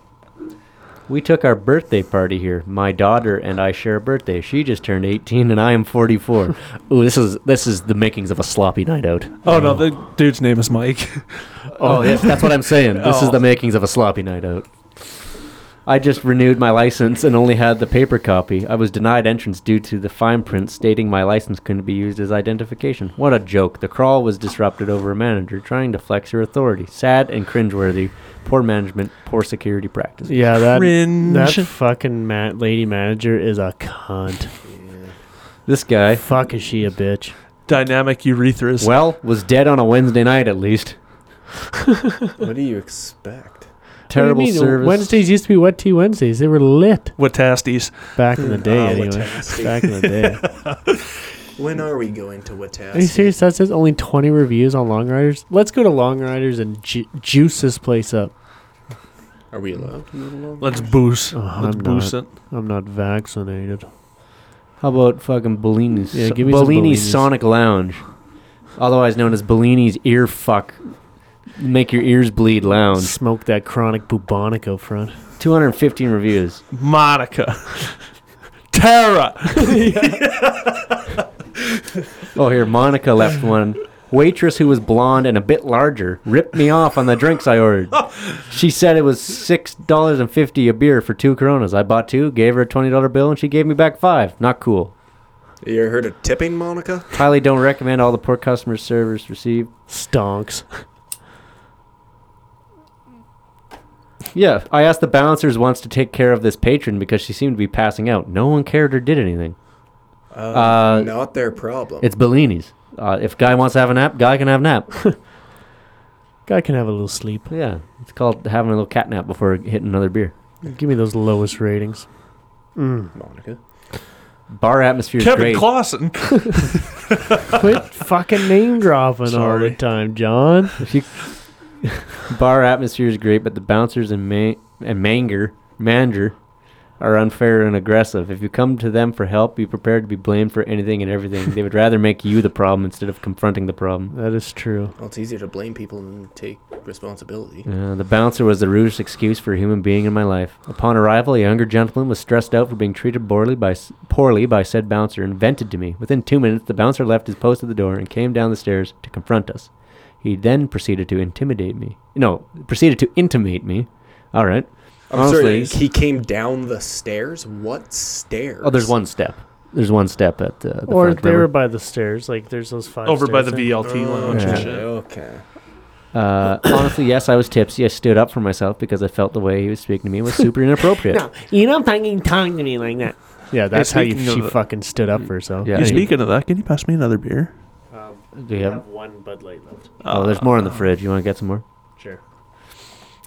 Speaker 4: We took our birthday party here. My daughter and I share a birthday. She just turned 18 and I am 44. Ooh, this is this is the makings of a sloppy night out.
Speaker 2: Oh no, the dude's name is Mike.
Speaker 4: Oh, yes, that's what I'm saying. This is
Speaker 2: Oh.
Speaker 4: the makings of a sloppy night out. I just renewed my license and only had the paper copy. I was denied entrance due to the fine print stating my license couldn't be used as identification. What a joke. The crawl was disrupted over a manager trying to flex her authority. Sad and cringeworthy. Poor management, poor security practices.
Speaker 1: Yeah, that that
Speaker 2: Cringe.
Speaker 1: fucking ma- lady manager is a cunt.
Speaker 4: This guy,
Speaker 1: Fuck is she a bitch?
Speaker 2: Dynamic urethras.
Speaker 4: well, was dead on a Wednesday night at least.
Speaker 3: What do you expect?
Speaker 4: Terrible
Speaker 1: What do you mean? uh,
Speaker 4: service.
Speaker 1: Wednesdays used to be wet tea Wednesdays. They were lit
Speaker 2: What tasties?
Speaker 1: back in the day.
Speaker 3: Ah,
Speaker 1: anyway,
Speaker 3: Wetaski.
Speaker 1: back in the day.
Speaker 3: When are we going to
Speaker 1: Are you
Speaker 3: Wetaski?
Speaker 1: serious? That says only 20 reviews on Long Riders. Let's go to Long Riders and ju- juice this place up.
Speaker 3: Are we allowed to go along?
Speaker 2: Let's boost.
Speaker 1: Oh,
Speaker 2: Let's
Speaker 1: I'm
Speaker 2: boost it.
Speaker 1: I'm not vaccinated.
Speaker 4: How about fucking Bellini's?
Speaker 1: Yeah, give me some
Speaker 4: Bellini's
Speaker 1: Bellini's.
Speaker 4: Sonic Lounge, otherwise known as Bellini's Ear Fuck, make your ears bleed lounge.
Speaker 1: Smoke that chronic bubonic out front.
Speaker 4: 215 reviews.
Speaker 2: Monica. Tara.
Speaker 4: Oh, here Monica left one. Waitress who was blonde and a bit larger ripped me off on the drinks I ordered. She said it was six dollars and fifty a beer for two Coronas. I bought two, gave her a twenty dollar bill, and she gave me back five. Not cool.
Speaker 3: You ever heard of tipping, Monica?
Speaker 4: Highly don't recommend. All the poor customer service received.
Speaker 1: Stonks.
Speaker 4: Yeah, I asked the bouncers once to take care of this patron because she seemed to be passing out. No one cared or did anything.
Speaker 3: Uh,
Speaker 4: Uh,
Speaker 3: not their problem.
Speaker 4: It's Bellini's. Uh, if guy wants to have a nap, guy can have a nap.
Speaker 1: Guy can have a little sleep.
Speaker 4: yeah, it's called having a little cat nap before hitting another beer.
Speaker 1: Give me those lowest ratings. Mm.
Speaker 3: Monica.
Speaker 4: Bar atmosphere is
Speaker 2: Kevin
Speaker 4: great.
Speaker 2: Clausen.
Speaker 1: Quit fucking name dropping all the
Speaker 2: Sorry.
Speaker 1: time, John.
Speaker 4: If you- bar atmosphere is great, but the bouncers and ma- and manger manager are unfair and aggressive. If you come to them for help, be prepared to be blamed for anything and everything. they would rather make you the problem instead of confronting the problem.
Speaker 1: That is true.
Speaker 3: Well, it's easier to blame people than take responsibility.
Speaker 4: Uh, the bouncer was the rudest excuse for a human being in my life. Upon arrival, a younger gentleman was stressed out for being treated poorly by, s- poorly by said bouncer and vented to me. Within two minutes, the bouncer left his post at the door and came down the stairs to confront us. He then proceeded to intimidate me. No, proceeded to intimate me. All right.
Speaker 3: I'm
Speaker 4: Honestly-
Speaker 3: sorry, he came down the stairs. What stairs?
Speaker 4: Oh, there's one step. There's one step at uh, the
Speaker 1: Or
Speaker 4: front
Speaker 1: they were
Speaker 4: river.
Speaker 1: by the stairs. Like there's those five.
Speaker 2: Over by the
Speaker 1: stairs there.
Speaker 2: VLT lounge
Speaker 4: Oh, Yeah.
Speaker 2: and
Speaker 3: Okay.
Speaker 2: shit.
Speaker 3: okay.
Speaker 4: Uh, honestly, yes, I was tipsy. I stood up for myself because I felt the way he was speaking to me was super inappropriate.
Speaker 1: You don't fucking talk to me like that. Yeah, that's how you,
Speaker 2: speaking
Speaker 1: she
Speaker 2: of-
Speaker 1: fucking stood up for herself. Um,
Speaker 4: Yeah.
Speaker 2: You speaking of that, can you pass me another beer? Uh,
Speaker 4: Do you have?
Speaker 1: one Bud Light left.
Speaker 4: Oh, there's more in the fridge. You want to get some more?
Speaker 1: Sure.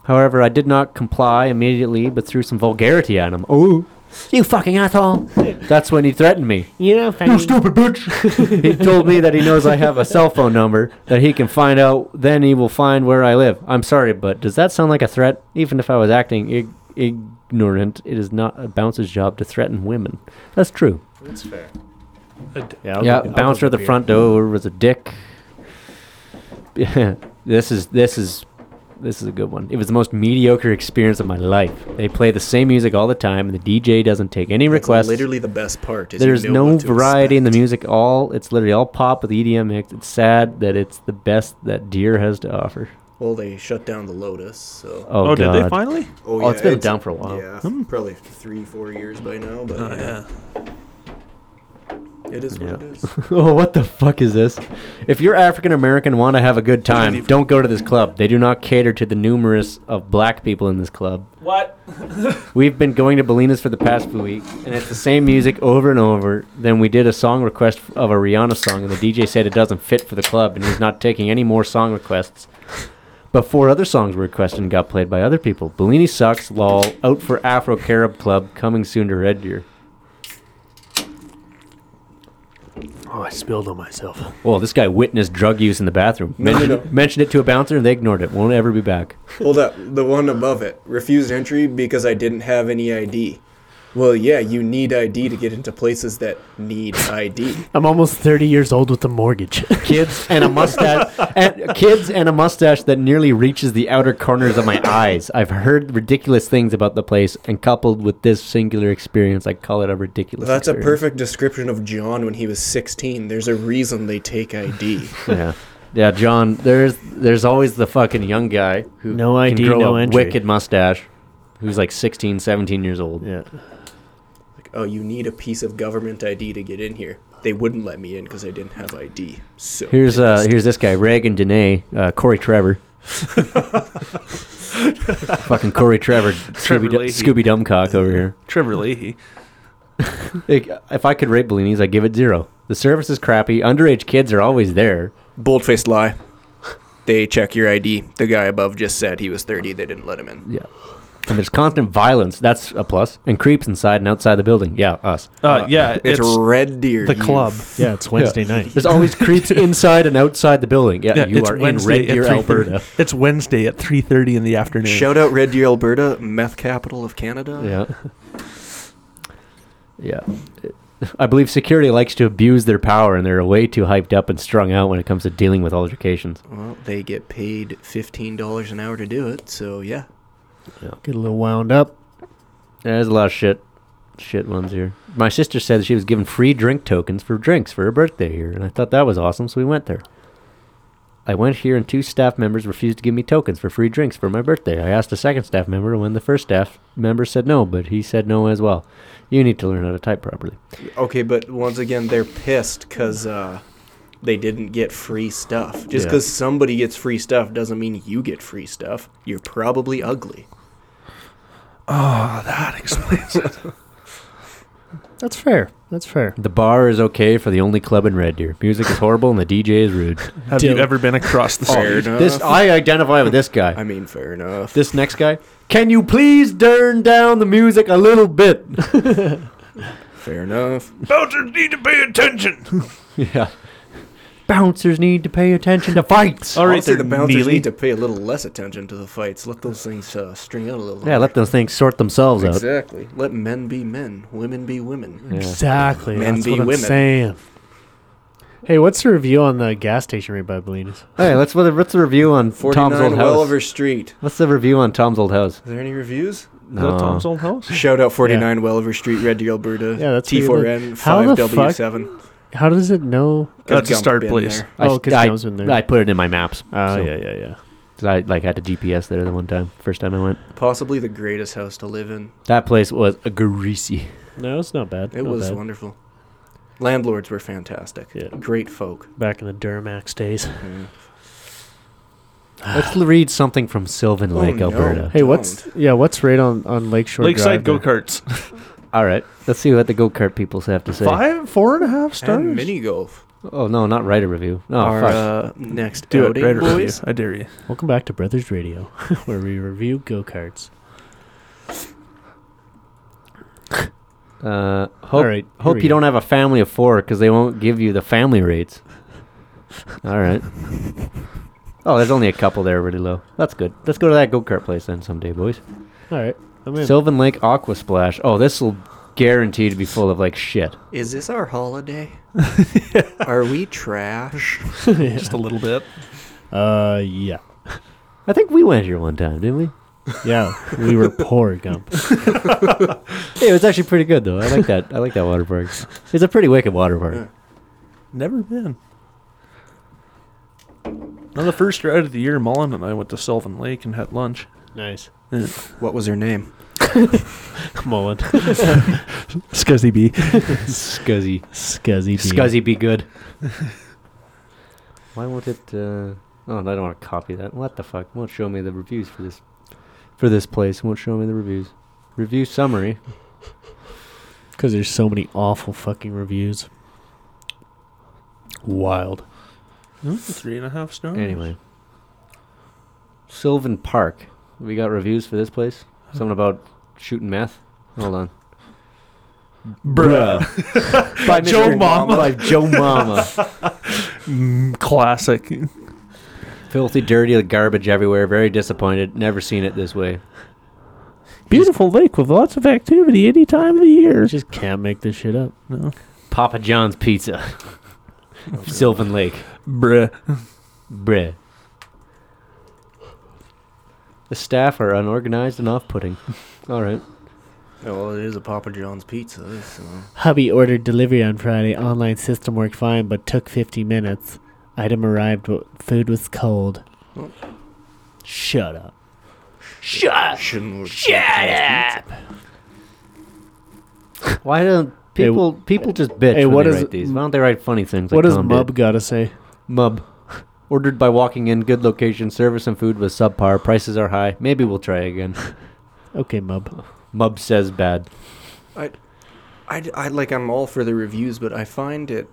Speaker 4: However, I did not comply immediately, but threw some vulgarity at him. Oh, you fucking asshole! That's when he threatened me.
Speaker 1: You know, fucking.
Speaker 4: He told me that he knows I have a cell phone number that he can find out. Then he will find where I live. I'm sorry, but does that sound like a threat? Even if I was acting ig- ignorant, it is not a bouncer's job to threaten women. That's true.
Speaker 1: Yeah, I'll
Speaker 4: yeah,
Speaker 1: take- I'll
Speaker 4: bouncer at
Speaker 1: take
Speaker 4: the
Speaker 1: a beer.
Speaker 4: front door was a dick. Yeah, this is this is this is a good one. It was the most mediocre experience of my life. They play the same music all the time, and the DJ doesn't take any
Speaker 3: That's
Speaker 4: requests.
Speaker 3: literally the best part. Is you
Speaker 4: There's
Speaker 3: know
Speaker 4: no
Speaker 3: what to
Speaker 4: variety in the
Speaker 3: expect.
Speaker 4: music. All it's literally all pop with EDM mix. It's sad that it's the best that Deer has to offer.
Speaker 3: Well, they shut down the Lotus, so.
Speaker 4: Oh,
Speaker 2: Oh,
Speaker 4: God.
Speaker 2: did they finally?
Speaker 4: Oh, it's been down for a while. Hmm?
Speaker 3: Yeah, probably three, four years by now. But
Speaker 2: Oh,
Speaker 3: yeah,
Speaker 2: yeah.
Speaker 3: it is what it is.
Speaker 4: oh, what the fuck is this? If you're African American want to have a good time, don't go to this club. They do not cater to the numerous of black people in this club. What? We've been going to Belina's for the past few weeks, and it's the same music over and over. Then we did a song request of a Rihanna song, and the DJ said it doesn't fit for the club, and he's not taking any more song requests. But four other songs were requested and got played by other people. Bellini sucks, lol. Out for Afro Carib Club, coming soon to Red Deer.
Speaker 1: Oh, I spilled on myself.
Speaker 4: Well, this guy witnessed drug use in the bathroom.
Speaker 3: No, no,
Speaker 4: mentioned,
Speaker 3: no.
Speaker 4: mentioned it to a bouncer and they ignored it. Won't ever be back.
Speaker 3: Hold up, the one above it refused entry because I didn't have any ID. Well, yeah, you need ID to get into places that need ID.
Speaker 1: I'm almost 30 years old with a mortgage.
Speaker 4: Kids and a mustache, and kids and a mustache that nearly reaches the outer corners of my eyes. I've heard ridiculous things about the place, and coupled with this singular experience, I call it a ridiculous.
Speaker 3: That's a
Speaker 4: experience.
Speaker 3: perfect description of John when he was 16. There's a reason they take ID.
Speaker 4: Yeah, yeah, John. There's there's always the fucking young guy who
Speaker 1: No
Speaker 4: can
Speaker 1: ID,
Speaker 4: grow
Speaker 1: no
Speaker 4: a
Speaker 1: entry.
Speaker 4: wicked mustache, who's like 16, 17 years old.
Speaker 1: yeah.
Speaker 3: like, oh, you need a piece of government ID to get in here. They wouldn't let me in because I didn't have ID. So
Speaker 4: Here's uh
Speaker 3: pissed.
Speaker 4: here's this guy Reagan Dene, uh, Corey Trevor. Fucking Corey Trevor,
Speaker 2: Trevor
Speaker 4: Scooby, du-
Speaker 2: Leahy.
Speaker 4: Scooby Dumbcock over here.
Speaker 2: Trevor Leahy.
Speaker 4: Like, if I could rate Bellini's, I'd give it zero. The service is crappy. Underage kids are always there.
Speaker 3: bold-faced lie. They check your ID. The guy above just said he was 30. They didn't let him in.
Speaker 4: Yeah. And there's constant violence. That's a plus. And creeps inside and outside the building. Yeah, us.
Speaker 2: Uh, yeah,
Speaker 3: It's,
Speaker 2: it's,
Speaker 3: Red Deer.
Speaker 2: the
Speaker 3: you
Speaker 2: club.
Speaker 1: Yeah, it's Wednesday night.
Speaker 4: There's always creeps inside and outside the building. Yeah,
Speaker 2: Yeah,
Speaker 4: you
Speaker 2: it's
Speaker 4: are
Speaker 2: Wednesday
Speaker 4: in Red Deer,
Speaker 2: at 3:30.
Speaker 4: Alberta.
Speaker 2: It's Wednesday at three thirty in the afternoon.
Speaker 3: Shout out Red Deer, Alberta, meth capital of Canada.
Speaker 4: Yeah. Yeah. I believe security likes to abuse their power and they're way too hyped up and strung out when it comes to dealing with altercations.
Speaker 3: Well, they get paid fifteen dollars an hour to do it, so yeah.
Speaker 1: Get a little wound up.
Speaker 4: Yeah, There's a lot of shit shit ones here. My sister said she was given free drink tokens for drinks for her birthday here, and I thought that was awesome, so we went there. I went here and two staff members refused to give me tokens for free drinks for my birthday. I asked a second staff member when the first staff member said no, but he said no as well. You need to learn how to type properly.
Speaker 3: Okay, but once again, they're pissed because uh, they didn't get free stuff. Just
Speaker 4: Yeah.
Speaker 3: because somebody gets free stuff doesn't mean you get free stuff. You're probably ugly.
Speaker 2: Oh, that explains it.
Speaker 1: That's fair. That's fair.
Speaker 4: The bar is okay for the only club in Red Deer. Music is horrible and the DJ is rude.
Speaker 2: Have you
Speaker 1: Dill.
Speaker 2: ever been across the
Speaker 3: Fair
Speaker 2: street?
Speaker 3: enough.
Speaker 4: This I identify with this
Speaker 3: I
Speaker 4: guy.
Speaker 3: mean, fair enough.
Speaker 4: This next guy. Can you please turn down the music a little bit?
Speaker 3: fair enough.
Speaker 2: Bouncers need to pay attention.
Speaker 4: yeah. Bouncers need to pay attention to fights.
Speaker 2: All right,
Speaker 3: Also,
Speaker 2: there,
Speaker 3: the bouncers
Speaker 2: Neely.
Speaker 3: need to pay a little less attention to the fights. Let those things uh, string out a little.
Speaker 4: yeah, let those things sort themselves out.
Speaker 3: exactly. Let men be men, women be women.
Speaker 4: Yeah.
Speaker 1: Exactly.
Speaker 3: Men
Speaker 1: That's
Speaker 3: be
Speaker 1: what I'm
Speaker 3: women.
Speaker 1: saying. Hey, what's the review on the gas station right by Bellini's?
Speaker 4: Hey, let's what- what's the review on
Speaker 3: Forty-nine
Speaker 4: Tom's old house?
Speaker 3: Welliver Street.
Speaker 4: What's the review on Tom's old house?
Speaker 3: Is there any reviews?
Speaker 2: Is that Tom's old house?
Speaker 3: Shout out 49 Welliver Street, Red Deer, Alberta.
Speaker 1: Yeah, that's pretty
Speaker 3: T4N
Speaker 1: How the
Speaker 3: 5W7.
Speaker 1: How does it know?
Speaker 2: That's a
Speaker 3: Gump
Speaker 2: start
Speaker 3: been
Speaker 2: place.
Speaker 3: there.
Speaker 4: I
Speaker 1: Oh,
Speaker 4: s-
Speaker 1: 'cause
Speaker 4: I,
Speaker 1: Tom's been there.
Speaker 4: I put it in my maps.
Speaker 1: Oh,
Speaker 4: so-
Speaker 1: yeah, yeah, yeah.
Speaker 4: 'cause I like had to GPS there the one time, first time I went.
Speaker 3: Possibly the greatest house to live in.
Speaker 4: That place was a greasy.
Speaker 1: No, it's not bad.
Speaker 3: It
Speaker 1: not
Speaker 3: was
Speaker 1: bad.
Speaker 3: wonderful. Landlords were fantastic.
Speaker 1: Yeah.
Speaker 3: Great folk.
Speaker 1: back in the Duramax days.
Speaker 4: Let's l- read something from Sylvan
Speaker 3: Oh,
Speaker 4: Lake,
Speaker 3: no.
Speaker 4: Alberta.
Speaker 1: Hey, what's yeah? What's right on on Lakeshore
Speaker 2: Lakeside go
Speaker 1: Drive?
Speaker 2: karts.
Speaker 4: All right, let's see what the go kart people have to say.
Speaker 2: Five, four and a half stars.
Speaker 3: And mini golf.
Speaker 4: Oh no, not write a review. No,
Speaker 3: Our,
Speaker 4: fuck.
Speaker 3: uh, next
Speaker 2: Do it,
Speaker 3: outing,
Speaker 2: write a review.
Speaker 3: boys.
Speaker 2: I dare you.
Speaker 1: there? Welcome back to Brothers Radio, where we review go karts.
Speaker 4: Uh, hope
Speaker 1: All right, here
Speaker 4: hope
Speaker 1: we
Speaker 4: you
Speaker 1: go.
Speaker 4: don't have a family of four because they won't give you the family rates. All right. Oh, there's only a couple there, really low. That's good. Let's go to that go kart place then someday, boys.
Speaker 1: All right, I'm in.
Speaker 4: Sylvan Lake Aqua Splash. Oh, this will guarantee to be full of like shit.
Speaker 3: Is this our holiday? Are we trash?
Speaker 2: Just a little bit.
Speaker 1: uh, yeah,
Speaker 4: I think we went here one time, didn't we?
Speaker 1: yeah. We were poor, Gump.
Speaker 4: Hey, it was actually pretty good though. I like that. I like that water park. It's a pretty wicked water park.
Speaker 3: Yeah.
Speaker 2: Never been. On the first ride of the year, Mullen and I went to Sylvan Lake and had lunch.
Speaker 1: Nice,
Speaker 3: What was her name?
Speaker 1: Mullen,
Speaker 2: Scuzzy B.
Speaker 4: Scuzzy.
Speaker 1: Scuzzy, B.
Speaker 4: Scuzzy be good. Why won't it? Uh, oh, I don't want to copy that. What the fuck? Won't show me the reviews for this, for this place. Won't show me the reviews. Review summary.
Speaker 1: Because there's so many awful fucking reviews. Wild.
Speaker 2: Three and a half stars.
Speaker 4: Anyway, Sylvan Park. We got reviews for this place. Something about shooting meth. Hold on.
Speaker 2: Bruh.
Speaker 4: By
Speaker 2: Joe
Speaker 4: Mr.
Speaker 2: Mama.
Speaker 4: By Joe Mama.
Speaker 2: Mm, classic.
Speaker 4: Filthy, dirty, garbage everywhere. Very disappointed. Never seen it this way.
Speaker 2: Beautiful lake with lots of activity any time of the year.
Speaker 1: Just can't make this shit up.
Speaker 2: No.
Speaker 4: Papa John's Pizza. Sylvan Lake.
Speaker 2: Bruh.
Speaker 4: Bruh. The staff are unorganized and off putting. All right.
Speaker 3: Oh, well, it is a Papa John's pizza. So.
Speaker 1: Hubby ordered delivery on Friday. Online system worked fine, but took 50 minutes. Item arrived, but food was cold. Shut up. Uh,
Speaker 3: Shouldn't work.
Speaker 4: Why don't
Speaker 1: Hey,
Speaker 4: people people just bitch
Speaker 1: hey,
Speaker 4: when
Speaker 1: what
Speaker 4: they
Speaker 1: is-
Speaker 4: write these? Why don't they write funny things?
Speaker 1: what
Speaker 4: like
Speaker 1: does
Speaker 4: Tom
Speaker 1: Mub
Speaker 4: did?
Speaker 1: gotta say?
Speaker 4: Mub. Ordered by walking in, good location, service and food was subpar, prices are high. Maybe we'll try again.
Speaker 1: Okay,
Speaker 4: Oh.
Speaker 1: Mub.
Speaker 4: Mub says bad.
Speaker 3: I, I, I like I'm all for the reviews, but I find it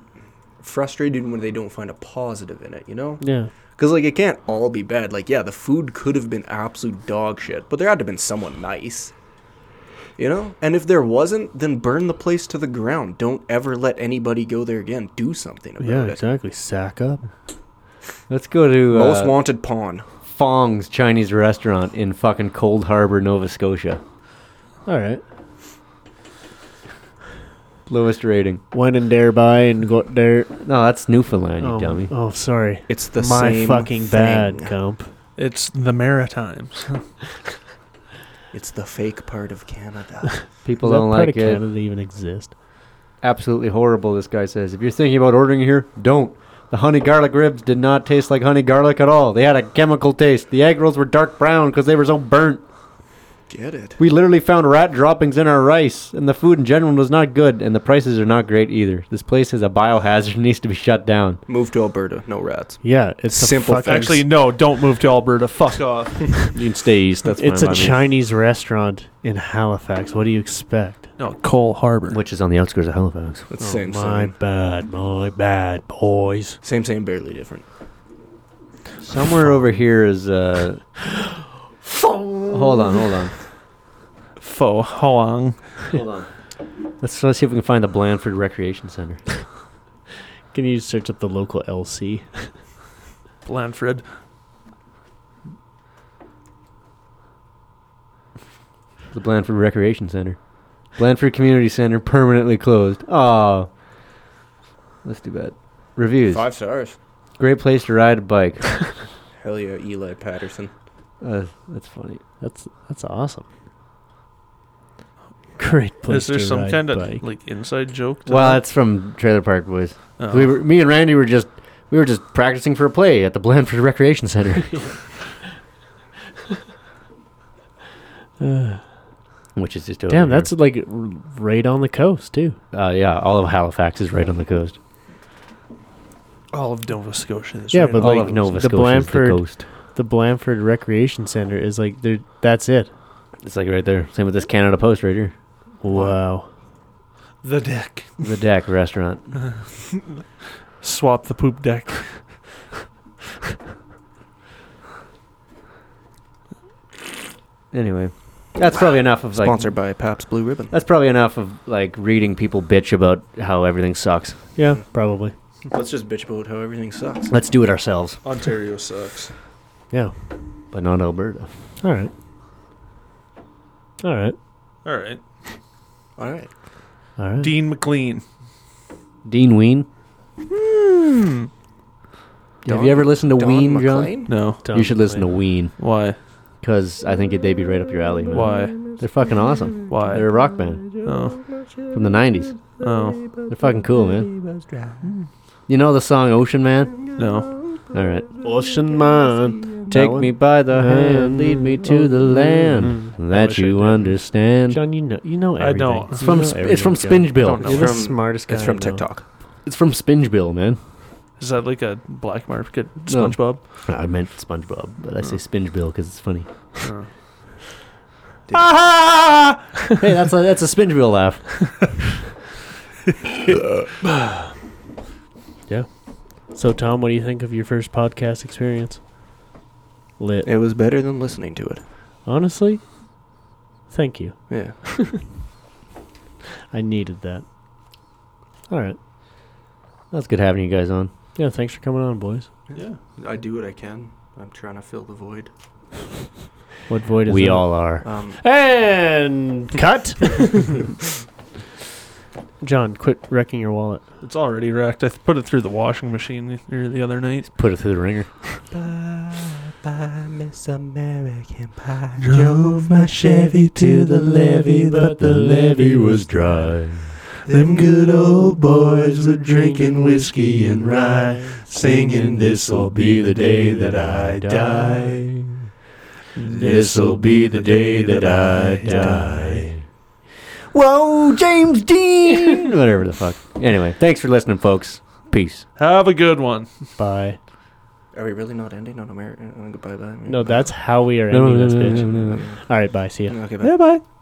Speaker 3: frustrating when they don't find a positive in it. You know,
Speaker 1: Yeah.
Speaker 3: because like it can't all be bad. Like yeah, the food could have been absolute dog shit, but there had to have been someone nice. You know, and if there wasn't, then burn the place to the ground. Don't ever let anybody go there again. Do something about
Speaker 1: Yeah,
Speaker 3: it.
Speaker 1: exactly. Sack up.
Speaker 4: Let's go to
Speaker 3: Most
Speaker 4: uh,
Speaker 3: wanted pawn.
Speaker 4: Fong's Chinese restaurant in fucking Cold Harbor, Nova Scotia.
Speaker 1: All right.
Speaker 4: Lowest rating.
Speaker 1: Went in there by and got there.
Speaker 4: No, that's Newfoundland, you
Speaker 1: oh,
Speaker 4: dummy.
Speaker 1: oh, sorry.
Speaker 3: It's the
Speaker 1: My
Speaker 3: same
Speaker 1: fucking
Speaker 3: thing.
Speaker 1: bad, Gump.
Speaker 2: It's the Maritimes.
Speaker 3: It's the fake part of Canada.
Speaker 4: People
Speaker 1: Does that
Speaker 4: don't
Speaker 1: part
Speaker 4: like
Speaker 1: of
Speaker 4: it.
Speaker 1: Canada even exist?
Speaker 4: absolutely horrible. This guy says, if you're thinking about ordering here, don't. The honey garlic ribs did not taste like honey garlic at all. They had a chemical taste. The egg rolls were dark brown because they were so burnt.
Speaker 3: Get it?
Speaker 4: We literally found rat droppings in our rice, and the food in general was not good, and the prices are not great either. This place is a biohazard and needs to be shut down.
Speaker 3: Move to Alberta. No rats.
Speaker 1: Yeah, it's a
Speaker 3: Simple
Speaker 1: fucking-
Speaker 3: fact.
Speaker 2: Actually, no, don't move to Alberta. Fuck off.
Speaker 4: You can stay east. That's
Speaker 1: It's a Chinese restaurant in Halifax. What do you expect?
Speaker 2: No, Cole Harbor.
Speaker 4: Which is on the outskirts of Halifax.
Speaker 3: It's
Speaker 1: Oh,
Speaker 3: same,
Speaker 1: my
Speaker 3: same.
Speaker 1: bad, my bad, boys.
Speaker 3: Same, same, barely different.
Speaker 4: Somewhere over here is. Uh, hold on, hold on.
Speaker 2: Fo Hoang.
Speaker 4: Hold on. Let's, let's see if we can find the Blandford Recreation Center.
Speaker 1: Can you search up the local LC?
Speaker 2: Blanfred.
Speaker 4: The Blandford Recreation Center. Blandford Community Center permanently closed. Oh. That's too bad. Reviews.
Speaker 3: Five stars.
Speaker 4: Great place to ride a bike.
Speaker 3: Hell yeah, Eli Patterson.
Speaker 4: uh, that's funny.
Speaker 1: That's that's awesome. Great place.
Speaker 2: Is there
Speaker 1: to
Speaker 2: some
Speaker 1: ride
Speaker 2: kind of
Speaker 1: bike.
Speaker 2: like inside joke? to
Speaker 4: Well,
Speaker 2: that?
Speaker 4: that's from Trailer Park Boys.
Speaker 2: Oh.
Speaker 4: We were, me and Randy were just we were just practicing for a play at the Blandford Recreation Center. Which is just over
Speaker 1: damn?
Speaker 4: here.
Speaker 1: That's like r- right on the coast too.
Speaker 4: uh, yeah. All of Halifax is right on the coast.
Speaker 2: all of Nova Scotia. Is
Speaker 1: Yeah,
Speaker 2: right
Speaker 1: but
Speaker 2: on
Speaker 4: all
Speaker 1: like,
Speaker 4: of Nova
Speaker 1: the
Speaker 4: Scotia is
Speaker 1: Blandford-
Speaker 4: the coast.
Speaker 1: The Blandford Recreation Center is like there. That's it.
Speaker 4: It's like right there. Same with this Canada Post right here.
Speaker 1: Wow.
Speaker 2: the deck.
Speaker 4: The deck restaurant.
Speaker 2: Swap the poop deck.
Speaker 4: Anyway, that's probably enough of like.
Speaker 3: Sponsored by Pabst Blue Ribbon.
Speaker 4: That's probably enough of like reading people bitch about how everything sucks.
Speaker 1: Yeah, probably.
Speaker 3: Let's just bitch about how everything sucks.
Speaker 4: Let's do it ourselves,
Speaker 2: Ontario sucks.
Speaker 1: Yeah.
Speaker 4: but not Alberta.
Speaker 1: All right. All right.
Speaker 2: All right,
Speaker 3: All right.
Speaker 1: All right.
Speaker 2: Dean McLean.
Speaker 4: Dean Ween.
Speaker 2: Hmm.
Speaker 4: Have you ever listened to
Speaker 3: Don
Speaker 4: Ween, John?
Speaker 3: McLean?
Speaker 2: No,
Speaker 4: You should listen to Ween
Speaker 2: why?
Speaker 4: because I think it they'd be right up your alley. Man.
Speaker 2: Why?
Speaker 4: They're fucking awesome.
Speaker 2: Why?
Speaker 4: They're a rock band
Speaker 2: Oh,
Speaker 4: from the '90s.
Speaker 2: oh,
Speaker 4: They're fucking cool, man. You know the song Ocean Man?
Speaker 2: no.
Speaker 4: All right.
Speaker 1: Ocean Man.
Speaker 4: Take me by the hand, lead me to the land that
Speaker 2: wish I
Speaker 4: you
Speaker 2: did.
Speaker 4: understand.
Speaker 1: John, you know you know
Speaker 2: I
Speaker 1: everything.
Speaker 2: don't.
Speaker 1: You
Speaker 4: It's from
Speaker 1: know
Speaker 4: Sp- it's
Speaker 1: everything,
Speaker 4: from
Speaker 1: John.
Speaker 4: Spingebill.
Speaker 3: Don't
Speaker 1: You're
Speaker 3: know.
Speaker 1: the
Speaker 3: From-
Speaker 1: smartest guy.
Speaker 3: It's from
Speaker 1: I know.
Speaker 3: TikTok.
Speaker 4: It's from Spingebill, man.
Speaker 2: Is that like a black market SpongeBob?
Speaker 4: I meant SpongeBob, but I say Spingebill because it's funny.
Speaker 2: Ah!
Speaker 4: hey, that's a that's a Spingebill laugh.
Speaker 1: So Tom, what do you think of your first podcast experience? Lit.
Speaker 3: It was better than listening to it.
Speaker 1: Honestly, thank you.
Speaker 3: Yeah.
Speaker 1: I needed that. All right.
Speaker 4: That's good having you guys on.
Speaker 1: Yeah, thanks for coming on, boys.
Speaker 2: Yeah.
Speaker 3: I do what I can. I'm trying to fill the void.
Speaker 1: What void is
Speaker 4: We
Speaker 1: that?
Speaker 4: all are.
Speaker 3: Um,
Speaker 1: And cut. John, quit wrecking your wallet.
Speaker 2: It's already wrecked. I th- put it through the washing machine the- er, the other night.
Speaker 4: Put it through the ringer.
Speaker 3: Miss American Pie.
Speaker 2: Drove my Chevy to the levee, but the levee was
Speaker 4: dry.
Speaker 2: Them good old boys were drinking whiskey and rye, singing, This'll be the day that I die. This'll be the day that I die.
Speaker 4: Whoa, James Dean! Whatever the fuck. Anyway, thanks for listening, folks. Peace.
Speaker 2: Have a good one.
Speaker 1: Bye.
Speaker 3: Are we really not ending on American? Uh, goodbye, bye.
Speaker 1: No, that's how we are ending this bitch. All right, bye. See ya.
Speaker 3: Okay,
Speaker 2: Bye
Speaker 3: bye.
Speaker 2: bye.